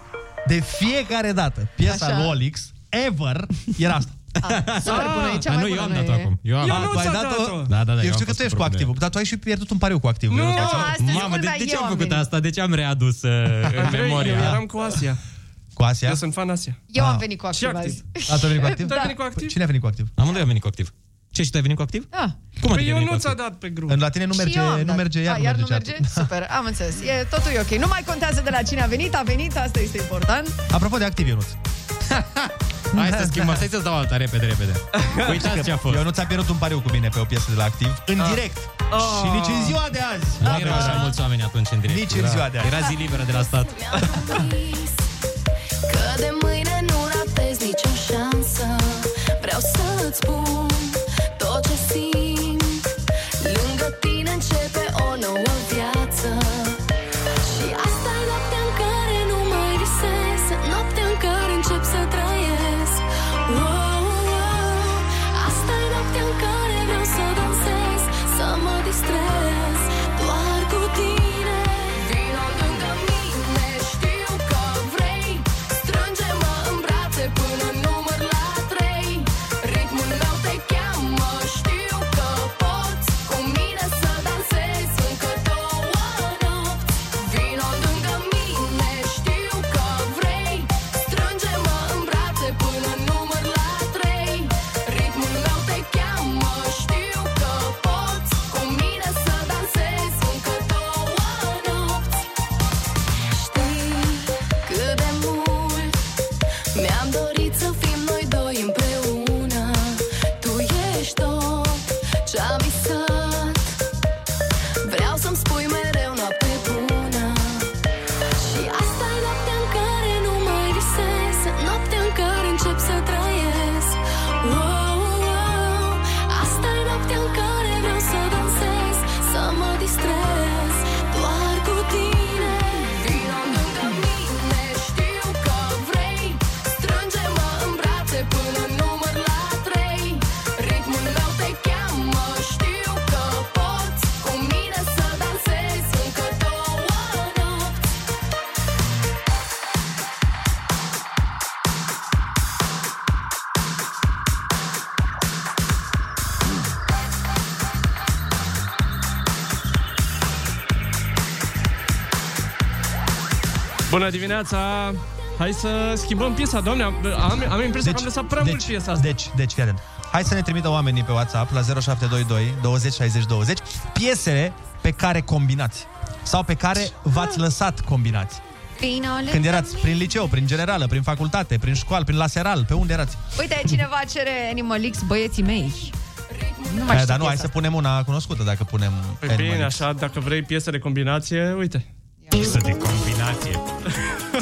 Speaker 6: de fiecare dată, piesa
Speaker 1: Așa. Ah,
Speaker 6: lui Olix, ever, era asta.
Speaker 1: super bună, e cea
Speaker 9: Ah,
Speaker 1: mai bună, nu e?
Speaker 11: Eu nu
Speaker 6: tu ai
Speaker 11: s-a
Speaker 6: dat-o?
Speaker 11: dat-o.
Speaker 9: Da, da, da,
Speaker 6: eu,
Speaker 9: eu am
Speaker 6: știu că
Speaker 9: fost cu
Speaker 6: tu ești cu
Speaker 9: probleme.
Speaker 6: activul, dar tu ai și pierdut un pariu cu activul.
Speaker 11: Nu,
Speaker 6: eu
Speaker 11: nu,
Speaker 6: știu.
Speaker 11: astăzi
Speaker 9: Mamă, de,
Speaker 11: culpea
Speaker 9: de ce am
Speaker 11: eu,
Speaker 9: făcut
Speaker 11: Andrei.
Speaker 9: asta? De ce am readus uh, în
Speaker 11: Andrei,
Speaker 9: memoria? Ah.
Speaker 11: eu eram cu Asia.
Speaker 6: Cu Asia?
Speaker 11: Eu sunt fan Asia.
Speaker 1: Eu am venit cu activ
Speaker 11: activ.
Speaker 1: azi. Da.
Speaker 6: A, tu ai venit cu Ah, activ?
Speaker 11: Da. Tu ai venit cu activ?
Speaker 6: Cine a venit cu activ?
Speaker 9: Amândoi am venit cu activ. Ce, și tu ai venit cu activ?
Speaker 1: Da.
Speaker 9: Cum
Speaker 11: Păi
Speaker 9: adică ai
Speaker 11: eu
Speaker 9: venit cu
Speaker 11: nu
Speaker 9: activ?
Speaker 11: ți-a dat pe grup.
Speaker 6: La tine nu
Speaker 1: Și
Speaker 6: merge,
Speaker 1: eu am
Speaker 6: nu
Speaker 1: dat.
Speaker 6: merge,
Speaker 1: A,
Speaker 6: iar,
Speaker 1: iar
Speaker 6: nu merge.
Speaker 1: merge? Super, am înțeles. E, totul e ok. Nu mai contează de la cine a venit, a venit, asta este important.
Speaker 6: Apropo de activ, Ionuț.
Speaker 9: Hai să schimbăm, stai să-ți dau alta, repede, repede. Uitați ce a fost. Ah.
Speaker 6: Eu nu ți-a pierdut un pariu cu mine pe o piesă de la activ, în direct. Și nici în ziua de azi.
Speaker 9: Nu erau așa mulți oameni atunci în direct.
Speaker 6: Nici în
Speaker 9: Era-
Speaker 6: ziua de azi.
Speaker 9: Era zi liberă de la stat.
Speaker 21: Că de mâine nu ratez nicio șansă Vreau să-ți spun tot ce simt Lângă tine începe o nouă viață Și asta e noaptea în care nu mai visez Noaptea în care încep să trăiesc Wow, wow. Asta e noaptea în care vreau să dansez Să mă distrez doar cu tine Vino lângă mine, știu că vrei Strânge-mă în brațe până număr la trei Ritmul meu te cheamă, știu că poți Cu mine să dansezi încă două nopți Vino lângă mine, știu că vrei Strânge-mă în brațe până număr la trei Ritmul meu te cheamă, știu că poți Cu mine să dansezi încă două nopți Știi cât de mult mi-am dorit să fim noi doi împreună Tu ești tot ce-am visat Vreau să-mi spui mereu noapte bună Și asta e noaptea în care nu mai visez Noaptea în care încep să trăiesc wow, wow. Asta e noaptea în care vreau să dansez Să mă distrez doar cu tine Vino lângă mine, știu că vrei Strânge-mă în brațe până număr la trei Ritmul meu te cheamă, știu că poți Cu mine să dansezi încă două nopți
Speaker 11: Bună dimineața! Hai să schimbăm piesa, doamne, am, am, am impresia deci, că am lăsat prea deci, mult piesa asta.
Speaker 6: Deci, deci, fii atent. Hai să ne trimită oamenii pe WhatsApp la 0722 20 60 20 piesele pe care combinați sau pe care v-ați lăsat combinați. Când erați prin liceu, prin generală, prin facultate, prin școală, prin la seral, pe unde erați?
Speaker 1: Uite, cineva cere Animal X băieții mei. Nu mai
Speaker 6: Aia,
Speaker 1: știu
Speaker 6: Eh, dar nu, hai
Speaker 1: piesa
Speaker 6: să punem una cunoscută dacă punem
Speaker 11: Păi bine,
Speaker 6: Animal X.
Speaker 11: așa, dacă vrei piesă de combinație, uite. Piesă de combinație.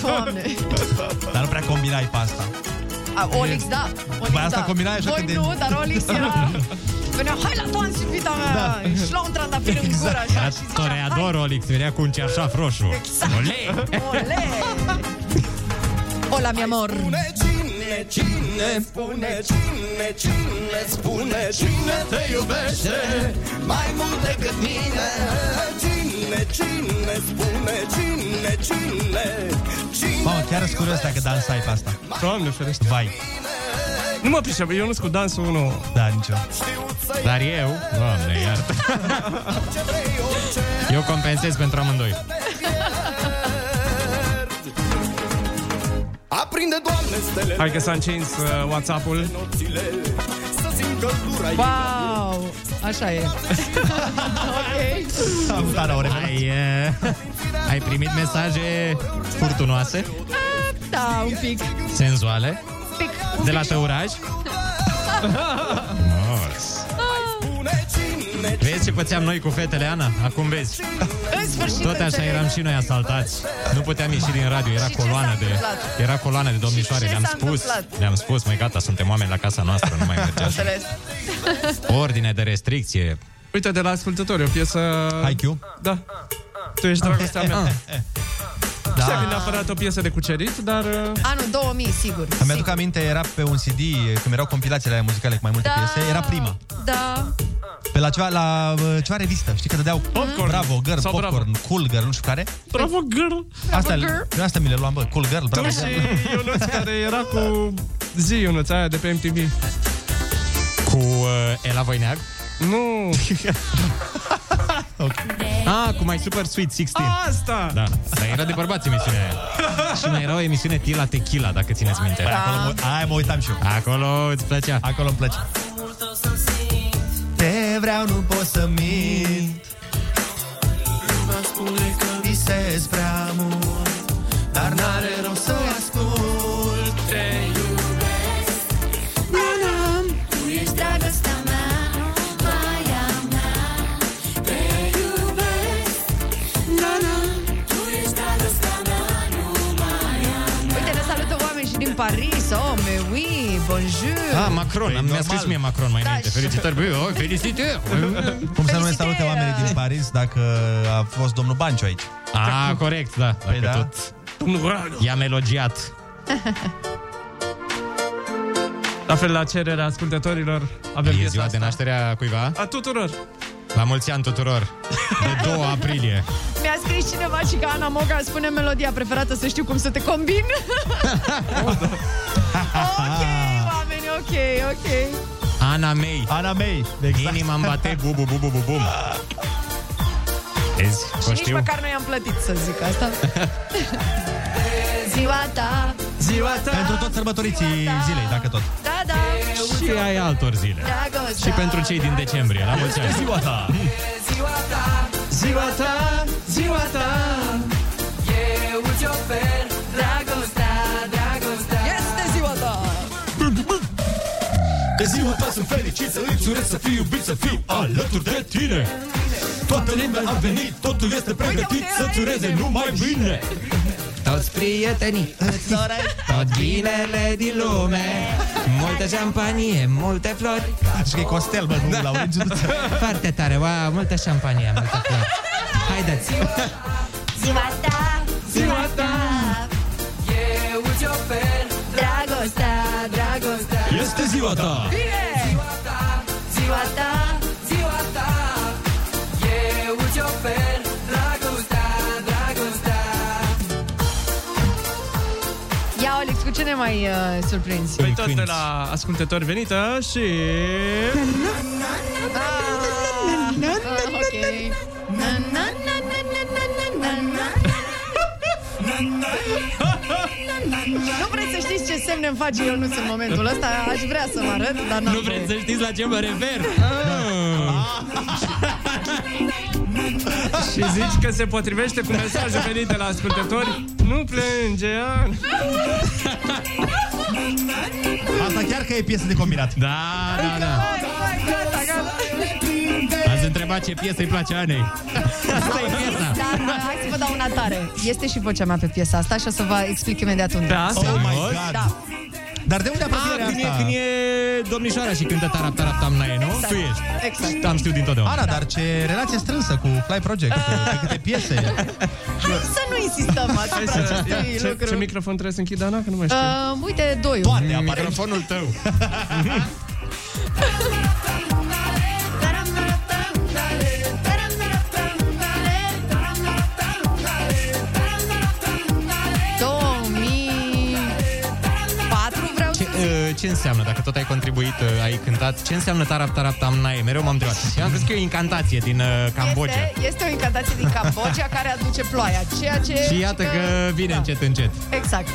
Speaker 1: Doamne.
Speaker 6: Dar nu prea combinai pe asta.
Speaker 1: A, Olix, da. Olix,
Speaker 6: Păi asta
Speaker 1: da.
Speaker 6: combinai așa
Speaker 1: Voi
Speaker 6: că de-
Speaker 1: nu, dar Olix era... Venea, hai la dans, iubita mea! Da. Își lua un trandafir în gură, așa,
Speaker 9: Exact. Era
Speaker 1: și zicea,
Speaker 9: toreador Olix, venea cu un cearșaf roșu.
Speaker 1: Exact.
Speaker 9: Ole!
Speaker 1: Ole! Hola, mi amor!
Speaker 7: Cine, cine spune, cine, cine spune, cine te iubește mai mult decât mine? Cine, cine spune, cine, cine, cine
Speaker 6: Mamă, chiar sunt curios dacă dansai pe asta.
Speaker 11: Doamne, ferește.
Speaker 6: Vai.
Speaker 11: Nu mă pricep, eu nu cu dansul unul.
Speaker 6: Da, nicio.
Speaker 9: Dar eu, doamne, iar. Eu compensez pentru amândoi.
Speaker 7: Aprinde, Doamne, stelele
Speaker 11: Hai că s-a încins uh, WhatsApp-ul.
Speaker 7: Să simt căldura
Speaker 1: Wow! Așa e. ok.
Speaker 9: Ai, uh, ai primit mesaje furtunoase,
Speaker 1: Da, un pic.
Speaker 9: senzuale,
Speaker 1: Pic.
Speaker 9: de la tăuraj.
Speaker 7: Spune cine
Speaker 9: Vezi ce pățeam noi cu fetele, Ana? Acum vezi.
Speaker 1: În sfârșit
Speaker 9: Tot așa
Speaker 1: înțeleg.
Speaker 9: eram și noi asaltați. Nu puteam ieși din radio, era
Speaker 1: Și ce s-a
Speaker 9: coloană de
Speaker 1: întâmplat?
Speaker 9: era coloană de domnișoare.
Speaker 1: Și ce
Speaker 9: Le-am
Speaker 1: s-a
Speaker 9: spus,
Speaker 1: întâmplat?
Speaker 9: le-am spus, mai gata, suntem oameni la casa noastră, nu mai merge așa.
Speaker 1: Înțeles.
Speaker 9: Ordine de restricție.
Speaker 11: Uite, de la ascultători, o piesă... IQ? Da. Tu ești dragostea mea.
Speaker 9: Ah.
Speaker 11: Da. Nu știu neapărat o piesă de cucerit, dar... uh,
Speaker 1: Anul 2000, sigur.
Speaker 6: Îmi aduc aminte, era pe un CD, când erau compilațiile aia muzicale cu mai multe
Speaker 1: Da.
Speaker 6: piese, era prima.
Speaker 1: Da.
Speaker 6: Pe la ceva, la uh, ceva revistă, știi că dădeau popcorn, bravo, girl,
Speaker 11: Sau
Speaker 6: popcorn,
Speaker 11: Bravo.
Speaker 6: cool girl, nu știu care.
Speaker 11: Bravo, girl!
Speaker 6: Asta,
Speaker 11: Bravo, girl.
Speaker 6: asta mi le luam, bă, cool girl, bravo.
Speaker 11: Tu și Ionuț, care era cu... Zi, Ionuț, aia de pe MTV.
Speaker 9: Cu uh, Ela Voineag?
Speaker 11: Nu!
Speaker 9: Ah, cu mai super sweet 16.
Speaker 11: Asta!
Speaker 9: Da, dar era de bărbați emisiunea aia. Și mai era o emisiune Tila Tequila, dacă țineți minte.
Speaker 6: Păi acolo mă-
Speaker 9: aia mă uitam și eu. Acolo îți plăcea. Acolo îmi plăcea.
Speaker 6: Te vreau, nu pot să mint
Speaker 7: Lumea spune că visez prea mult Dar n-are rău să-i ascult Te iubesc
Speaker 21: N-am Tu ești dragostea mea Maia mea Te iubesc N-am Tu ești dragostea mea Numai a mea
Speaker 1: Uite, ne salută oameni și din Paris. Oh, mais oui, bonjour.
Speaker 9: Ah,
Speaker 6: Păi
Speaker 9: Macron, am, mi-a scris mie Macron mai
Speaker 1: Da,
Speaker 9: înainte.
Speaker 1: și-
Speaker 9: Felicitări, bă, oh, felicitări!
Speaker 6: Cum să nu ne salute oamenii
Speaker 1: uh.
Speaker 6: din Paris dacă a fost domnul Banciu aici?
Speaker 9: Ah, corect, da.
Speaker 6: Păi
Speaker 9: Dacă
Speaker 6: da.
Speaker 9: tot I-am elogiat.
Speaker 11: La fel, la cererea ascultătorilor, avem
Speaker 9: E ziua de nașterea cuiva?
Speaker 11: A tuturor!
Speaker 9: La mulți ani tuturor! De 2 aprilie.
Speaker 1: Mi-a scris cineva și că Ana Moga spune melodia preferată să știu cum să te combin. ok, oameni, ok, ok.
Speaker 9: Ana May. Ana May. Exact. Inima îmi bate, bu, bu, bu, bu, bu, bum. Vezi, o
Speaker 1: Și nici
Speaker 9: știu.
Speaker 1: măcar nu i-am plătit să zic asta. Ziua ta.
Speaker 6: Ziua ta. Pentru toți sărbătoriții zilei, dacă tot.
Speaker 1: Da, da.
Speaker 9: Și ai altor zile.
Speaker 1: Dragostea.
Speaker 9: Și pentru cei din decembrie, la mulți ani. Ziua ta!
Speaker 7: Ziua ta, ziua ta, ziua ta Eu îți ofer dragostea, dragostea
Speaker 1: Este ziua ta
Speaker 7: De ziua ta sunt fericit să îți urez să fiu iubit, să fiu alături de tine Toată lumea a venit, totul este pregătit să-ți ureze numai bine
Speaker 25: Toți prietenii îți doresc Tot binele din lume Multă șampanie, multe flori Da.
Speaker 6: Și că e Costel, bă, nu Laurențiu
Speaker 25: Foarte tare, wow, multă șampanie, multe flori Haideți
Speaker 21: Ziua ta Ziua ta Eu îți ofer Dragostea, dragostea
Speaker 7: Este ziua ta
Speaker 21: Bine! Ziua ta, ziua ta, ziua ta
Speaker 7: Eu îți ofer dragostea, dragostea
Speaker 1: Ia, Olix, cu ce ne mai uh, surprinzi?
Speaker 11: Păi tot de la ascultători venită și...
Speaker 1: Ah, ok. Na, na, na, na, na, na, na, na, na. Nu vreți să știți ce semne îmi face eu în momentul ăsta? Aș vrea să vă arăt, dar n-am
Speaker 9: Nu vreți să știți la ce mă refer?
Speaker 11: Și zici că se potrivește cu mesaje venite la ascultători Nu plânge, Ana.
Speaker 6: Asta chiar că e piesă de combinat.
Speaker 9: Da, da, da. Ați întrebat ce piesă îi place Anei. Asta e piesa.
Speaker 1: Dar uh, hai să vă dau una tare. Este și vocea mea pe piesa asta și o să vă explic imediat unde. Da,
Speaker 9: Oh my God.
Speaker 1: Da.
Speaker 6: Dar de unde
Speaker 9: apropierea când E, când e Ah, domnișoara și cântă tarap, tarap, tam, nae, nu?
Speaker 1: Exact.
Speaker 9: Tu ești.
Speaker 1: Exact.
Speaker 9: Am știut dintotdeauna.
Speaker 6: Ana, dar ce relație strânsă cu Fly Project, pe câte piese.
Speaker 1: Hai să nu insistăm
Speaker 11: Hai
Speaker 1: asupra
Speaker 11: să-
Speaker 1: acestui
Speaker 11: Ce,
Speaker 1: lucru.
Speaker 11: ce microfon trebuie să închid, Ana? Că nu mai știu
Speaker 1: Uh, uite, doi.
Speaker 9: Microfonul tău.
Speaker 1: vreau
Speaker 9: ce, uh, ce înseamnă, dacă tot ai contribuit, uh, ai cântat, ce înseamnă tarap, tarap, tam, nae? Mereu m-am întrebat. Și am crezut că e o incantație din uh, Cambodgia.
Speaker 1: Este, este o incantație din Cambodgia care aduce ploaia, ceea ce...
Speaker 9: Și iată că vine încet, încet.
Speaker 1: Exact.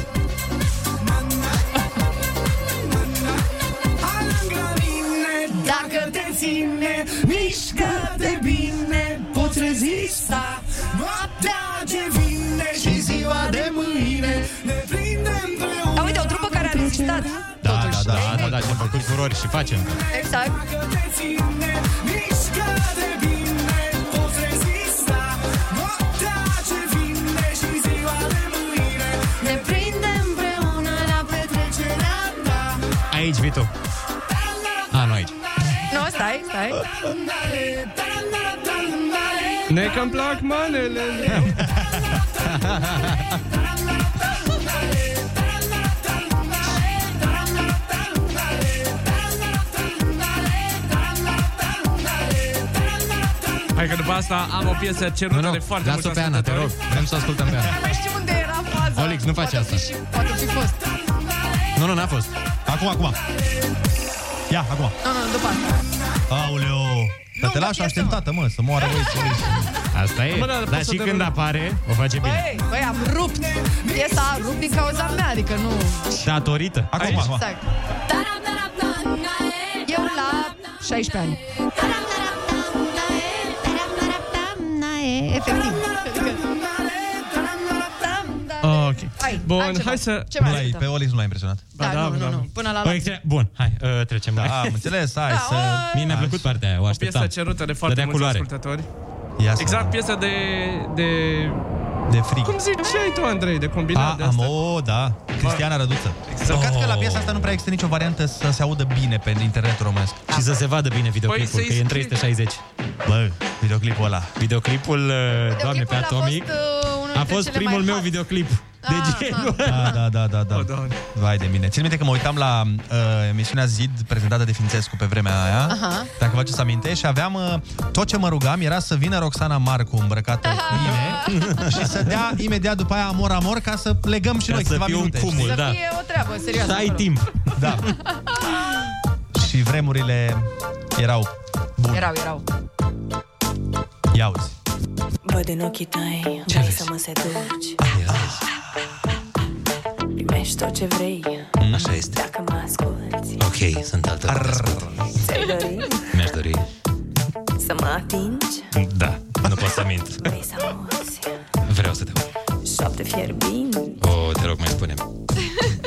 Speaker 7: Dacă te ține, mișcă-te bine Poți rezista noaptea ce vine Și ziua de mâine ne prinde împreună
Speaker 1: Dar uite, o trupă care a rezistat.
Speaker 9: Da, da, da, da, da, și-a făcut furori și facem.
Speaker 1: Exact.
Speaker 7: Ne prindem împreună la petrecerea ta
Speaker 9: Aici vii tu. A, nu aici.
Speaker 1: Nu, stai, stai.
Speaker 8: Ne cam plac manele. Hai că după asta am o piesă cerută de foarte
Speaker 9: Lasă
Speaker 8: mulți
Speaker 9: pe Ana, te rog. Vrem să o ascultăm pe Ana.
Speaker 1: Nu mai știu unde era faza.
Speaker 9: Olix, nu face asta.
Speaker 1: Poate fi fost.
Speaker 9: Nu, nu, n-a fost. Acum, acum.
Speaker 6: Ia, acum.
Speaker 1: Nu, nu, după asta.
Speaker 6: Aoleo. Dar te lași așteptată, mă, să moară voi.
Speaker 9: Asta e.
Speaker 6: Mă, dar
Speaker 9: Dar,
Speaker 6: poți să
Speaker 9: și
Speaker 6: te
Speaker 9: când
Speaker 6: rog.
Speaker 9: apare, o face bine.
Speaker 1: Băi, băi, am rupt. Piesa a rupt din cauza mea, adică nu...
Speaker 9: Datorită. Aici.
Speaker 1: Exact. Eu la 16 ani. Efectiv.
Speaker 9: Ah,
Speaker 8: Ok.
Speaker 1: Hai,
Speaker 8: Bun,
Speaker 1: altceva.
Speaker 8: hai să...
Speaker 1: Ce mai ascultăm?
Speaker 6: Pe Olix nu l-ai impresionat.
Speaker 1: Da, nu, nu, nu. Până la la...
Speaker 9: Păi, tre- bun, hai, uh, trecem. Da,
Speaker 6: am înțeles, hai
Speaker 1: Da, să- o-
Speaker 9: Mie mi-a plăcut partea aia, o așteptam.
Speaker 8: Piesa cerută de foarte
Speaker 9: Dădea
Speaker 8: mulți
Speaker 9: culoare.
Speaker 8: ascultători.
Speaker 6: Ia să
Speaker 8: Exact piesa de... de...
Speaker 6: De frig.
Speaker 8: Cum ziceai tu, Andrei, de combinat
Speaker 6: A,
Speaker 8: de
Speaker 6: am
Speaker 8: asta?
Speaker 6: o, da. Cristiana Răduță.
Speaker 8: Exact.
Speaker 6: Păcat că la piesa asta nu prea există nicio variantă să se audă bine pe internetul românesc.
Speaker 9: Și să se vadă bine videoclipul,
Speaker 6: să-i
Speaker 9: că e în
Speaker 6: scrie-
Speaker 9: 360.
Speaker 6: Bă, videoclipul ăla.
Speaker 9: Videoclipul, uh, doamne, pe
Speaker 1: Ăla a
Speaker 9: Atomic.
Speaker 1: fost, uh, unul
Speaker 9: A
Speaker 1: dintre
Speaker 9: fost
Speaker 1: cele
Speaker 9: primul
Speaker 1: mai
Speaker 9: meu
Speaker 1: hot.
Speaker 9: videoclip.
Speaker 1: Ah,
Speaker 9: De genul.
Speaker 6: Da, da, da, da,
Speaker 9: Oh,
Speaker 6: da. Vai de mine. Țin minte că mă uitam la uh, emisiunea Zid prezentată de Fințescu pe vremea aia.
Speaker 1: Aha.
Speaker 6: Dacă vă aduceți aminte și aveam uh, tot ce mă rugam era să vină Roxana Marcu îmbrăcată bine și să dea imediat după aia Amor Amor ca să legăm și
Speaker 9: Ca
Speaker 6: noi
Speaker 9: să
Speaker 6: câteva
Speaker 9: fie un
Speaker 6: minute.
Speaker 9: cumul, da.
Speaker 6: știi?
Speaker 1: Să fie o treabă, serioasă. mă rog.
Speaker 6: Da. și vremurile erau bune.
Speaker 1: Erau, erau.
Speaker 6: Ia uzi.
Speaker 11: Văd în ochii tăi, ce vrei să mă seduci Primești tot ce vrei
Speaker 9: Așa este.
Speaker 11: Dacă mă asculti
Speaker 21: Mm? Ok, sunt altă
Speaker 11: Ți-ai dori
Speaker 21: Mi-aș dori.
Speaker 11: să mă atingi
Speaker 21: Da, nu pot să mint.
Speaker 11: Vrei să auzi
Speaker 21: Vreau să te aud.
Speaker 11: șapte fierbinți
Speaker 21: O, te rog, mai spune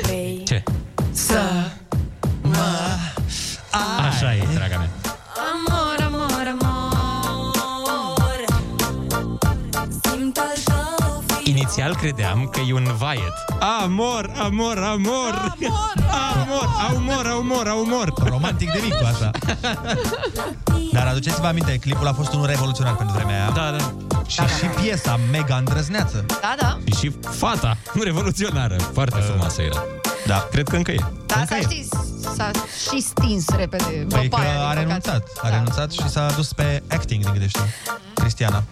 Speaker 11: Vrei
Speaker 21: Ce?
Speaker 11: să mă
Speaker 9: Așa e, draga mea.
Speaker 7: Amor, amor, amor Simt al tău fi
Speaker 9: Inițial credeam că e un vaiet. Amor, amor, amor! Amor, amor, amor, amor!
Speaker 6: Romantic de mic cu asta. Dar aduceți-vă aminte, clipul a fost unul revoluționar pentru vremea aia.
Speaker 9: Da, da.
Speaker 6: Și, și piesa mega îndrăzneață.
Speaker 1: Da, da.
Speaker 9: Și fata, revoluționară, foarte frumoasă era.
Speaker 6: Da.
Speaker 9: Uh. Cred că încă e.
Speaker 1: Da, s-a știți, s-a și stins repede.
Speaker 6: Păi că
Speaker 1: băpaia, din
Speaker 6: a
Speaker 1: păcate. Da.
Speaker 6: renunțat. A renunțat și s-a dus pe acting, din câte știu.
Speaker 1: Mhm.
Speaker 6: Cristiana.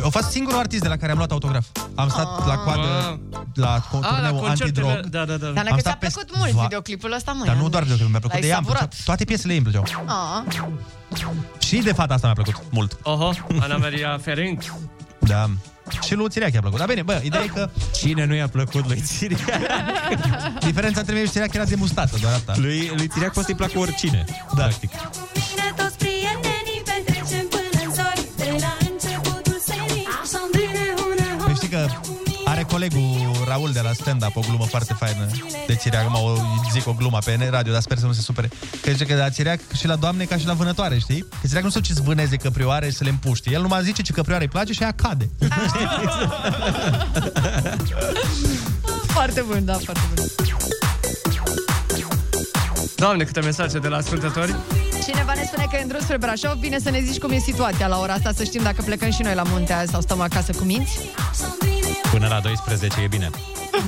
Speaker 6: Eu a fost singurul artist de la care am luat autograf. Am
Speaker 1: Ah.
Speaker 6: stat la coadă la
Speaker 8: Ah,
Speaker 6: co-
Speaker 8: la
Speaker 6: turneul
Speaker 8: concertele,
Speaker 6: antidrog.
Speaker 8: da, da, da.
Speaker 1: Dar
Speaker 6: Am
Speaker 1: dacă ți-a
Speaker 6: stat pe
Speaker 1: plăcut mult
Speaker 6: va-
Speaker 1: videoclipul ăsta, măi.
Speaker 6: Dar nu doar videoclipul, mi-a plăcut
Speaker 1: L-ai
Speaker 6: de ea, îmi plăceau-
Speaker 1: savurat.
Speaker 6: toate piesele ei îmi plăceau.
Speaker 1: Ah.
Speaker 6: Și de fata asta mi-a plăcut mult.
Speaker 8: Oho, Ana Maria Ferenc.
Speaker 6: Da. Și lui Țireac i-a plăcut. Dar bine, bă, ideea e că...
Speaker 9: Cine nu i-a plăcut lui Țiriac?
Speaker 6: Diferența între mine și Țireac era de mustată, doar asta.
Speaker 9: Lui, lui Țiriac poate să-i placă oricine. Da. Practic.
Speaker 7: Bine toți prietenii Petrecem până în zori De la începutul serii Așa vine uneori
Speaker 6: Păi știi că are colegul Raul de la stand-up o glumă foarte faină de Țireac. Acum o, zic o glumă pe radio, dar sper să nu se supere. Că zice că la Țireac și la doamne ca și la vânătoare, știi? Că Țireac nu se duce să vâneze căprioare să le împuște. El numai zice ce căprioare îi place și aia cade.
Speaker 1: Foarte bun, da, foarte bun.
Speaker 8: Doamne, câte mesaje de la ascultători.
Speaker 1: Cineva ne spune că e în drum spre Brașov. Bine să ne zici cum e situația la ora asta, să știm dacă plecăm și noi la munte azi sau stăm acasă cu minți.
Speaker 9: Până la 12 e bine.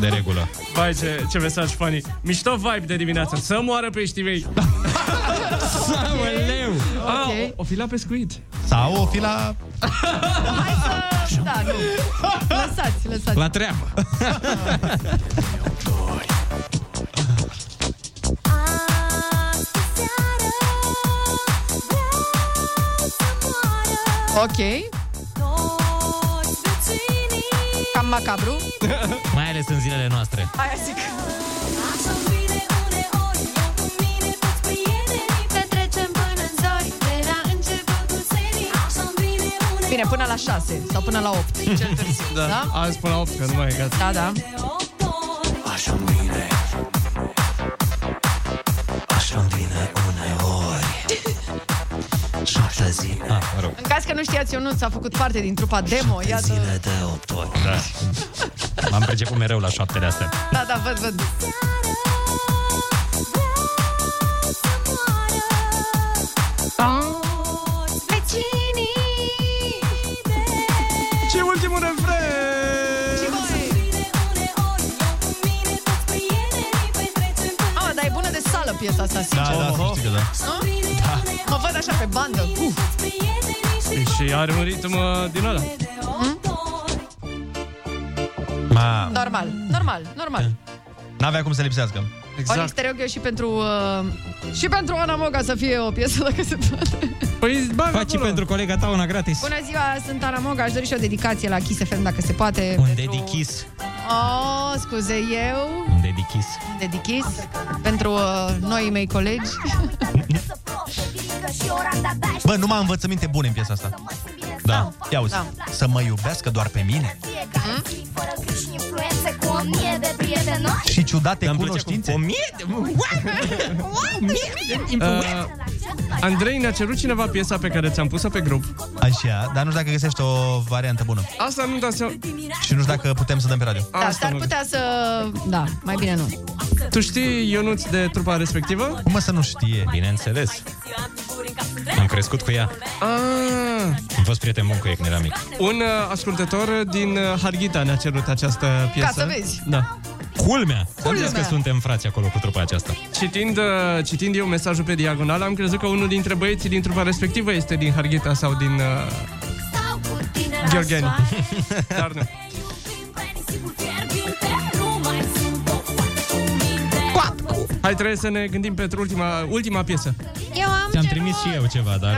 Speaker 9: De regulă.
Speaker 8: Vai, ce, ce mesaj funny. Mișto vibe de dimineață. Să moară peștii mei.
Speaker 6: Da,
Speaker 9: Aoleu!
Speaker 8: Okay. A, o, o fi la pescuit.
Speaker 6: Sau o fi la...
Speaker 1: Da, nu. Lăsați, lăsați.
Speaker 9: La treabă.
Speaker 1: Ok. Cam macabru.
Speaker 9: Mai ales în zilele noastre.
Speaker 1: Aia zic.
Speaker 7: Petrecem până în zori De la începutul serii Așa vine uneori
Speaker 1: Bine, până la 6 sau până la 8. Cel târziu, da? Da,
Speaker 8: Azi până la 8, că nu mai e gata.
Speaker 1: da.
Speaker 7: Așa vine
Speaker 8: Ah,
Speaker 1: În caz că nu știați, eu nu s-a făcut parte din trupa demo. Iată.
Speaker 9: Da, 8 ori. Da. M-am perceput mereu la șaptele astea.
Speaker 1: Da, da, văd, văd.
Speaker 8: Și ultimul refren!
Speaker 1: Mamă, dar e bună de sală piesa asta,
Speaker 6: Da,
Speaker 1: sincer.
Speaker 6: da, să știi că da.
Speaker 1: da. Mă văd așa pe bandă. Uf.
Speaker 6: da.
Speaker 8: Și are un ritm uh, din ăla.
Speaker 1: Hm?
Speaker 6: Ma,
Speaker 1: Normal, normal,
Speaker 6: Da,
Speaker 1: normal.
Speaker 6: n-avea cum să lipsească.
Speaker 1: Exact. Ori te rog eu și pentru uh, și pentru Ana Moga să fie o piesă dacă se poate.
Speaker 9: Păi, Faci și pentru colega ta una gratis.
Speaker 1: Bună ziua, sunt Ana Moga, aș dori și o dedicație la Kiss FM dacă se poate.
Speaker 9: Un dedichis.
Speaker 1: Oh, scuze, eu
Speaker 9: Un dedichis.
Speaker 1: un dedichis pentru uh, noi mei colegi.
Speaker 6: Bă, numai învățăminte bune în piesa asta. Da. Ia uzi.
Speaker 1: Da.
Speaker 6: Să mă iubească doar pe mine.
Speaker 1: Hmm?
Speaker 6: Și ciudate
Speaker 9: Dar îmi plăcea
Speaker 6: cunoștințe.
Speaker 9: cum- o mie de-
Speaker 8: Uh, Andrei ne-a cerut cineva piesa pe care ți-am pus-o pe grup.
Speaker 6: Așa, dar nu știu dacă găsești o variantă bună.
Speaker 8: Asta nu-mi dau seama.
Speaker 6: Și nu știu dacă putem să dăm pe radio.
Speaker 1: Da, s-ar putea să... Da, mai bine nu.
Speaker 8: Tu știi Ionuț de trupa respectivă?
Speaker 6: Cum să nu știe?
Speaker 9: Bineînțeles. Am crescut cu ea.
Speaker 8: Ah,
Speaker 9: Am fost prieten bun cu ei când eram mic.
Speaker 8: un uh, ascultător din uh, Harghita ne-a cerut această piesă.
Speaker 9: să vezi.
Speaker 8: Da.
Speaker 9: Culmea! Am
Speaker 8: Culmea.
Speaker 9: zis că suntem frați acolo cu trupa aceasta.
Speaker 8: Citind, uh, citind eu mesajul pe diagonal, am crezut că unul dintre băieții din trupa respectivă este din Harghita sau din uh, Gheorgheni. Dar nu. Hai, trebuie să ne gândim pentru ultima, ultima piesă.
Speaker 1: Eu am
Speaker 9: Ți-am trimis și eu ceva, dar...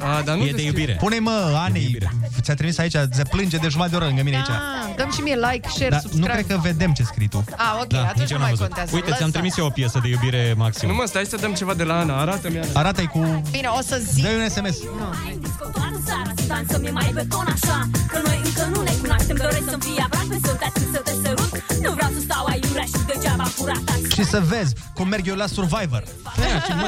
Speaker 8: A, dar nu
Speaker 9: e de iubire.
Speaker 6: Pune mă, Anei, ți-a trimis aici, se plânge de jumătate de oră lângă mine aici.
Speaker 1: Ah, dăm și mie like,
Speaker 6: Dar
Speaker 1: share,
Speaker 6: Da, nu
Speaker 1: subscribe.
Speaker 6: cred că vedem ce scrii tu.
Speaker 1: Ah, ok,
Speaker 8: Da,
Speaker 1: atunci nu mai contează.
Speaker 9: Uite, ți-am
Speaker 1: Lăsa.
Speaker 9: trimis eu o piesă de iubire maximă.
Speaker 8: Nu mă, stai să dăm ceva de la Ana. Arată-mi, Ana.
Speaker 6: Arată-i cu...
Speaker 1: Bine, o să zic.
Speaker 6: Dă-i un SMS.
Speaker 21: Să mi mai beton așa Că noi încă nu ne cunoaștem Doresc să-mi fii aproape Să te ating, să te sărut Nu vreau să stau aiurea Și degeaba curata
Speaker 6: Și să vezi cum merg eu la Survivor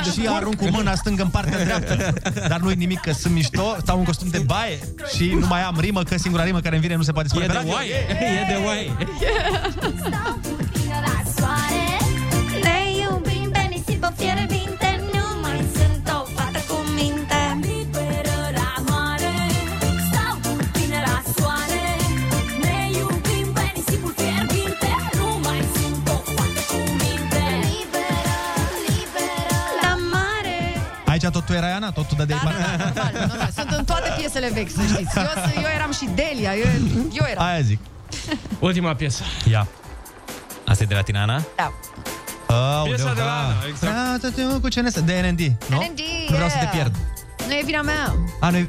Speaker 6: Și, și arunc cu mâna stângă în partea dreaptă Dar nu-i nimic că sunt mișto Stau în costum de baie Și nu mai am rimă Că singura rimă care îmi vine nu se poate spune
Speaker 9: E
Speaker 6: pe
Speaker 9: de
Speaker 6: radio.
Speaker 9: oaie. E de oaie.
Speaker 7: Ne iubim pe nisipă fierbinte Nu mai sunt o fată cu minte Liberă la mare Stau cu tine la soare Ne iubim pe nisipul fierbinte Nu mai sunt o fată cu minte Liberă, liberă la mare
Speaker 6: Aici tot tu erai Ana? Tot tu
Speaker 9: Da,
Speaker 6: dădeai bani?
Speaker 1: Normal, Sunt în toate piesele vechi, să știți. Eu, sunt- eu eram și Delia, eu, eu eram.
Speaker 6: Aia zic
Speaker 8: Ultima piesă.
Speaker 9: Ia. Asta e de la tine, Ana?
Speaker 1: Da.
Speaker 6: Aoleu,
Speaker 9: Piesa de la
Speaker 6: da.
Speaker 9: Ana, exact.
Speaker 6: Da, cu CNS, de NND, nu?
Speaker 1: NND,
Speaker 6: Nu vreau
Speaker 1: yeah.
Speaker 6: să te pierd.
Speaker 1: Nu e vina mea.
Speaker 6: A, nu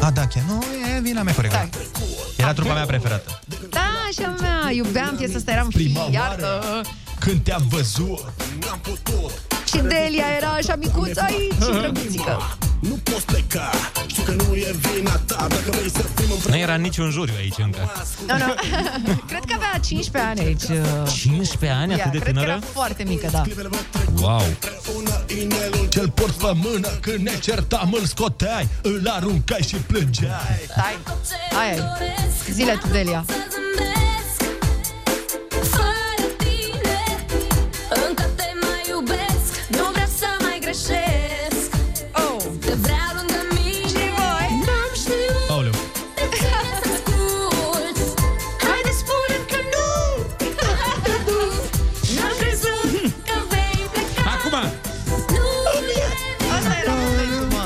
Speaker 6: A, da, chiar nu e vina mea corectă. Era trupa mea preferată.
Speaker 1: Da, așa mea, iubeam piesa asta, eram fi, iartă.
Speaker 6: Când te-am văzut
Speaker 1: Și Delia era așa micuță aici, și drăguțică.
Speaker 28: Nu poți pleca Știu că nu e vina ta Dacă vrei să fim împreună
Speaker 9: Nu era niciun juriu aici încă.
Speaker 1: Nu, nu. Cred că avea 15 ani aici.
Speaker 9: 15 ani, atât de
Speaker 1: cred că era
Speaker 9: tânără?
Speaker 1: foarte mică, da.
Speaker 9: Wow.
Speaker 28: inelul Cel port la mână Când ne certam îl scoteai Îl aruncai și plângeai
Speaker 1: Stai. Aia e. Zile tu, Delia.
Speaker 7: Fără tine Încă te mai iubesc Nu vreau să mai greșesc oh. Te vreau lângă mine Și voi N-am știut
Speaker 6: Aoleu.
Speaker 7: de ce să ascult Haide, spune că nu Te duc N-am crezut că vei pleca
Speaker 9: Acum!
Speaker 7: Nu Asta era momentul, mă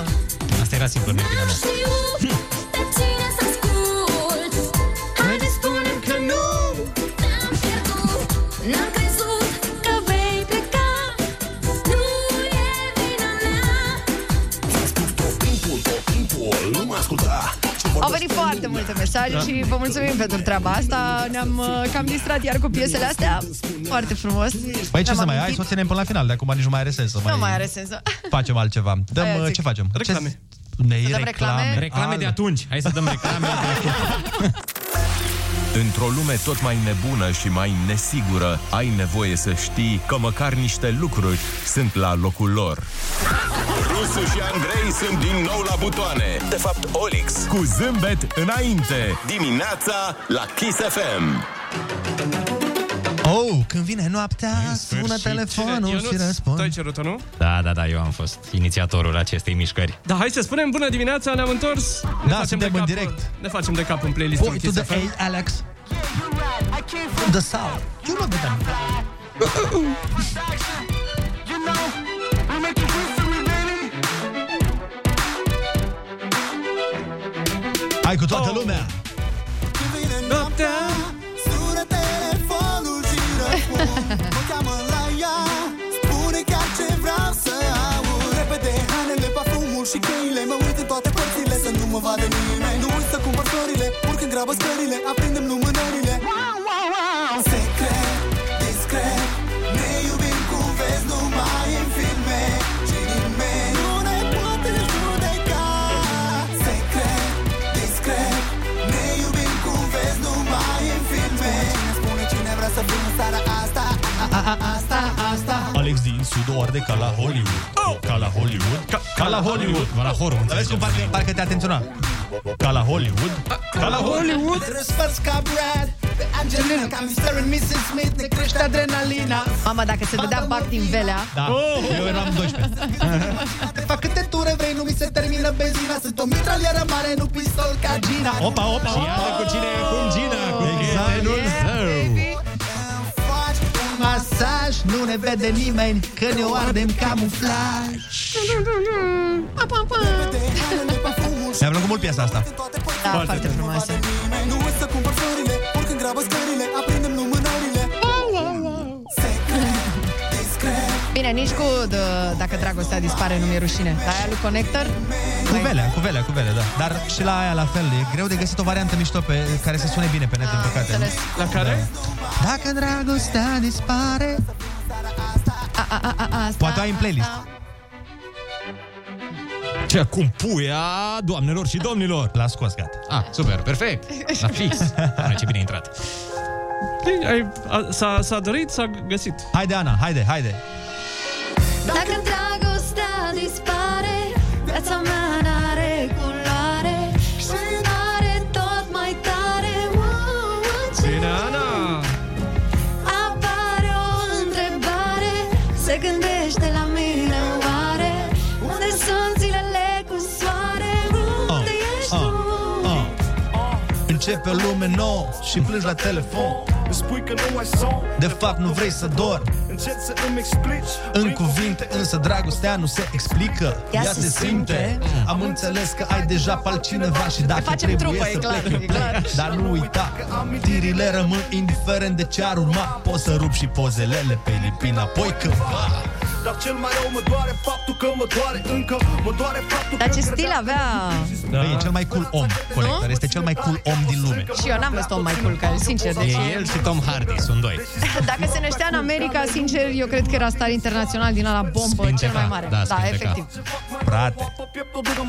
Speaker 9: Asta era simplu, nu e bine.
Speaker 7: N-am știut de cine să ascult Haide, spune că nu Te-am pierdut N-am crezut că vei pleca Nu e vina mea
Speaker 28: Timpul nu mă asculta
Speaker 1: Au venit foarte multe mesaje
Speaker 28: Da.
Speaker 1: și vă mulțumim pentru treaba asta. Ne-am uh, cam distrat iar cu piesele astea. Foarte frumos.
Speaker 6: Păi ce
Speaker 1: Ne-am
Speaker 6: să mai ai?
Speaker 1: amintit.
Speaker 6: Să o ținem până la final, de acum nici nu mai are sens să
Speaker 1: Nu mai are sens. da? să-
Speaker 6: Facem altceva. Dăm, uh,
Speaker 1: Aia zic.
Speaker 6: ce facem?
Speaker 9: Reclame.
Speaker 6: Ce... Ne
Speaker 1: dăm
Speaker 6: reclame.
Speaker 1: reclame?
Speaker 9: Reclame de
Speaker 6: Al-
Speaker 9: atunci. Hai să dăm reclame.
Speaker 5: Într-o lume tot mai nebună și mai nesigură, ai nevoie să știi că măcar niște lucruri sunt la locul lor. Rusu și Andrei sunt din nou la butoane. De fapt, Olix.
Speaker 30: Cu zâmbet înainte.
Speaker 5: Dimineața la Kiss FM.
Speaker 6: Oh, când vine noaptea, sună
Speaker 8: sfârșit.
Speaker 6: telefonul
Speaker 8: Cine?
Speaker 6: și
Speaker 8: Ionuț,
Speaker 6: răspund.
Speaker 8: tu ai cerut-o, nu?
Speaker 9: Da, da, da, eu am fost inițiatorul acestei mișcări.
Speaker 8: Da, hai să spunem bună dimineața, ne-am întors. Ne
Speaker 6: Da,
Speaker 8: facem
Speaker 6: suntem
Speaker 8: de cap,
Speaker 6: în direct.
Speaker 8: Ne facem de cap în playlist.
Speaker 6: Point to the A, Alex. The South. You know better.
Speaker 16: Hai cu
Speaker 9: Oh.
Speaker 16: toată lumea!
Speaker 8: Noaptea
Speaker 7: Sună telefonul și răspund Mă cheamă la ea Spune chiar ce vreau să aud Repede hanele, parfumul și cheile Mă uit în toate părțile să nu mă vadă nimeni Nu uit să cumpăr florile, urc în grabă scările Aprindem lumânările Wow, wow, wow Secret, discret Ne iubim cum vezi numai în filme Și nimeni nu ne poate judeca Secret, discret ne iubim cum vezi numai în filme Spune cine, spune cine vrea să fim în starea asta a, a, a, Asta, asta
Speaker 16: Alex din Sud o arde ca la Hollywood.
Speaker 9: Oh!
Speaker 16: Ca la Hollywood. Ca, ca la Hollywood. Ca la Hollywood.
Speaker 6: Vezi cum parcă, parcă te atenționa.
Speaker 16: Ca la Hollywood. Ca la Hollywood.
Speaker 7: Te răsfărți ca Brad Pe Angelina, ca Mr. and Mrs. Smith Ne crește adrenalina
Speaker 1: Mamă, dacă se dădea bac din velea...
Speaker 7: Da,
Speaker 1: Oh!
Speaker 7: eu eram 12. Fac câte ture vrei, nu mi se termină benzina Sunt o mitralieră mare, nu pistol ca Gina
Speaker 16: Opa, opa,
Speaker 7: Și iată cu cine e acum Gina
Speaker 16: Cu prietenul
Speaker 7: Faci un masaj, nu ne vede nimeni Că ne o ardem camuflaj
Speaker 6: Mi-a plăcut mult piesa asta.
Speaker 1: Da, foarte, foarte frumoasă.
Speaker 7: Nu uiți să cumpăr florile, oricând grabă scările Aprindem lumânările
Speaker 1: Bine, nici cu dă, dacă dragostea dispare nu mi-e rușine. Dar aia lui Connector?
Speaker 6: Cu velea, cu velea, cu velea, da. Dar și la aia la fel, e greu de găsit o variantă mișto pe care să sune bine pe net, din păcate.
Speaker 1: Ah, înțeles.
Speaker 8: La care?
Speaker 6: Dacă dragostea dispare...
Speaker 1: A, a, a, a, asta,
Speaker 6: Poate o ai în playlist.
Speaker 9: Ce acum puia, doamnelor și domnilor!
Speaker 6: L-a scos, gata.
Speaker 9: Ah, super, perfect. La fix. Doamne, ce bine a intrat.
Speaker 8: Ai, Păi, a, s-a, s-a dorit, s-a găsit.
Speaker 6: Haide, Ana, haide, haide.
Speaker 31: Dacă dragostea dispare, viața mea n-are culoare și are tot mai tare. Wow, ce
Speaker 8: Bine, Ana!
Speaker 31: apare o întrebare, se gândește la mine oare unde sunt zilele cu soare, unde ești tu?
Speaker 6: Ah, Începe o lume nouă și plângi la telefon
Speaker 28: Îmi spui că nu ai somn
Speaker 6: De fapt nu vrei să dor
Speaker 28: Încep să îmi explici
Speaker 6: În cuvinte însă dragostea nu se explică Ea, se simte Am înțeles că ai deja pe altcineva Și dacă
Speaker 7: facem
Speaker 6: trebuie
Speaker 7: trupă,
Speaker 6: să
Speaker 7: e clar,
Speaker 6: pleci,
Speaker 7: e clar.
Speaker 6: pleci. Dar nu uita Tirile rămân indiferent de ce ar urma Poți să rup și pozelele pe lipin Apoi cândva
Speaker 28: Dar cel mai rău mă doare faptul că mă doare încă Mă doare faptul
Speaker 1: Dar
Speaker 28: că
Speaker 1: ce
Speaker 28: credeam
Speaker 1: stil avea...
Speaker 6: da. E cel mai cool om, Conector Este cel mai cool om din lume
Speaker 1: Și eu n-am văzut om mai cool, care, sincer. Deci,
Speaker 9: E el și Tom Hardy, sunt doi.
Speaker 1: Dacă se năștea în America, sincer, eu cred că era star internațional din ala bombă, cel mai
Speaker 9: Da,
Speaker 1: mare. Da, efectiv.
Speaker 6: Frate,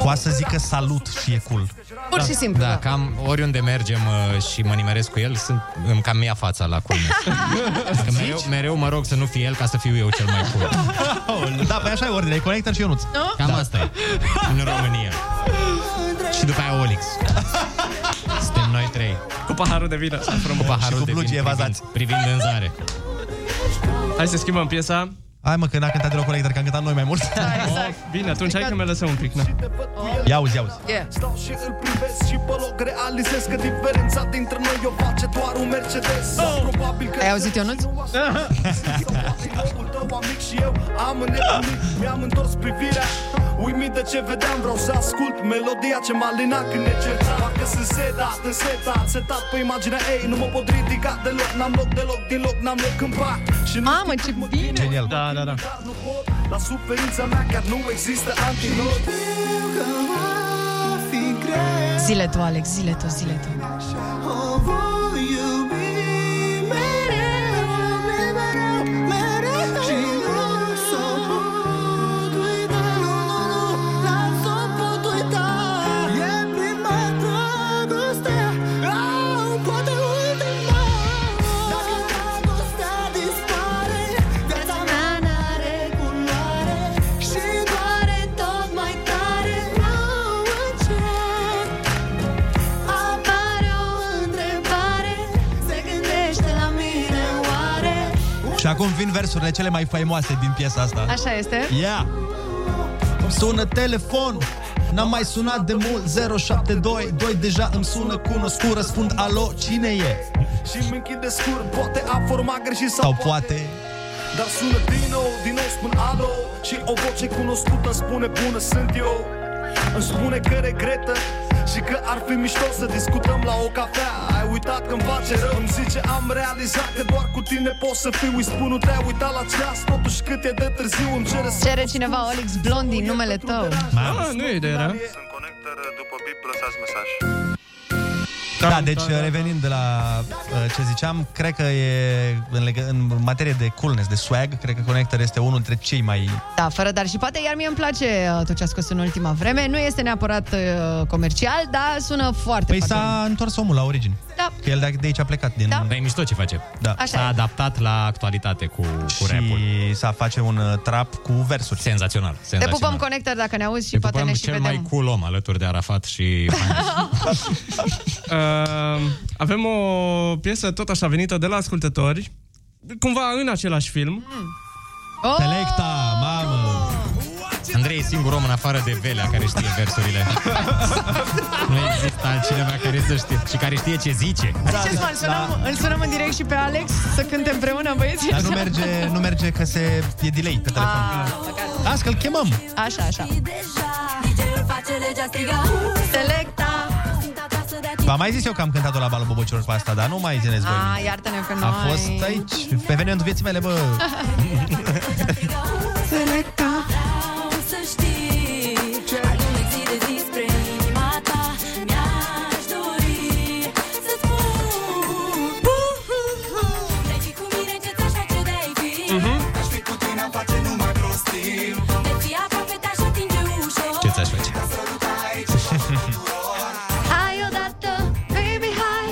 Speaker 6: poate să zică salut și e cool.
Speaker 1: Pur și simplu,
Speaker 9: Da, cam oriunde mergem uh, și mă nimeresc cu el, sunt, îmi cam ia fața la cum. Adică mereu, mereu mă rog să nu fie el ca să fiu eu cel mai cool.
Speaker 6: Da, pe așa e ordine, e Conector și Ionuț
Speaker 1: Nu?
Speaker 9: Cam asta e. În România. Și după aia Olix. Suntem noi trei.
Speaker 8: Cu paharul de vină.
Speaker 9: Cu paharul de vin privind,
Speaker 6: evazați.
Speaker 9: privind în zare.
Speaker 8: Hai să schimbăm piesa.
Speaker 6: Hai mă, că n-a cântat de la Conector, că am cântat noi mai mult Exact.
Speaker 8: Of, bine, atunci hai că mai lăsăm un pic. Na.
Speaker 6: Ia uzi, ia uzi
Speaker 1: Yeah.
Speaker 28: Stau și îl privesc și pe loc realizez Că diferența dintre noi o face doar un Mercedes oh. Probabil că
Speaker 1: Ai auzit, Ionuț?
Speaker 28: Capul tău amic și eu am înnebunit Mi-am întors privirea Uimit de ce vedeam, vreau să ascult Melodia ce m-a linat când ne certa Parcă sunt sedat, în setat, setat pe imaginea ei Nu mă pot ridica deloc, n-am loc deloc, din loc n-am loc în pat Și nu
Speaker 1: Mamă, ce bine!
Speaker 6: Genial
Speaker 8: Da, da, da
Speaker 28: nu pot, la suferința mea chiar nu există antinot
Speaker 1: Zile tu, Alex, zile tu, zile tu.
Speaker 7: O voi iubi mereu, mereu, mereu Și nu s-o pot uita, nu, nu, nu, nu s-o pot uita E prima dragoste, au, poate ultima Dacă dragostea dispare, viața mea n-are culoare
Speaker 31: Și doare tot
Speaker 6: Și acum vin versurile cele mai faimoase din piesa asta.
Speaker 1: Așa este.
Speaker 6: Ia! Sună telefon N-am mai sunat de mult 072 2 deja îmi sună cunoscut Răspund alo, cine e?
Speaker 28: Și mi închide scurt, poate am format greșit sau,
Speaker 6: Sau poate
Speaker 28: Dar sună din nou, din nou spun alo Și o voce cunoscută îmi spune bună sunt eu Îmi spune că regretă și că ar fi mișto să discutăm la o cafea Ai uitat că-mi face rău Îmi zice am realizat că doar cu tine pot să fiu Îi spun nu te-ai uitat la ceas Totuși cât e de târziu îmi cere să
Speaker 1: Cere cineva Olix Blondi numele tău.
Speaker 8: Ah, nu e de era.
Speaker 6: Da, deci revenind de la uh, ce ziceam, cred că e în, legă, în materie de coolness, de swag, cred că Connector este unul dintre cei mai
Speaker 1: Da, fără dar și poate, iar mie îmi place uh, tot ce a scos în ultima vreme. Nu este neapărat uh, comercial, dar sună foarte
Speaker 6: Păi s-a întors omul la origine.
Speaker 1: Da.
Speaker 6: Că el de de aici a plecat. Din...
Speaker 1: Da.
Speaker 9: Dar e mișto ce face.
Speaker 6: Da.
Speaker 1: Așa
Speaker 9: S-a
Speaker 1: e.
Speaker 9: adaptat la actualitate cu, cu
Speaker 6: Și
Speaker 9: rap-ul.
Speaker 6: s-a face un uh, trap cu versuri.
Speaker 9: Senzațional.
Speaker 1: Te
Speaker 9: senzațional.
Speaker 1: pupăm Connector dacă ne auzi și
Speaker 9: Te
Speaker 1: poate ne
Speaker 9: pupăm
Speaker 1: și
Speaker 9: cel
Speaker 1: vedem.
Speaker 9: mai cool om alături de Arafat și...
Speaker 8: Uh, avem o piesă tot așa venită de la ascultători, cumva în același film.
Speaker 1: Oh!
Speaker 6: Selecta, mamă!
Speaker 9: Andrei e singur om în afară de Velea care știe versurile. nu există altcineva care să știe și care știe ce zice.
Speaker 6: Da,
Speaker 1: Ce să îl sunăm, îl sunăm în direct și pe Alex să cânte împreună, băieți?
Speaker 6: Dar nu merge, nu merge că se, e delay pe telefon.
Speaker 1: Ah.
Speaker 6: Las că îl chemăm.
Speaker 1: Așa, așa.
Speaker 21: DJ-ul face legea striga
Speaker 1: Selecta
Speaker 6: V-am mai zis eu că am cântat-o la balul Bobocior pe asta, dar nu mai țineți voi.
Speaker 1: Ah, iartă-ne că noi...
Speaker 6: A fost aici, pe evenimentul vieții mele, bă.
Speaker 1: Selecta
Speaker 21: Vreau să știi Ai un zi de zi spre inima ta Mi-aș dori să spun Pleci cu mine ce ți-aș face de-ai fi
Speaker 28: Aș fi cu tine, am face numai prostii
Speaker 21: De fi aproape te-aș atinge ușor
Speaker 9: Ce ți-aș face?
Speaker 21: Hai odată, baby, hai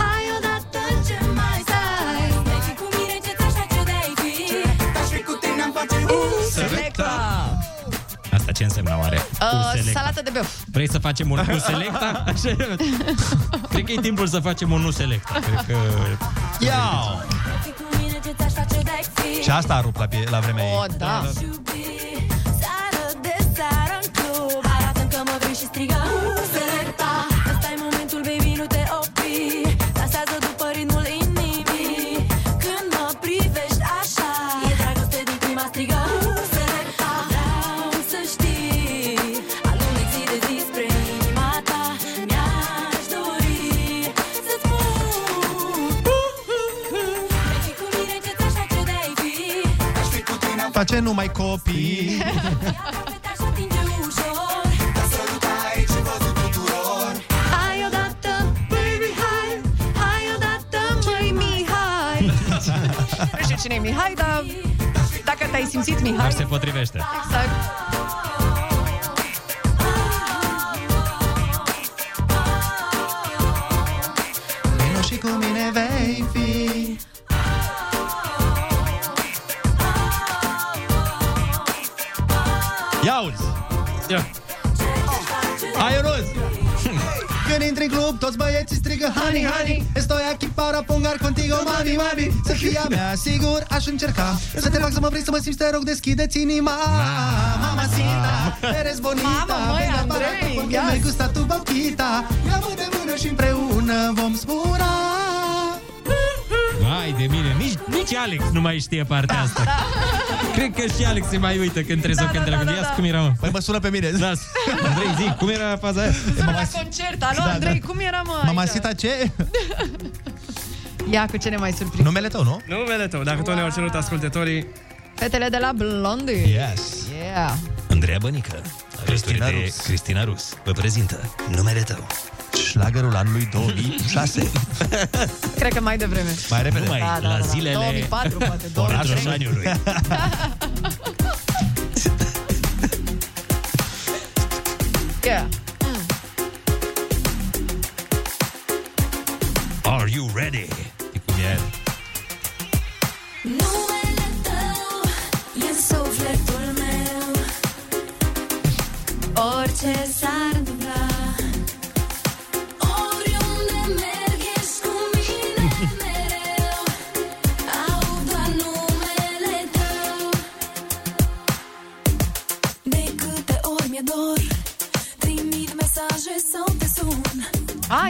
Speaker 21: Hai odată ce mai stai Pleci cu mine ce ți-aș face de-ai fi
Speaker 28: Aș fi cu tine, am face
Speaker 9: uh,
Speaker 1: Selecta!
Speaker 9: Asta ce însemna oare?
Speaker 1: Uh,
Speaker 9: Uselect.
Speaker 1: salată de băf.
Speaker 9: Vrei să facem un nu selecta? Așa. Cred că e timpul să facem un nu selecta. Cred că...
Speaker 6: Iau!
Speaker 21: Pleci cu mine ce ți-aș face de-ai fi
Speaker 6: Și asta a rupt la, pie- la vremea ei.
Speaker 21: O, da. Seară de seară în club Arată-mi că mă vrei și strigă "Uh, Selecta ăsta e momentul, baby, nu te opri Dansează după ritmul inimii Când mă privești așa E dragoste din prima strigă "Uh, Selecta Vreau să știi Alune zi de zi spre inima ta Mi-aș dori să spun Pleci cu mine ce ți-aș face de-ai fi
Speaker 6: Face numai copii.
Speaker 21: Hai odată, baby, hai
Speaker 1: Hai odată, măi Mihai! nu știu cine e Mihai, dar dacă te-ai simțit
Speaker 9: Dar
Speaker 1: Mihai,
Speaker 9: se potrivește.
Speaker 1: exact.
Speaker 6: Vino și cu mine vei fi. Ia uzi!
Speaker 8: Ia.
Speaker 6: Hai, Ionuț! Când intri în club, toți băieții strigă Honey, honey, estoy aquí para pongar contigo Mami, mami, să fii a mea Sigur, aș încerca Să te fac să mă vrei să mă simți, te rog, deschideți inima Mama Sita, eres bonita
Speaker 1: Mamă, măi,
Speaker 6: Venga para
Speaker 1: Andrei,
Speaker 6: acá, porque
Speaker 1: ia.
Speaker 6: me gusta tu boquita Ia-mă de mână și împreună vom spura
Speaker 9: Vai de mine, nici, nici Alex nu mai știe partea asta. Cred că și Alex se mai uită când trebuie să o cânte la gândit. Ia cum era, mă?
Speaker 6: Păi mă sună pe mine
Speaker 9: Da, Andrei, zic, cum era faza aia?
Speaker 1: Sună la concert. Alo,
Speaker 6: Da, da.
Speaker 1: Andrei, cum era, mă?
Speaker 6: Mama
Speaker 1: aici?
Speaker 6: Sita ce?
Speaker 1: Ia cu ce ne mai surprinde.
Speaker 6: Numele tău, nu?
Speaker 8: Numele tău, dacă tot ne-au cerut ascultătorii.
Speaker 1: Fetele de la Blondie.
Speaker 8: Yes.
Speaker 1: Yeah.
Speaker 17: Andreea Bănică, Cristina de
Speaker 6: Rus.
Speaker 17: Cristina Rus, vă prezintă numele tău.
Speaker 6: Șlagărul anului 2006
Speaker 1: Cred că mai devreme.
Speaker 6: Mai repede
Speaker 17: Numai
Speaker 1: Da, da,
Speaker 17: la
Speaker 1: da.
Speaker 17: zilele
Speaker 1: 2004, poate, 2003.
Speaker 17: orașului.
Speaker 1: Yeah.
Speaker 17: Are you ready? E cum e aia.
Speaker 21: Numele tău e în sufletul meu Orice s-ar întâmpla Oriunde merg ești cu mine mereu Aud doar numele
Speaker 1: Ah,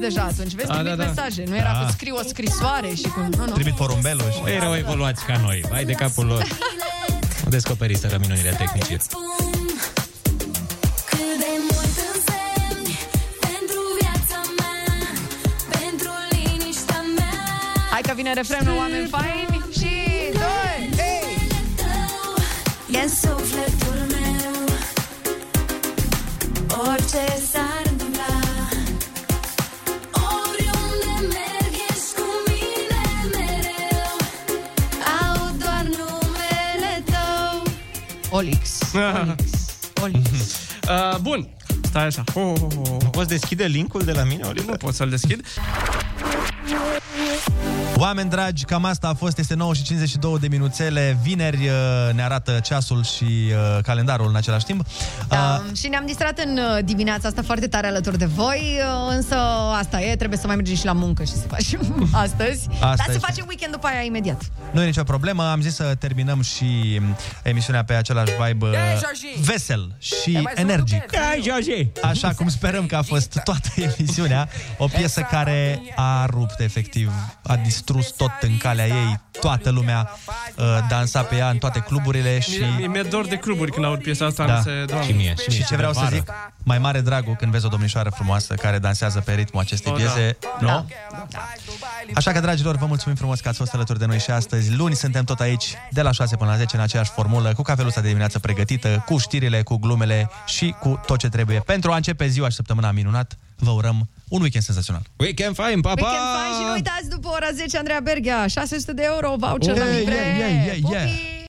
Speaker 1: deja atunci, vezi,
Speaker 9: Da,
Speaker 1: trimit
Speaker 9: da, da.
Speaker 1: mesaje. Nu era
Speaker 9: Da.
Speaker 6: Ah.
Speaker 1: cu scriu o scrisoare și cu... Nu, nu.
Speaker 9: Trimit porumbelul și... Ei erau evoluați ca noi, vai de capul lor. Au descoperit să minunile tehnice.
Speaker 7: Cât de mult însemni pentru viața mea, pentru liniștea mea.
Speaker 1: Hai că vine refrenul, oameni faini și... Doi, trei.
Speaker 7: E în sufletul meu Orice s-ar întâmpla Oriunde merg ești cu mine mereu Aud doar numele tău
Speaker 1: Olix.
Speaker 8: Olix.
Speaker 1: Olix.
Speaker 8: Uh, bun. Stai așa. Oh, oh, oh, oh.
Speaker 9: Poți deschide linkul de la mine, Oliver?
Speaker 8: Nu pot să-l deschid.
Speaker 6: Oameni dragi, cam asta a fost, este 9 și 52 de minuțele, vineri uh, ne arată ceasul și uh, calendarul în același timp.
Speaker 1: Da, și ne-am distrat în uh, dimineața asta foarte tare alături de voi, uh, însă asta e, trebuie să mai mergem și la muncă și să facem astăzi.
Speaker 6: Asta
Speaker 1: Dar se
Speaker 6: este.
Speaker 1: face weekend după aia imediat.
Speaker 6: Nu e nicio problemă, am zis să terminăm și emisiunea pe același vibe uh,
Speaker 1: Ia, Georgie!
Speaker 6: vesel
Speaker 1: Te
Speaker 6: și
Speaker 1: mai
Speaker 6: energic.
Speaker 1: sunt Ia, Georgie!
Speaker 6: Așa cum sperăm că a
Speaker 1: Exact.
Speaker 6: fost toată emisiunea, o piesă care a rupt efectiv, a distrus tot în calea ei, toată lumea uh, dansa pe ea în toate cluburile și...
Speaker 8: Mi- Mi-e dor de cluburi când aud piesa asta.
Speaker 6: Da.
Speaker 8: mi Se, doamne.
Speaker 6: și ce vreau să zic, mai mare dragul când vezi o domnișoară frumoasă care dansează pe ritmul acestei
Speaker 8: O, da.
Speaker 6: piese, nu? Așa că, dragilor, vă mulțumim frumos că ați fost alături de noi și astăzi. Luni suntem tot aici, de la 6 până la 10, în aceeași formulă, cu cafeluța de dimineață pregătită, cu știrile, cu glumele și cu tot ce trebuie. Pentru a începe ziua și săptămâna minunat, vă urăm un weekend senzațional.
Speaker 9: Weekend fine, pa,
Speaker 1: Weekend fain și nu uitați, după ora 10, Andreea Berghea, 600 de euro, voucher la
Speaker 6: Oh, yeah,
Speaker 1: Migre.
Speaker 6: yeah, yeah, yeah, yeah.
Speaker 1: Pupii!